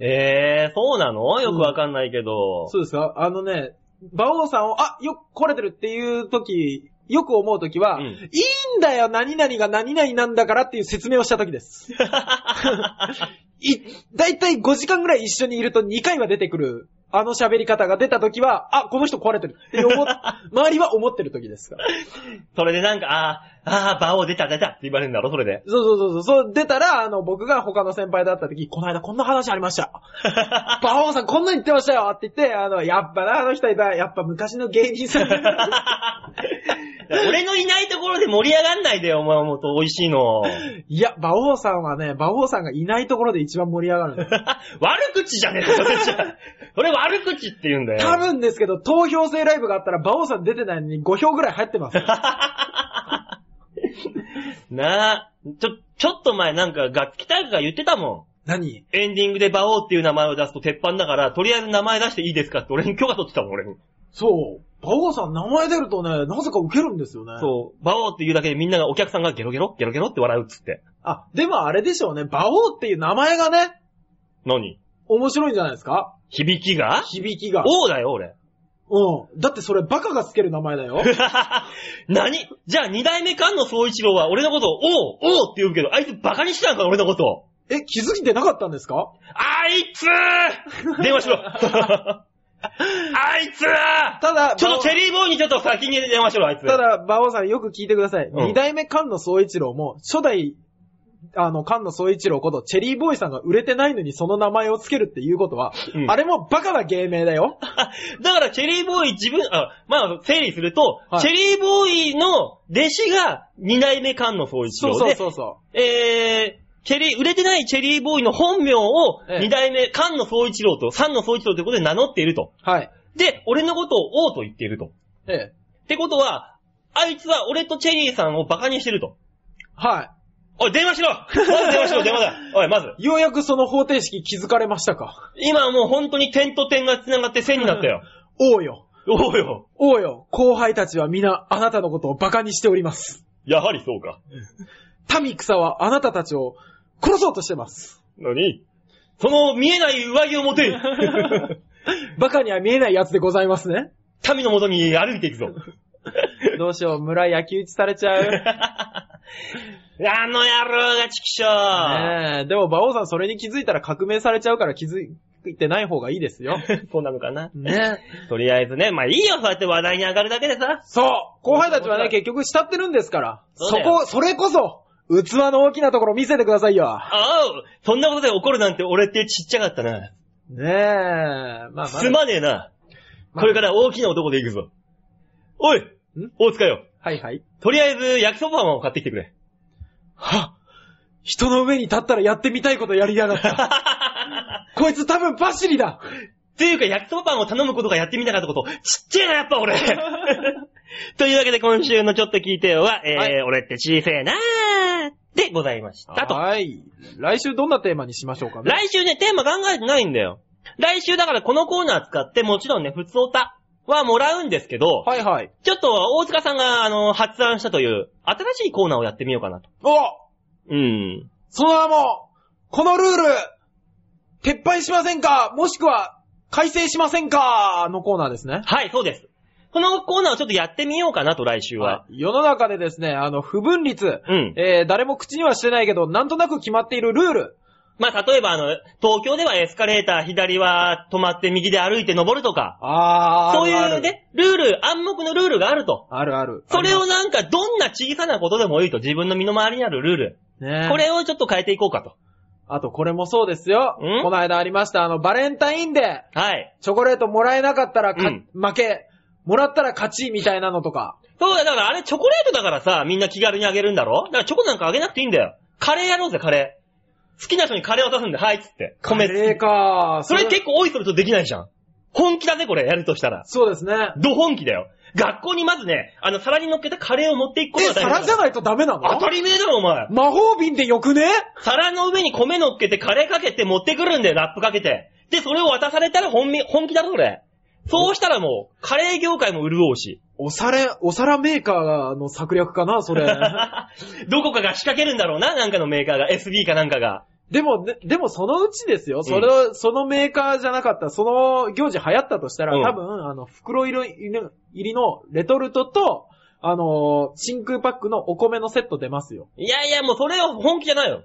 [SPEAKER 1] えー、そうなのよくわかんないけど。
[SPEAKER 2] そうですかあのね、馬王さんを、あ、よく来れてるっていう時、よく思う時は、
[SPEAKER 1] うん
[SPEAKER 2] いいんだよ、何々が何々なんだからっていう説明をした時です。い、だいたい5時間ぐらい一緒にいると2回は出てくる、あの喋り方が出た時は、あ、この人壊れてるって思っ、周りは思ってる時ですから。
[SPEAKER 1] それでなんか、あー、あー、場を出た出たって言われるんだろ、それで。
[SPEAKER 2] そうそうそうそう、そう出たら、あの、僕が他の先輩だった時、この間こんな話ありました。馬王さんこんなに言ってましたよって言って、あの、やっぱな、あの人いた、やっぱ昔の芸人さん。
[SPEAKER 1] 俺のいないところで盛り上がんないでよ、お前はもっと美味しいの。
[SPEAKER 2] いや、馬王さんはね、馬王さんがいないところで一番盛り上がるんです。
[SPEAKER 1] 悪口じゃねえか、それじゃ。それ悪口って言うんだよ。
[SPEAKER 2] 多分ですけど、投票制ライブがあったら馬王さん出てないのに5票ぐらい入ってます。
[SPEAKER 1] なあ、ちょ、ちょっと前なんか楽器大会が言ってたも
[SPEAKER 2] 何
[SPEAKER 1] ん。エンディングで馬王っていう名前を出すと鉄板だから、とりあえず名前出していいですかって俺に許可取ってたもん、俺に。
[SPEAKER 2] そう。馬王さん名前出るとね、なぜか受けるんですよね。う。
[SPEAKER 1] そう、馬王って言うだけでみんながお客さんがゲロゲロ、ゲロゲロって笑うっつって。
[SPEAKER 2] あ、でもあれでしょうね、馬王っていう名前がね、
[SPEAKER 1] 何
[SPEAKER 2] 面白いんじゃないですか
[SPEAKER 1] 響きが
[SPEAKER 2] 響きが。
[SPEAKER 1] 王だよ、俺。
[SPEAKER 2] うん。だってそれバカがつける名前だ よ。
[SPEAKER 1] 何じゃあ二代目菅野総一郎は俺のことを、王、王って言うけど、あいつバカにしてたんか、俺のことを。
[SPEAKER 2] え、気づいてなかったんですか
[SPEAKER 1] あいつ ー電話しろあいつー
[SPEAKER 2] ただ、
[SPEAKER 1] ちょっとチェ
[SPEAKER 2] 馬王
[SPEAKER 1] リーボーイにちょっと先に電話しろ、あいつ。
[SPEAKER 2] ただ、馬王さんよく聞いてください。
[SPEAKER 1] うん
[SPEAKER 2] 二代目菅野総一郎も、初代、あの、菅野総一郎こと、チェリーボーイさんが売れてないのにその名前をつけるっていうことは、
[SPEAKER 1] うん
[SPEAKER 2] あれもバカな芸名だよ。
[SPEAKER 1] だから、チェリーボーイ自分、あ、まあ、整理すると、
[SPEAKER 2] はい
[SPEAKER 1] チェリーボーイの弟子が二代目菅野総一
[SPEAKER 2] そう
[SPEAKER 1] 郎
[SPEAKER 2] そう
[SPEAKER 1] で、
[SPEAKER 2] そうそ
[SPEAKER 1] えー、チェリー、売れてないチェリーボーイの本名を
[SPEAKER 2] ええ
[SPEAKER 1] 二代目菅野総一郎と三野総一郎ということで名乗っていると。
[SPEAKER 2] う。はい。
[SPEAKER 1] で、俺のことを王と言っていると。
[SPEAKER 2] ええ。
[SPEAKER 1] ってことは、あいつは俺とチェリーさんをバカにしてると。
[SPEAKER 2] は
[SPEAKER 1] おい、電話しろまず電話し ろ、電話だおい、まず。
[SPEAKER 2] い。ようやくその方程式気づかれましたか。
[SPEAKER 1] 今はもう本当に点と点が繋がって線になったよ。
[SPEAKER 2] 王よ。
[SPEAKER 1] おうよ。
[SPEAKER 2] 王よ。後輩たちは皆、あなたのことをバカにしております。
[SPEAKER 1] やはりそうか。
[SPEAKER 2] 民草はあなたたちを殺そうとしてます。
[SPEAKER 1] 何その見えない上着を持てる。
[SPEAKER 2] バカには見えないやつでございますね。
[SPEAKER 1] 民のもとに歩いていく ぞ。
[SPEAKER 2] どうしよう、村焼き打ちされちゃう。
[SPEAKER 1] あの野郎がチキショー。
[SPEAKER 2] ねえ、でも馬王さんそれに気づいたら革命されちゃうから気づいてない方がいいですよ。
[SPEAKER 1] そうなのかな。
[SPEAKER 2] ねえ。
[SPEAKER 1] とりあえずね、まあいいよ、そうやって話題に上がるだけでさ。
[SPEAKER 2] そう後輩たちはね、結局慕ってるんですから。
[SPEAKER 1] そ
[SPEAKER 2] そう
[SPEAKER 1] だよ
[SPEAKER 2] こ、それこそ、器の大きなところ見せてくださいよ。
[SPEAKER 1] あおうそんなことで怒るなんて俺ってちっちゃかったな。
[SPEAKER 2] ねえ。まあまあ。
[SPEAKER 1] すまねえな。
[SPEAKER 2] まあ
[SPEAKER 1] これから大きな男で行くぞ。おい大塚よ。
[SPEAKER 2] はいはい。
[SPEAKER 1] とりあえず焼きそばパンを買ってきてくれ。
[SPEAKER 2] はっ人の上に立ったらやってみたいことやりやが った。こいつ多分バシリだ
[SPEAKER 1] というか、焼きそばパンを頼むことがやってみたかったこと、ちっちゃいな、やっぱ 俺というわけで、今週のちょっと聞いてよは、えー
[SPEAKER 2] はい
[SPEAKER 1] 俺って小せえなーでございましたと。
[SPEAKER 2] はい。来週どんなテーマにしましょうかね。
[SPEAKER 1] 来週ね、テーマ考えてないんだよ。来週だからこのコーナー使って、もちろんね、普通歌はもらうんですけど、
[SPEAKER 2] はいはい。
[SPEAKER 1] ちょっと大塚さんが、あの、発案したという、新しいコーナーをやってみようかなと。
[SPEAKER 2] お
[SPEAKER 1] うん。
[SPEAKER 2] その名も、このルール、撤廃しませんかもしくは、改正しませんかのコーナーですね。
[SPEAKER 1] はい、そうです。このコーナーをちょっとやってみようかなと、来週は。
[SPEAKER 2] 世の中でですね、あの、不分率、
[SPEAKER 1] うん
[SPEAKER 2] えー、誰も口にはしてないけど、なんとなく決まっているルール。
[SPEAKER 1] まあ、例えば、あの、東京ではエスカレーター左は止まって右で歩いて登るとか、
[SPEAKER 2] あー、
[SPEAKER 1] そう
[SPEAKER 2] あるあ
[SPEAKER 1] いう
[SPEAKER 2] る。
[SPEAKER 1] ね、ルール、暗黙のルールがあると。
[SPEAKER 2] あるある。
[SPEAKER 1] それをなんか、どんな小さなことでもいいと、自分の身の回りにあるルール。
[SPEAKER 2] ね
[SPEAKER 1] これをちょっと変えていこうかと。
[SPEAKER 2] あと、これもそうですよ。
[SPEAKER 1] ん
[SPEAKER 2] この間ありました、あの、バレンタインで、
[SPEAKER 1] はい。
[SPEAKER 2] チョコレートもらえなかったらか、
[SPEAKER 1] うん
[SPEAKER 2] 負け、もらったら勝ち、みたいなのとか。
[SPEAKER 1] そうだ、だからあれチョコレートだからさ、みんな気軽にあげるんだろだからチョコなんかあげなくていいんだよ。カレーやろうぜ、カレー。好きな人にカレー渡すんで、はいっつって。米
[SPEAKER 2] カレーか
[SPEAKER 1] それ結構多いそれとできないじゃん。本気だぜ、これ、やるとしたら。
[SPEAKER 2] そうですね。
[SPEAKER 1] ど本気だよ。学校にまずね、あの、皿に乗っけたカレーを持っていくこと
[SPEAKER 2] え、
[SPEAKER 1] が大事
[SPEAKER 2] 皿じゃないとダメなの
[SPEAKER 1] 当たり前だろ、お前。
[SPEAKER 2] 魔法瓶でよくね
[SPEAKER 1] 皿の上に米乗っけて、カレーかけて持ってくるんだよ、ラップかけて。で、それを渡されたら本み本気だろ、それ。そうしたらもう、カレー業界も潤うし。
[SPEAKER 2] お皿、お皿メーカーの策略かな、そ れ。
[SPEAKER 1] どこかが仕掛けるんだろうな、なんかのメーカーが、SB かなんかが。
[SPEAKER 2] でも、ででもそのうちですよ。それ、そのメーカーじゃなかった、その行事流行ったとしたら、
[SPEAKER 1] うん
[SPEAKER 2] 多分、あの、袋入りの入りのレトルトと、あのー真空パックのお米のセット出ますよ。
[SPEAKER 1] いやいや、もうそれは本気じゃないよ。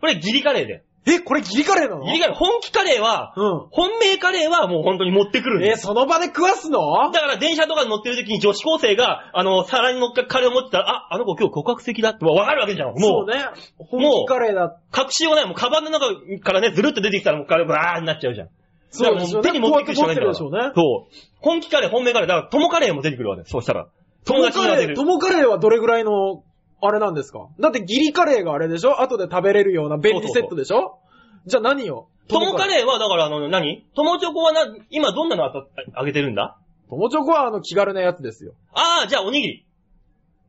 [SPEAKER 1] これ義理カレーで。
[SPEAKER 2] え、これギリカレーなの
[SPEAKER 1] 義理カレー、本気カレーは、
[SPEAKER 2] う
[SPEAKER 1] 本命カレーはもう本当に持ってくるん
[SPEAKER 2] ん。
[SPEAKER 1] だよ
[SPEAKER 2] え、その場で食わすの
[SPEAKER 1] だから電車とかに乗ってる時に女子高生が、あの、皿に乗っかカレーを持ってたら、あ、あの子今日告白席だってわかるわけじゃん。
[SPEAKER 2] そ
[SPEAKER 1] も
[SPEAKER 2] う
[SPEAKER 1] う、
[SPEAKER 2] ね。本気カレーだ。
[SPEAKER 1] 隠しようがない。もうカバンの中からね、ずるっと出てきたらもうカレーバーになっちゃうじゃん。
[SPEAKER 2] そう
[SPEAKER 1] だから
[SPEAKER 2] です
[SPEAKER 1] も
[SPEAKER 2] よ
[SPEAKER 1] う手
[SPEAKER 2] ね。
[SPEAKER 1] に
[SPEAKER 2] こ
[SPEAKER 1] 持
[SPEAKER 2] う
[SPEAKER 1] っ
[SPEAKER 2] や
[SPEAKER 1] て
[SPEAKER 2] っ
[SPEAKER 1] く
[SPEAKER 2] て
[SPEAKER 1] るしか
[SPEAKER 2] 持
[SPEAKER 1] な
[SPEAKER 2] っ
[SPEAKER 1] いんだから。
[SPEAKER 2] てるでしょうね。
[SPEAKER 1] そう。本気カレー、本命カレー。だから、友カレーも出てくるわけ。そうしたら。友達
[SPEAKER 2] 友
[SPEAKER 1] に
[SPEAKER 2] カ
[SPEAKER 1] 当て
[SPEAKER 2] レー、
[SPEAKER 1] る。
[SPEAKER 2] 友カレーはどれぐらいの、あれなんですかだってギリカレーがあれでしょ後で食べれるような便利セットでしょじゃあ何よ
[SPEAKER 1] 友カ
[SPEAKER 2] ー。
[SPEAKER 1] レーは、だからあの、何友チョコはな、今どんなのあたあげてるんだ
[SPEAKER 2] 友チョコはあの気軽なやつですよ。
[SPEAKER 1] ああ、じゃあおにぎり。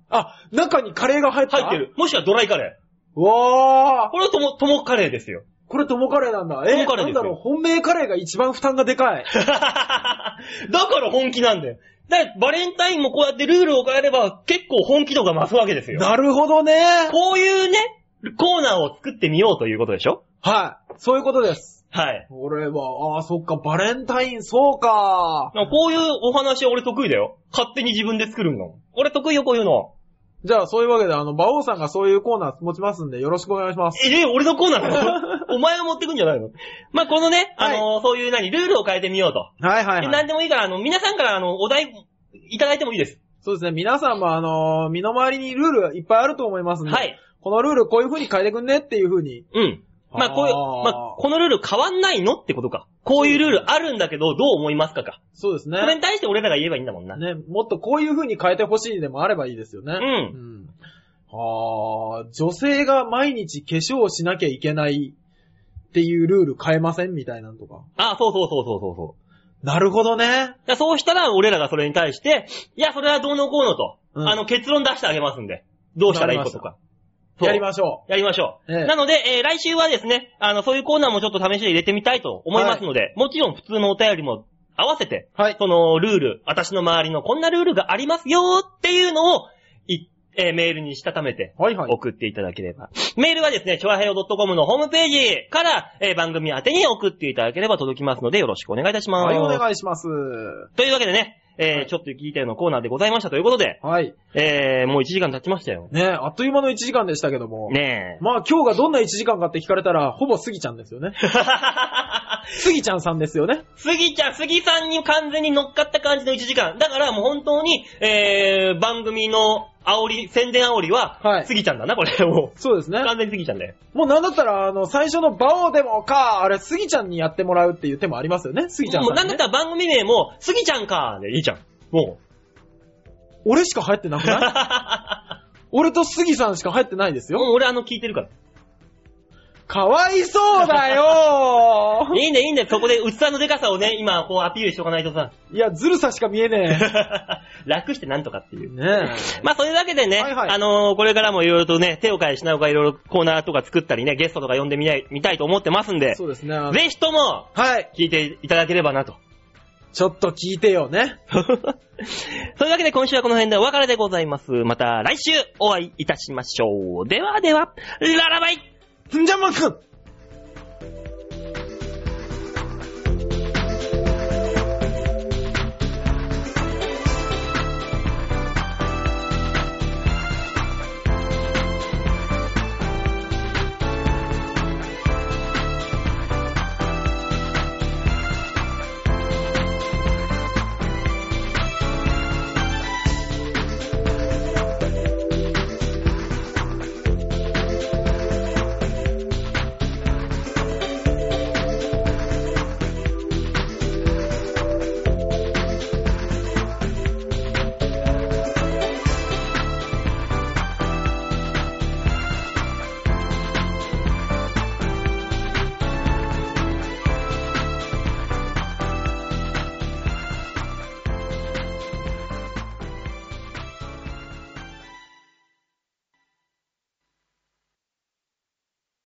[SPEAKER 2] あ、中にカレーが入った
[SPEAKER 1] 入って。る。もしくはドライカレー。
[SPEAKER 2] わー。
[SPEAKER 1] これは友、友カレーですよ。
[SPEAKER 2] これ友カレーなんだ。え
[SPEAKER 1] 友カレー
[SPEAKER 2] な
[SPEAKER 1] で
[SPEAKER 2] ん
[SPEAKER 1] すよ
[SPEAKER 2] だろう、本命カレーが一番負担がでかい。
[SPEAKER 1] だから本気なんだよ。だからバレンタインもこうやってルールを変えれば結構本気度が増すわけですよ。
[SPEAKER 2] なるほどね。
[SPEAKER 1] こういうね、コーナーを作ってみようということでしょ
[SPEAKER 2] はい。そういうことです。
[SPEAKER 1] はい。
[SPEAKER 2] 俺は、あー、そっか、バレンタイン、そうか。
[SPEAKER 1] こういうお話は俺得意だよ。勝手に自分で作るの。俺得意よ、こういうの。
[SPEAKER 2] じゃあ、そういうわけで、あの、馬王さんがそういうコーナー持ちますんで、よろしくお願いします。
[SPEAKER 1] え、え俺のコーナーな のお前が持ってくんじゃないのまあ、このね、あ
[SPEAKER 2] はい
[SPEAKER 1] のーそういう何、ルールを変えてみようと。
[SPEAKER 2] はいは
[SPEAKER 1] で
[SPEAKER 2] い、はい。
[SPEAKER 1] 何でもいいから、あの、皆さんからあの、お題、いただいてもいいです。
[SPEAKER 2] そうですね、皆さんもあのー身の回りにルールいっぱいあると思いますんで、
[SPEAKER 1] はい。
[SPEAKER 2] このルールこういう風に変えてくんねっていう風に。
[SPEAKER 1] うん。まあ、こういう、
[SPEAKER 2] あー
[SPEAKER 1] まあ、このルール変わんないのってことか。こういうルールあるんだけど、どう思いますかか。
[SPEAKER 2] そうですね
[SPEAKER 1] そ。れに対して俺らが言えばいいんだもんな。
[SPEAKER 2] ね、もっとこういう風に変えてほしいでもあればいいですよね。
[SPEAKER 1] うん
[SPEAKER 2] うん。あー女性が毎日化粧をしなきゃいけないっていうルール変えませんみたいなのとか。
[SPEAKER 1] あそうそうそうそうそうそう。
[SPEAKER 2] なるほどね。
[SPEAKER 1] だからそうしたら、俺らがそれに対して、いや、それはどうのこうのと、
[SPEAKER 2] うん
[SPEAKER 1] あの、結論出してあげますんで、どうしたらいいことか。
[SPEAKER 2] やり
[SPEAKER 1] す。
[SPEAKER 2] ましょ
[SPEAKER 1] やりましょう。
[SPEAKER 2] ええ
[SPEAKER 1] なので、えー来週はですね、あの、そういうコーナーもちょっと試しで入れてみたいと思いますので、もちろん普通のお便りも合わせて、
[SPEAKER 2] う。はい。
[SPEAKER 1] そのルール、私の周りのこんなルールがありますよっていうのを、いえーメールにしたためて、
[SPEAKER 2] はいはい。
[SPEAKER 1] 送っていただければ。メールはですね、ちょあへよ .com のホームページから、えー番組宛てに送っていただければ届きますので、よろしくお願いいたします。
[SPEAKER 2] はい、お願いします。
[SPEAKER 1] というわけでね、えーちょっと聞いたようなコーナーでございましたということで、
[SPEAKER 2] はい。
[SPEAKER 1] えーもう1時間経ちましたよ。
[SPEAKER 2] ねあっという間の1時間でしたけども。
[SPEAKER 1] ねえ。
[SPEAKER 2] まあ今日がどんな1時間かって聞かれたら、ほぼスギちゃんですよね。スギちゃんさんですよね。
[SPEAKER 1] すぎちゃん、すぎさんに完全に乗っかった感じの1時間。だからもう本当に、えー、番組の煽り、宣伝煽りは、
[SPEAKER 2] はい
[SPEAKER 1] すぎちゃんだな、これ。も
[SPEAKER 2] そうです
[SPEAKER 1] う、
[SPEAKER 2] ね。
[SPEAKER 1] 完全にすぎちゃんだよ。
[SPEAKER 2] もうなんだったら、あの、最初のバオでもか、あれ、スギちゃんにやってもらうっていう手もありますよね。スギちゃん
[SPEAKER 1] も
[SPEAKER 2] さ、
[SPEAKER 1] うんなんだった
[SPEAKER 2] ね。
[SPEAKER 1] ら番組名も、すぎちゃんか、でいいじゃん。 も
[SPEAKER 2] 俺しか入ってなく
[SPEAKER 1] う。
[SPEAKER 2] ない俺とスギさんしか入ってないです
[SPEAKER 1] も
[SPEAKER 2] よ。
[SPEAKER 1] う俺あの聞いてるから。
[SPEAKER 2] かわいそうだよ
[SPEAKER 1] いいんだよいいんだよ、そこで器のデカさをね、今こうアピールしとかないとさ、
[SPEAKER 2] いや、ずるさしか見えね
[SPEAKER 1] 楽してなんとかってい
[SPEAKER 2] え。
[SPEAKER 1] う。
[SPEAKER 2] ね
[SPEAKER 1] まあそういうわけでね、
[SPEAKER 2] はいはい
[SPEAKER 1] あのーこれからもいろいろとね、手を変え品を変えいろいろコーナーとか作ったりね、ゲストとか呼んでみないみたいと思ってますんで、
[SPEAKER 2] そうですね。
[SPEAKER 1] ぜひとも、
[SPEAKER 2] はい。
[SPEAKER 1] 聞いていただければなと。
[SPEAKER 2] ちょっと聞いてよね。
[SPEAKER 1] そういうわけで今週はこの辺でお別れでございます。また来週お会いいたしましょう。ではでは、ララバイ
[SPEAKER 2] んじゃまくん